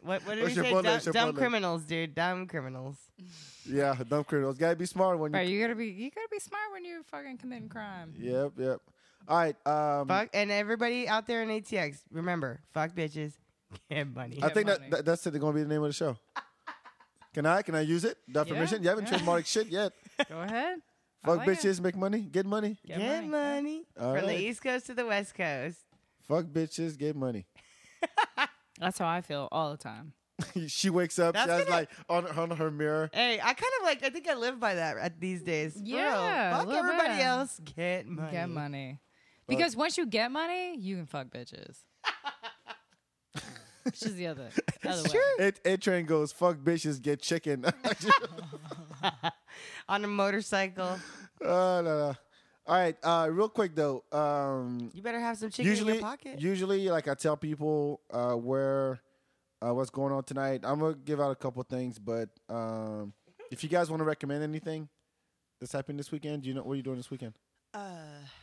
Speaker 3: what
Speaker 2: Oh,
Speaker 3: did you say?
Speaker 2: Chipotle,
Speaker 3: Dumb, dumb
Speaker 2: Chipotle.
Speaker 3: criminals, dude. Dumb criminals.
Speaker 2: Mm. yeah, dumb criminals. Gotta be smart when you.
Speaker 4: Right, you gotta be you gotta be smart when you're fucking committing crime.
Speaker 2: Yep, yep. All right. Um,
Speaker 3: Fuck. And everybody out there in ATX, remember, fuck bitches, get money.
Speaker 2: I think that,
Speaker 4: money.
Speaker 2: that that's it. Going to be the name of the show. Can I? Can I use it? That
Speaker 4: Yeah,
Speaker 2: permission? You haven't
Speaker 4: yeah. Oh,
Speaker 2: trademarked shit yet.
Speaker 4: Go ahead. I
Speaker 2: Fuck
Speaker 4: like it.
Speaker 2: bitches, make money, get money.
Speaker 4: Get
Speaker 3: Get
Speaker 4: money.
Speaker 3: money.
Speaker 2: All
Speaker 3: From
Speaker 2: right.
Speaker 3: the East Coast to the West Coast.
Speaker 2: Fuck bitches, get money.
Speaker 4: That's how I feel all the time.
Speaker 2: she wakes up.
Speaker 3: That's
Speaker 2: she has
Speaker 3: gonna-
Speaker 2: like on on her mirror.
Speaker 3: Hey, I kind of like, I think I live by that at these days. For real.
Speaker 4: Yeah, a
Speaker 3: Fuck
Speaker 4: little
Speaker 3: everybody
Speaker 4: bit.
Speaker 3: else, get money.
Speaker 4: Get money. Because once you get money, you can fuck bitches. Which is the other, other way.
Speaker 2: It, it train goes. Fuck bitches, get chicken.
Speaker 3: On a motorcycle.
Speaker 2: Oh, no, no. All right. Uh, real quick though. Um,
Speaker 3: You better have some chicken
Speaker 2: usually,
Speaker 3: in your pocket.
Speaker 2: usually, like I tell people, uh, where uh, what's going on tonight. I'm gonna give out a couple things, but um, if you guys want to recommend anything that's happening this weekend, do you know what are you doing this weekend?
Speaker 3: uh,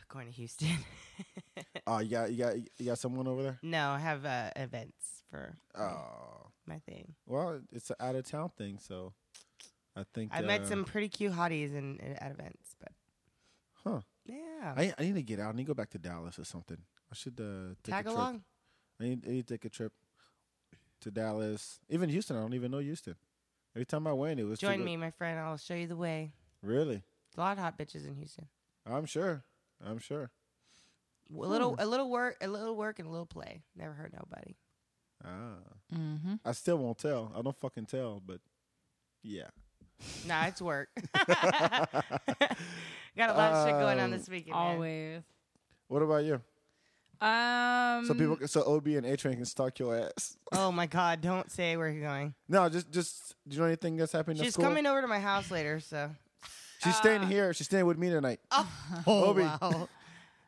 Speaker 3: going to Houston.
Speaker 2: Oh, you got you got you got someone over there.
Speaker 3: no, I have uh, events for
Speaker 2: Oh,
Speaker 3: my thing.
Speaker 2: well, it's an out of town thing, so I think
Speaker 3: I met
Speaker 2: uh,
Speaker 3: some pretty cute hotties in, in at events, but
Speaker 2: Huh.
Speaker 3: Yeah,
Speaker 2: I, I need to get out. I need to go back to Dallas or something. I should uh, take
Speaker 3: tag
Speaker 2: a trip.
Speaker 3: along.
Speaker 2: I need, I need to take a trip to Dallas, even Houston. I don't even know Houston. Every time I went, it was to
Speaker 3: Join
Speaker 2: the-
Speaker 3: me, my friend. I'll show you the way.
Speaker 2: Really,
Speaker 3: A lot of hot bitches in Houston.
Speaker 2: I'm sure. I'm sure.
Speaker 3: A
Speaker 2: Hmm.
Speaker 3: little, a little work, a little work, and a little play. Never hurt nobody.
Speaker 2: Ah,
Speaker 4: Mm-hmm.
Speaker 2: I still won't tell. I don't fucking tell. But yeah,
Speaker 3: nah, it's work. Got a lot of shit going on
Speaker 2: Uh,
Speaker 3: this weekend. man.
Speaker 4: Always.
Speaker 2: what about you?
Speaker 4: Um,
Speaker 2: So people,
Speaker 3: Mm.
Speaker 2: so Ob and A Train can stalk your ass.
Speaker 3: Oh my god, don't say where you're going.
Speaker 2: No, just just do you know anything that's happening?
Speaker 3: She's
Speaker 2: that's cool?
Speaker 3: coming over to my house later, so.
Speaker 2: She's staying here. She's staying with me tonight.
Speaker 3: Oh
Speaker 2: Obi.
Speaker 3: wow.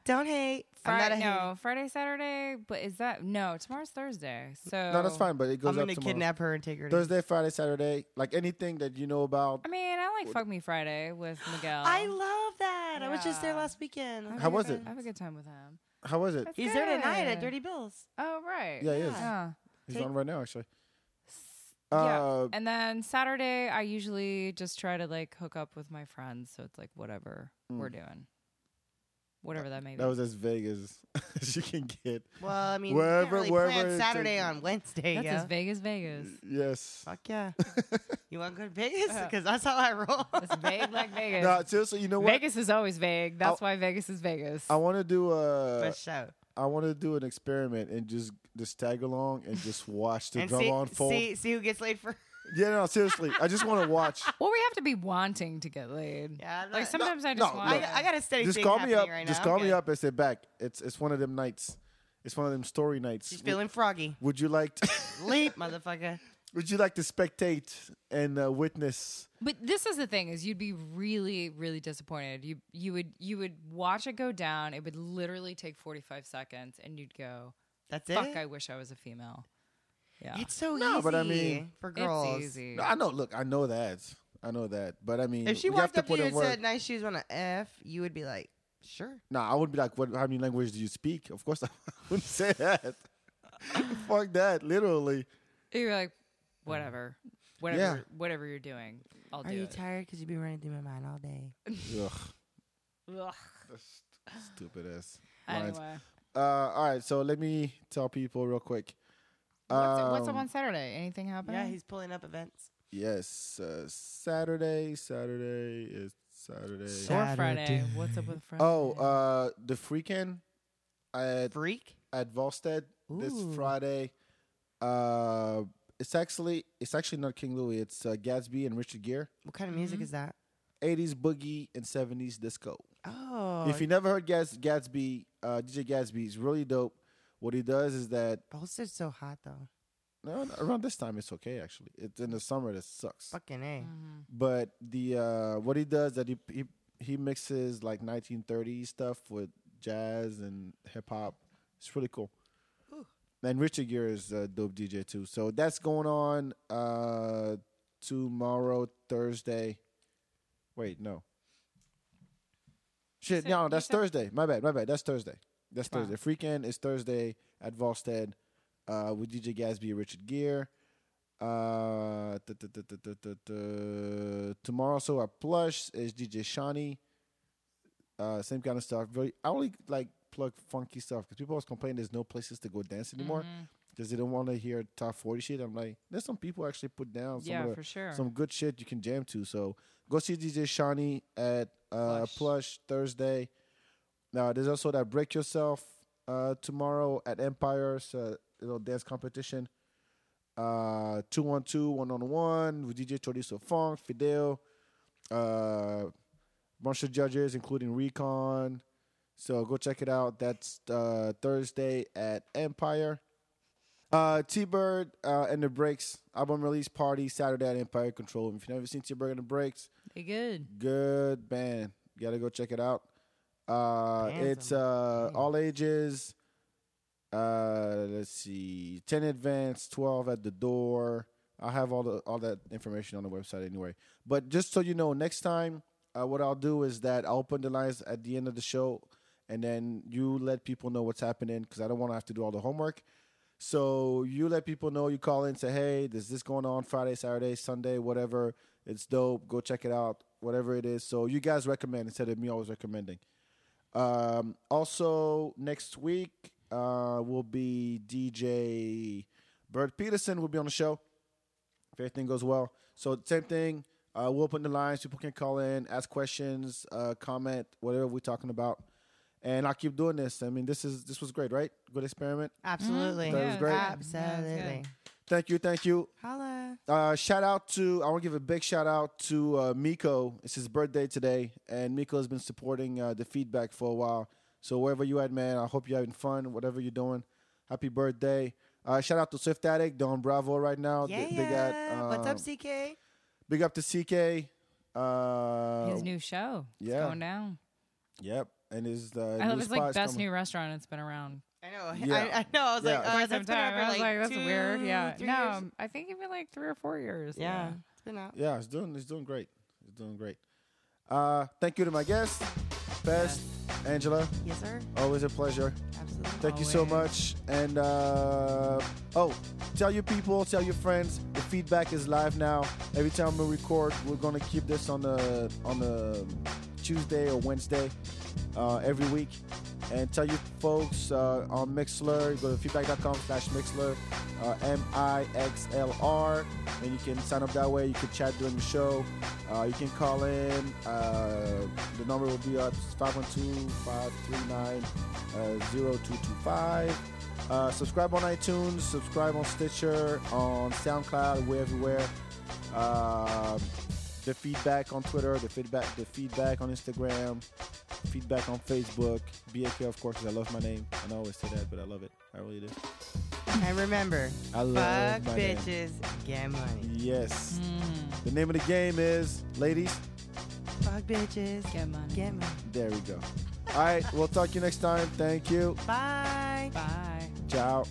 Speaker 3: Don't hate. I'm not a
Speaker 4: Friday,
Speaker 3: hater.
Speaker 4: no, Friday, Saturday, but is that no? Tomorrow's Thursday, so
Speaker 2: No, that's fine. But it goes
Speaker 3: I'm
Speaker 2: up
Speaker 3: gonna
Speaker 2: tomorrow.
Speaker 3: kidnap her and take her. to
Speaker 2: Thursday, Friday, Saturday, like anything that you know about.
Speaker 4: I mean, I like Fuck Me Friday with Miguel.
Speaker 3: I love that. I was just there
Speaker 4: Yeah.
Speaker 3: last weekend.
Speaker 4: I
Speaker 2: How
Speaker 4: have a
Speaker 2: was
Speaker 4: good-
Speaker 2: it?
Speaker 4: I have a good time with him.
Speaker 2: How was it?
Speaker 4: That's
Speaker 3: He's there tonight at
Speaker 4: good.
Speaker 3: Dirty Bills.
Speaker 4: Oh right,
Speaker 2: Yeah, he is.
Speaker 4: yeah.
Speaker 2: He's
Speaker 3: Take-
Speaker 2: on right now, actually.
Speaker 4: yeah.
Speaker 2: Uh,
Speaker 4: And then Saturday, I usually just try to like hook up with my friends. So it's like whatever we're doing, whatever that may be.
Speaker 2: Hmm. That was as vague as, as you can get.
Speaker 3: Well, I mean,
Speaker 2: Wherever-
Speaker 3: you can't really
Speaker 2: wherever
Speaker 3: plan
Speaker 2: it's
Speaker 3: Saturday
Speaker 2: taken.
Speaker 3: on Wednesday.
Speaker 4: That's
Speaker 3: yeah.
Speaker 4: as vague as Vegas.
Speaker 2: Yes.
Speaker 3: Fuck yeah. you want good Vegas?
Speaker 2: Uh,
Speaker 3: Because that's how I roll.
Speaker 4: It's vague like Vegas.
Speaker 2: No, seriously, you know what?
Speaker 4: Vegas is always vague. That's why Vegas is Vegas.
Speaker 2: I want to do
Speaker 3: For
Speaker 2: a
Speaker 3: sure.
Speaker 2: I want to do an experiment and just just tag along and just watch the
Speaker 3: and
Speaker 2: drama
Speaker 3: see,
Speaker 2: unfold.
Speaker 3: see see who gets laid first.
Speaker 2: Yeah, no, seriously, I just want to watch.
Speaker 4: Well, we have to be wanting to get laid.
Speaker 3: Yeah, I'm
Speaker 4: Like
Speaker 3: not-
Speaker 4: sometimes I just
Speaker 2: no,
Speaker 4: want.
Speaker 3: I,
Speaker 2: look.
Speaker 3: I got a steady
Speaker 2: Just
Speaker 3: thing
Speaker 2: call me
Speaker 3: happening
Speaker 2: up.
Speaker 3: right
Speaker 2: just
Speaker 3: now.
Speaker 2: call
Speaker 3: I'm
Speaker 2: me
Speaker 3: good.
Speaker 2: up and say back. It's it's one of them nights. It's one of them story nights.
Speaker 3: She's
Speaker 2: Would-
Speaker 3: feeling froggy.
Speaker 2: Would you like to,
Speaker 3: Leap, motherfucker.
Speaker 2: Would you like to spectate and uh, witness?
Speaker 4: But this is the thing: is you'd be really, really disappointed. You you would you would watch it go down. It would literally take forty five seconds, and you'd go,
Speaker 3: That's
Speaker 4: "Fuck!
Speaker 3: it.
Speaker 4: I wish I was a female." Yeah,
Speaker 3: It's so
Speaker 2: No,
Speaker 3: easy
Speaker 2: but I mean-
Speaker 3: for
Speaker 4: It's
Speaker 3: girls.
Speaker 4: easy.
Speaker 2: No, I know. Look, I know that. I know that. But I mean,
Speaker 3: If she
Speaker 2: we have
Speaker 3: walked
Speaker 2: to
Speaker 3: up to
Speaker 2: put
Speaker 3: you
Speaker 2: in
Speaker 3: and
Speaker 2: work.
Speaker 3: said, "Nice shoes on a F," you would be like, "Sure."
Speaker 2: No, I would be like, what? How many languages do you speak? Of course, I wouldn't say that. Fuck that, literally.
Speaker 4: You're like, whatever, whatever,
Speaker 2: Yeah.
Speaker 4: whatever you're doing, I'll
Speaker 3: Are
Speaker 4: do
Speaker 3: you
Speaker 4: it.
Speaker 3: tired? Because you've been running through my mind all day.
Speaker 2: Ugh,
Speaker 4: Ugh.
Speaker 2: stupid ass. lines.
Speaker 4: Anyway,
Speaker 2: Uh, all right, so let me tell people real quick.
Speaker 4: what's, what's up
Speaker 2: Um,
Speaker 4: on Saturday? Anything happening?
Speaker 3: Yeah, he's pulling up events.
Speaker 2: Yes, uh, Saturday. Saturday is Saturday.
Speaker 3: Sa-
Speaker 4: or Friday.
Speaker 3: Saturday.
Speaker 4: What's up with Friday?
Speaker 2: oh, uh, the freakin' at
Speaker 3: Freak.
Speaker 2: at Volstead
Speaker 3: Ooh.
Speaker 2: this Friday. Uh, it's actually it's actually not King Louis. It's uh, Gatsby and Richard Gere.
Speaker 3: What kind of music
Speaker 4: Mhm.
Speaker 3: is that?
Speaker 2: 80s boogie and 70s disco.
Speaker 3: Oh,
Speaker 2: If you never heard Gats- Gatsby, uh, DJ Gatsby is really dope. What he does is that
Speaker 3: Bolster's so hot though.
Speaker 2: no, around this time it's okay actually. It's in the summer that sucks.
Speaker 3: Fucking a.
Speaker 2: But the uh, what he does that he, he he mixes like 1930s stuff with jazz and hip hop. It's really cool. And Richard Gere is a dope DJ too. So that's going on uh, tomorrow Thursday. Wait, no. Shit,
Speaker 4: said-
Speaker 2: no,
Speaker 4: you
Speaker 2: that's
Speaker 4: said-
Speaker 2: Thursday. My bad, my bad. That's Thursday. That's
Speaker 4: Tomorrow.
Speaker 2: Thursday. Freakin' is Thursday at Volstead uh, with DJ Gatsby and Richard Gere. Uh, t- t- t- t- t- t- t- tomorrow, so at Plush is DJ Shawnee. Uh, same kind of stuff. Really, I only like plug funky stuff because people always complain there's no places to go dance anymore
Speaker 4: Mm-hmm.
Speaker 2: because they don't want to hear top forty shit. I'm like, there's some people actually put down some of
Speaker 4: yeah,
Speaker 2: the-
Speaker 4: for sure.
Speaker 2: some good shit you can jam to. So go see DJ Shawnee at uh, Plush.
Speaker 4: Plush.
Speaker 2: Thursday. Now there's also that Break Yourself uh, tomorrow at Empire. It's a little dance competition. Uh, 212 one on one with DJ Chorizo Funk, Fidel, uh, bunch of judges including Recon. So go check it out. That's uh, Thursday at Empire. Uh, T Bird uh, and the Breaks album release party Saturday at Empire Control. If you've never seen T Bird and the Breaks,
Speaker 4: They good.
Speaker 2: good band. You gotta go check it out. Uh,
Speaker 3: Bands
Speaker 2: it's
Speaker 3: on
Speaker 2: uh,
Speaker 3: the
Speaker 2: all ages. Uh, let's see, ten advance, twelve at the door. I have all the all that information on the website anyway. But just so you know, next time, uh, what I'll do is that I'll open the lines at the end of the show, and then you let people know what's happening because I don't want to have to do all the homework. So you let people know. You call in, say, "Hey, there's this going on Friday, Saturday, Sunday, whatever. It's dope. Go check it out, whatever it is." So you guys recommend instead of me always recommending. Um, also, next week uh, will be DJ Bert Peterson will be on the show if everything goes well. So same thing. Uh, we'll open the lines. People can call in, ask questions, uh, comment, whatever we're talking about. And I'll keep doing this. I mean, this is this was great, right? Good experiment.
Speaker 3: Absolutely.
Speaker 2: That was great.
Speaker 3: Absolutely.
Speaker 2: Thank you, thank you.
Speaker 3: Holla.
Speaker 2: Uh, shout out to I want to give a big shout out to uh, Miko. It's his birthday today, and Miko has been supporting uh, the feedback for a while. So wherever you at, man, I hope you're having fun. Whatever you're doing, happy birthday. Uh, shout out to Swift Addict, Don Bravo right now.
Speaker 3: Yeah.
Speaker 2: They, they got
Speaker 3: What's
Speaker 2: um,
Speaker 3: up, CK?
Speaker 2: Big up to CK. Uh,
Speaker 4: His new show. It's
Speaker 2: yeah.
Speaker 4: going down.
Speaker 2: Yep, and his uh,
Speaker 4: I love
Speaker 2: new
Speaker 4: it's like
Speaker 2: spot's
Speaker 4: best
Speaker 2: coming.
Speaker 4: new restaurant. It's been around
Speaker 3: I know.
Speaker 2: Yeah.
Speaker 3: I, I know. I was
Speaker 2: Yeah. Of
Speaker 3: like, uh,
Speaker 4: quite
Speaker 3: that's
Speaker 4: some
Speaker 3: been out
Speaker 4: time.
Speaker 3: for
Speaker 4: I was like, that's
Speaker 3: two,
Speaker 4: weird. Yeah.
Speaker 3: three
Speaker 4: No,
Speaker 3: years.
Speaker 4: um, I think even like three or four years.
Speaker 3: Yeah. It's been out.
Speaker 2: Yeah, it's doing it's doing great. It's doing great. Uh, thank you to my guests, Best, Angela.
Speaker 3: Yes, sir.
Speaker 2: Always a pleasure.
Speaker 3: Absolutely.
Speaker 2: Thank you so
Speaker 4: Always.
Speaker 2: much. And uh, oh, tell your people, tell your friends. The feedback is live now. Every time we record, we're gonna keep this on the on the Tuesday or Wednesday uh, every week. And tell your folks uh, on Mixler. Go to feedback.com/slash Mixler, uh, M I X L R. and you can sign up that way. You can chat during the show. Uh, you can call in. Uh, the number will be up Uh, 512-539-0225. Uh, subscribe on iTunes, subscribe on Stitcher, on SoundCloud, we're everywhere. Um the feedback on Twitter, the feedback, the feedback on Instagram, feedback on Facebook. BAK, of course, 'cause I love my name. I know I always say that, but I love it. I really do.
Speaker 3: And remember,
Speaker 2: I love
Speaker 3: fuck
Speaker 2: my name.
Speaker 3: bitches, get money.
Speaker 2: Yes.
Speaker 4: Mm.
Speaker 2: The name of the game is, ladies,
Speaker 3: Fuck bitches,
Speaker 4: Get money.
Speaker 3: get money.
Speaker 2: there we go. All right, we'll talk to you next time. Thank you.
Speaker 3: Bye.
Speaker 4: Bye.
Speaker 2: Ciao.